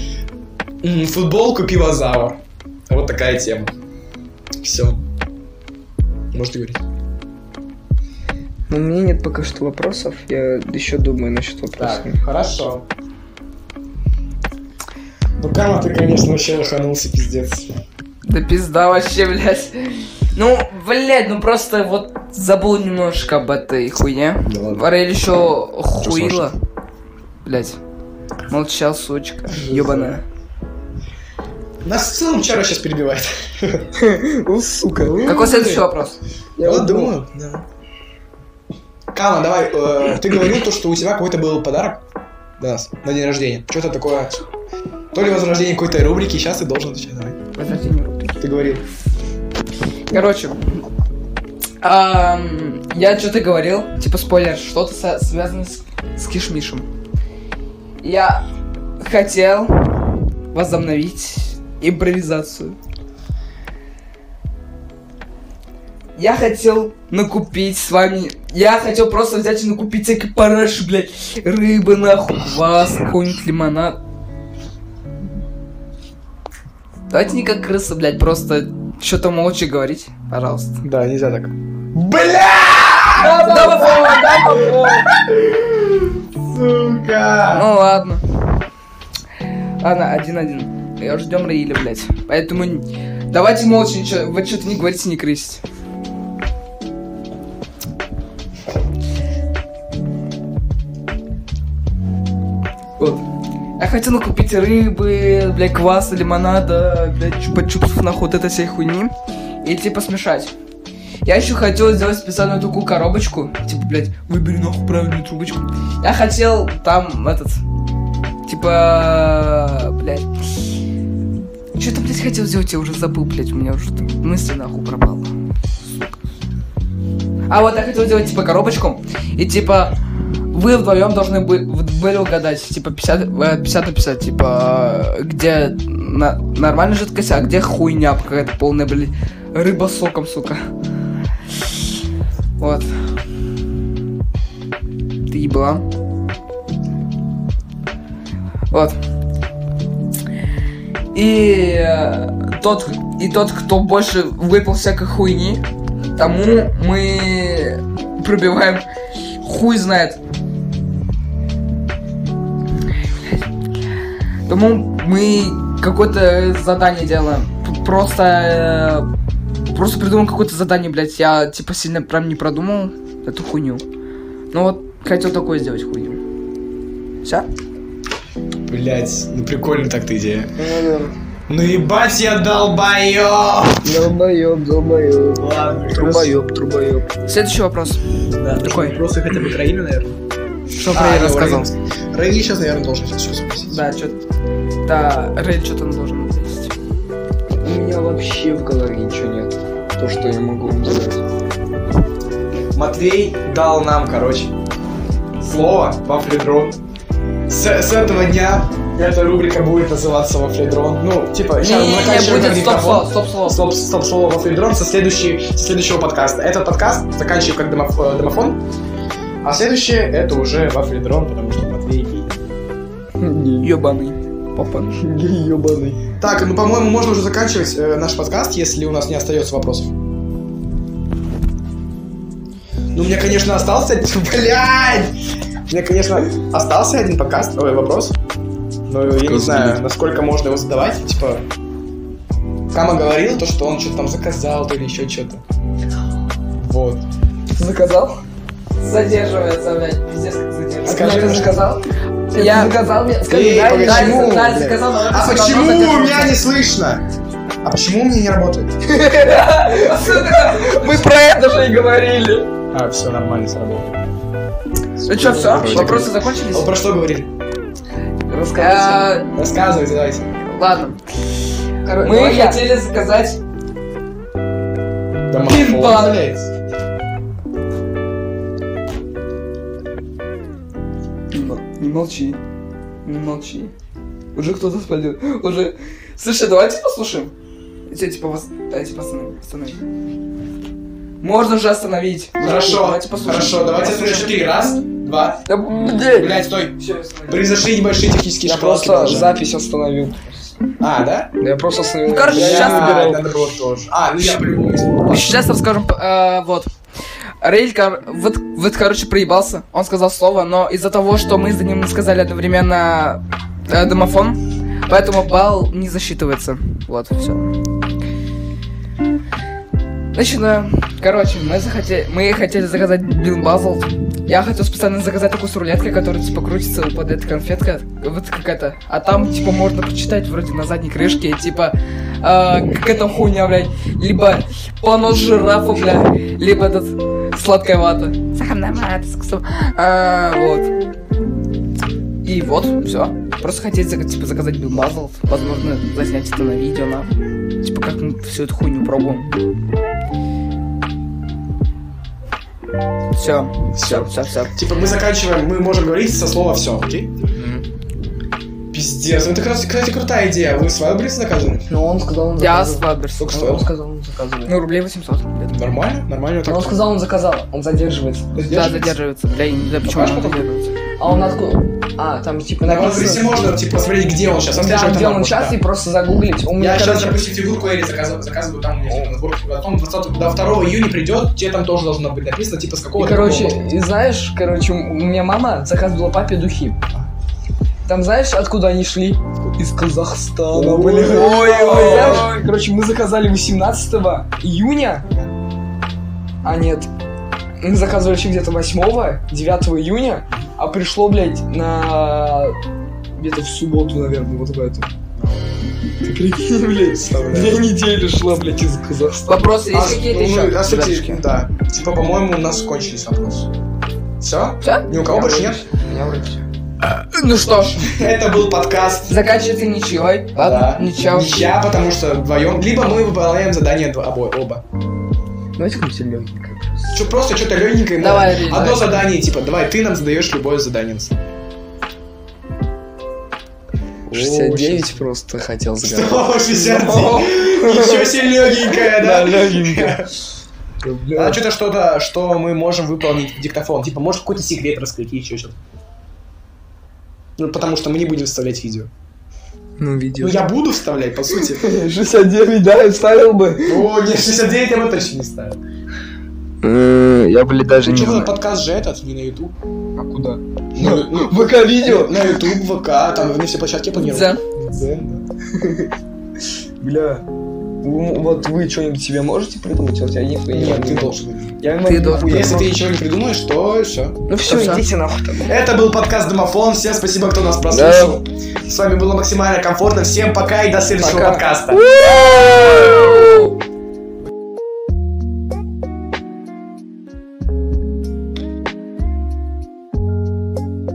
[SPEAKER 2] М, Футболку пивозавр. Вот такая тема. Все. Можете говорить.
[SPEAKER 4] Ну, у меня нет пока что вопросов. Я еще думаю насчет вопросов.
[SPEAKER 2] хорошо. Ну, Кама, ты, конечно, вообще лоханулся, пиздец.
[SPEAKER 3] Да пизда вообще, блядь. Ну, блядь, ну просто вот забыл немножко об этой хуйне.
[SPEAKER 2] Да ладно.
[SPEAKER 3] Варель еще хуила.
[SPEAKER 2] слышно?
[SPEAKER 3] Блядь. Молчал, сучка. Ёбаная.
[SPEAKER 2] Нас в целом Чара сейчас перебивает.
[SPEAKER 4] О, сука.
[SPEAKER 3] Какой следующий вопрос?
[SPEAKER 2] Я вот думаю. Кама, давай, э, ты говорил то, что у тебя какой-то был подарок для нас на день рождения. Что-то такое... То ли возрождение какой-то рубрики, сейчас ты должен отвечать, давай.
[SPEAKER 3] Подожди, не руби.
[SPEAKER 2] Ты говорил.
[SPEAKER 3] Короче. ам, я что-то говорил, типа спойлер, что-то со- связано с, с кишмишем. Я хотел возобновить импровизацию. Я хотел накупить с вами... Я хотел просто взять и накупить всякие параши, блядь. Рыбы, нахуй, квас, какой-нибудь лимонад. Давайте не как крыса, блядь, просто что-то молча говорить, пожалуйста.
[SPEAKER 2] Да, нельзя так. Бля! Сука!
[SPEAKER 3] Ну ладно. Ладно, один-один. Я ждем Раиля, блядь. Поэтому н- давайте молча ничего. Вы что-то не говорите, не крысите. Я хотела купить рыбы, бля, кваса, лимонада, бля, чупа-чупсов, нахуй, вот это всей хуйни. И типа смешать. Я еще хотел сделать специальную такую коробочку. Типа, блядь, выбери нахуй правильную трубочку. Я хотел там этот. Типа. Блядь. Что-то, блядь, хотел сделать, я уже забыл, блядь, у меня уже там мысли нахуй пропала. Сука. А вот я хотел сделать, типа, коробочку. И типа. Вы вдвоем должны бы- вот были угадать, типа 50, э, 50 написать, типа э, где на- нормальная жидкость, а где хуйня какая-то полная, блядь, рыба с соком, сука. Вот. Ты ебала. Вот. И э, тот, и тот, кто больше выпил всякой хуйни, тому мы пробиваем хуй знает. Тому мы какое-то задание делаем. П- Просто э, Просто придумал какое-то задание, блядь. Я, типа, сильно прям не продумал эту хуйню. Ну вот, хотел такое сделать хуйню. Все?
[SPEAKER 2] Блять, ну прикольно так-то идея. Ну ебать я долбоёб!
[SPEAKER 5] Долбоёб, долбоёб.
[SPEAKER 2] Ладно,
[SPEAKER 5] Трубоёб, трубоёб.
[SPEAKER 3] Следующий вопрос.
[SPEAKER 2] Да,
[SPEAKER 3] Какой?
[SPEAKER 2] Вопросы хотя бы Раиме, наверное.
[SPEAKER 3] Что
[SPEAKER 2] А,
[SPEAKER 3] про Рэй рассказал?
[SPEAKER 2] Раиль сейчас, наверное, должен что-то спросить.
[SPEAKER 3] Да, что Да, Рэй что-то должен ответить.
[SPEAKER 5] У меня вообще в голове ничего нет. То, что я могу вам сказать.
[SPEAKER 2] Матвей дал нам, короче, слово «Вафледрон». С, с этого дня эта рубрика будет называться «Вафледрон». Ну, типа,
[SPEAKER 3] Не,
[SPEAKER 2] сейчас
[SPEAKER 3] не, не, будет стоп-слово, стоп-слово.
[SPEAKER 2] Стоп, стоп, слово «Вафледрон» со, следующей- со следующего подкаста. Этот подкаст заканчиваю как домоф- э, домофон, а следующее это уже «Вафледрон», потому что Матвей гей.
[SPEAKER 3] Ёбаный. Папа.
[SPEAKER 5] Ёбаный.
[SPEAKER 2] Так, ну, по-моему, можно уже заканчивать э, наш подкаст, если у нас не остается вопросов. Ну, у меня, конечно, остался один... Блядь! У меня, конечно, остался один подкаст, ой, вопрос. Но я не
[SPEAKER 4] Подкаст
[SPEAKER 2] знаю,
[SPEAKER 4] будет.
[SPEAKER 2] насколько можно его задавать. Типа, Кама говорил то, что он что-то там заказал, то ли еще что-то. Вот.
[SPEAKER 5] Заказал?
[SPEAKER 3] Задерживается, блядь, пиздец, как задерживается.
[SPEAKER 2] Скажи,
[SPEAKER 5] ты заказал?
[SPEAKER 3] Я-
[SPEAKER 5] Ты заказал мне?
[SPEAKER 2] Эй,
[SPEAKER 5] Скажи, дай, дай,
[SPEAKER 2] почему,
[SPEAKER 3] да,
[SPEAKER 2] блядь?
[SPEAKER 3] заказал, но
[SPEAKER 2] А
[SPEAKER 3] это всё
[SPEAKER 2] почему
[SPEAKER 3] равно
[SPEAKER 2] у
[SPEAKER 3] заказал.
[SPEAKER 2] меня не слышно? А почему у меня не работает?
[SPEAKER 5] Мы про это же и говорили.
[SPEAKER 2] А, все нормально, сработало.
[SPEAKER 3] Ну что, все?
[SPEAKER 4] Вроде
[SPEAKER 3] Вопросы
[SPEAKER 4] как.
[SPEAKER 3] закончились?
[SPEAKER 2] А Про что говорили?
[SPEAKER 5] Расскажи.
[SPEAKER 3] Э,
[SPEAKER 2] Рассказывайте, давайте.
[SPEAKER 3] Ладно.
[SPEAKER 5] Короче,
[SPEAKER 3] Мы
[SPEAKER 5] давай я.
[SPEAKER 3] хотели заказать
[SPEAKER 2] Домофон,
[SPEAKER 3] Пин-пан.
[SPEAKER 2] блядь.
[SPEAKER 5] Типа, Не молчи. Не молчи. Уже кто-то спадет. Уже. Слушай, давайте послушаем.
[SPEAKER 3] Все, типа, вас... Давайте, пацаны, остановим. Можно же остановить.
[SPEAKER 2] Хорошо,
[SPEAKER 3] Давайте послушаем.
[SPEAKER 2] хорошо, давайте отсюда три. Раз, два.
[SPEAKER 5] Да, блядь.
[SPEAKER 2] Блять, стой.
[SPEAKER 3] Все, остановим.
[SPEAKER 2] Произошли небольшие технические
[SPEAKER 5] Я
[SPEAKER 2] школы.
[SPEAKER 5] просто запись остановил.
[SPEAKER 2] А, да?
[SPEAKER 5] Я просто остановил.
[SPEAKER 3] Ну, короче,
[SPEAKER 2] Я
[SPEAKER 3] Сейчас-
[SPEAKER 2] выбирать надо было тоже. А, ну я придумал.
[SPEAKER 3] Сейчас расскажем, э, вот. Рейль, кор- вот, вот, короче, проебался. Он сказал слово, но из-за того, что мы за ним сказали одновременно э, домофон, поэтому балл не засчитывается. Вот, все. Начинаем. Короче, мы захотели, мы хотели заказать Бил Базл. Я хотел специально заказать такую с рулеткой, которая типа крутится под эта конфетка, вот какая-то. А там типа можно почитать вроде на задней крышке, типа э, какая-то хуйня, блядь, либо понос жирафа, блядь, либо этот сладкая вата. Сахарная вата, с ксу- А, вот. И вот, все. Просто хотели зак- типа, заказать Бил Базл, возможно, заснять это на видео, на типа как мы всю эту хуйню пробуем. Все, все, все, все.
[SPEAKER 2] Типа мы заканчиваем, мы можем говорить со слова все, окей? Пиздец, ну это, кстати, кстати, крутая идея. Вы свою блиц заказаны?
[SPEAKER 5] Но Ну, он сказал, он
[SPEAKER 3] Я
[SPEAKER 5] заказывает. Ну,
[SPEAKER 3] слаберс.
[SPEAKER 2] Только
[SPEAKER 5] Он
[SPEAKER 2] что.
[SPEAKER 5] сказал, он заказывает.
[SPEAKER 3] Ну, рублей 800. где-то.
[SPEAKER 2] Нормально? Нормально
[SPEAKER 5] Но
[SPEAKER 2] так.
[SPEAKER 5] он сказал, он заказал. Он задерживается.
[SPEAKER 3] Да, задерживается. Бля, я не знаю, почему
[SPEAKER 2] Покажешь
[SPEAKER 3] он
[SPEAKER 2] потом?
[SPEAKER 3] задерживается.
[SPEAKER 5] А он откуда? А, там типа
[SPEAKER 2] На блице
[SPEAKER 5] написано.
[SPEAKER 2] Ну, можно, типа, посмотреть, где он сейчас.
[SPEAKER 5] Да, где он сейчас, и просто загуглить. У меня,
[SPEAKER 2] Я сейчас,
[SPEAKER 5] короче,
[SPEAKER 2] допустим, фигурку Эри заказываю, заказываю там, не знаю, на сборке. Потом 20 до 2 июня придет, тебе там тоже должно быть написано, типа, с
[SPEAKER 5] И,
[SPEAKER 2] какого
[SPEAKER 5] короче,
[SPEAKER 2] года.
[SPEAKER 5] и знаешь, короче, у меня мама заказывала папе духи. Там знаешь, откуда они шли? Из Казахстана, блин.
[SPEAKER 3] Ой-ой-ой.
[SPEAKER 5] Знаешь, короче, мы заказали 18 июня. А нет, мы заказывали еще где-то 8, 9 июня, а пришло, блядь, на где-то в субботу, наверное, вот в эту.
[SPEAKER 2] Ты прикинь, блядь, вставляешь. А,
[SPEAKER 5] Две недели шла, блядь, из Казахстана.
[SPEAKER 3] Вопросы есть какие-то
[SPEAKER 2] ну,
[SPEAKER 3] еще?
[SPEAKER 2] а, кстати,
[SPEAKER 3] ребятушки?
[SPEAKER 2] да. Типа, по-моему, у нас кончились вопросы. Все?
[SPEAKER 3] Всё?
[SPEAKER 2] Ни у кого больше нет?
[SPEAKER 4] Я вроде всё.
[SPEAKER 3] Ну что ж,
[SPEAKER 2] Это был подкаст.
[SPEAKER 3] заканчивается ничьей. Ладно,
[SPEAKER 2] Да.
[SPEAKER 3] ничья.
[SPEAKER 2] Я, потому что вдвоем. Либо мы выполняем задание дво- обо- оба.
[SPEAKER 4] Давайте как-нибудь легенько.
[SPEAKER 2] Чё, просто что-то легенькое.
[SPEAKER 3] Давай, Рей,
[SPEAKER 2] Одно
[SPEAKER 3] давай.
[SPEAKER 2] задание, типа, давай, ты нам задаешь любое задание.
[SPEAKER 4] 69 просто хотел загадать.
[SPEAKER 2] 169. Еще сильненькое, да?
[SPEAKER 5] легенько.
[SPEAKER 2] А что-то что-то, что мы можем выполнить в диктофон. Типа, может, какой-то секрет раскрыть или еще что-то. Ну, потому что мы не будем вставлять видео.
[SPEAKER 4] Ну,
[SPEAKER 2] Ну,
[SPEAKER 4] видео.
[SPEAKER 2] я буду вставлять, по сути.
[SPEAKER 5] 69, да, я вставил бы.
[SPEAKER 2] О, нет, 69 я бы точно не ставил.
[SPEAKER 4] Э, Я, блин, даже
[SPEAKER 2] Ну,
[SPEAKER 4] не
[SPEAKER 2] что,
[SPEAKER 4] знаю.
[SPEAKER 2] подкаст же этот, не на YouTube.
[SPEAKER 5] А куда?
[SPEAKER 2] Ну, ну,
[SPEAKER 5] ВК-видео.
[SPEAKER 2] На YouTube, ВК, там на все площадки планируют.
[SPEAKER 3] Дзен.
[SPEAKER 2] Дзен,
[SPEAKER 5] Бля, вы- вот вы что-нибудь себе можете придумать? Вот я
[SPEAKER 2] да.
[SPEAKER 5] нихуя не
[SPEAKER 2] Нет, ты
[SPEAKER 5] придумал.
[SPEAKER 2] должен.
[SPEAKER 5] Я
[SPEAKER 3] Ты должен.
[SPEAKER 2] Если ты ничего не придумаешь, то все.
[SPEAKER 5] Ну все,
[SPEAKER 3] всё.
[SPEAKER 5] идите нахуй.
[SPEAKER 2] Это был подкаст Домофон. Всем спасибо, кто нас прослушал. С вами было максимально комфортно. Всем пока и до следующего
[SPEAKER 5] Пока.
[SPEAKER 2] подкаста.
[SPEAKER 3] Woo!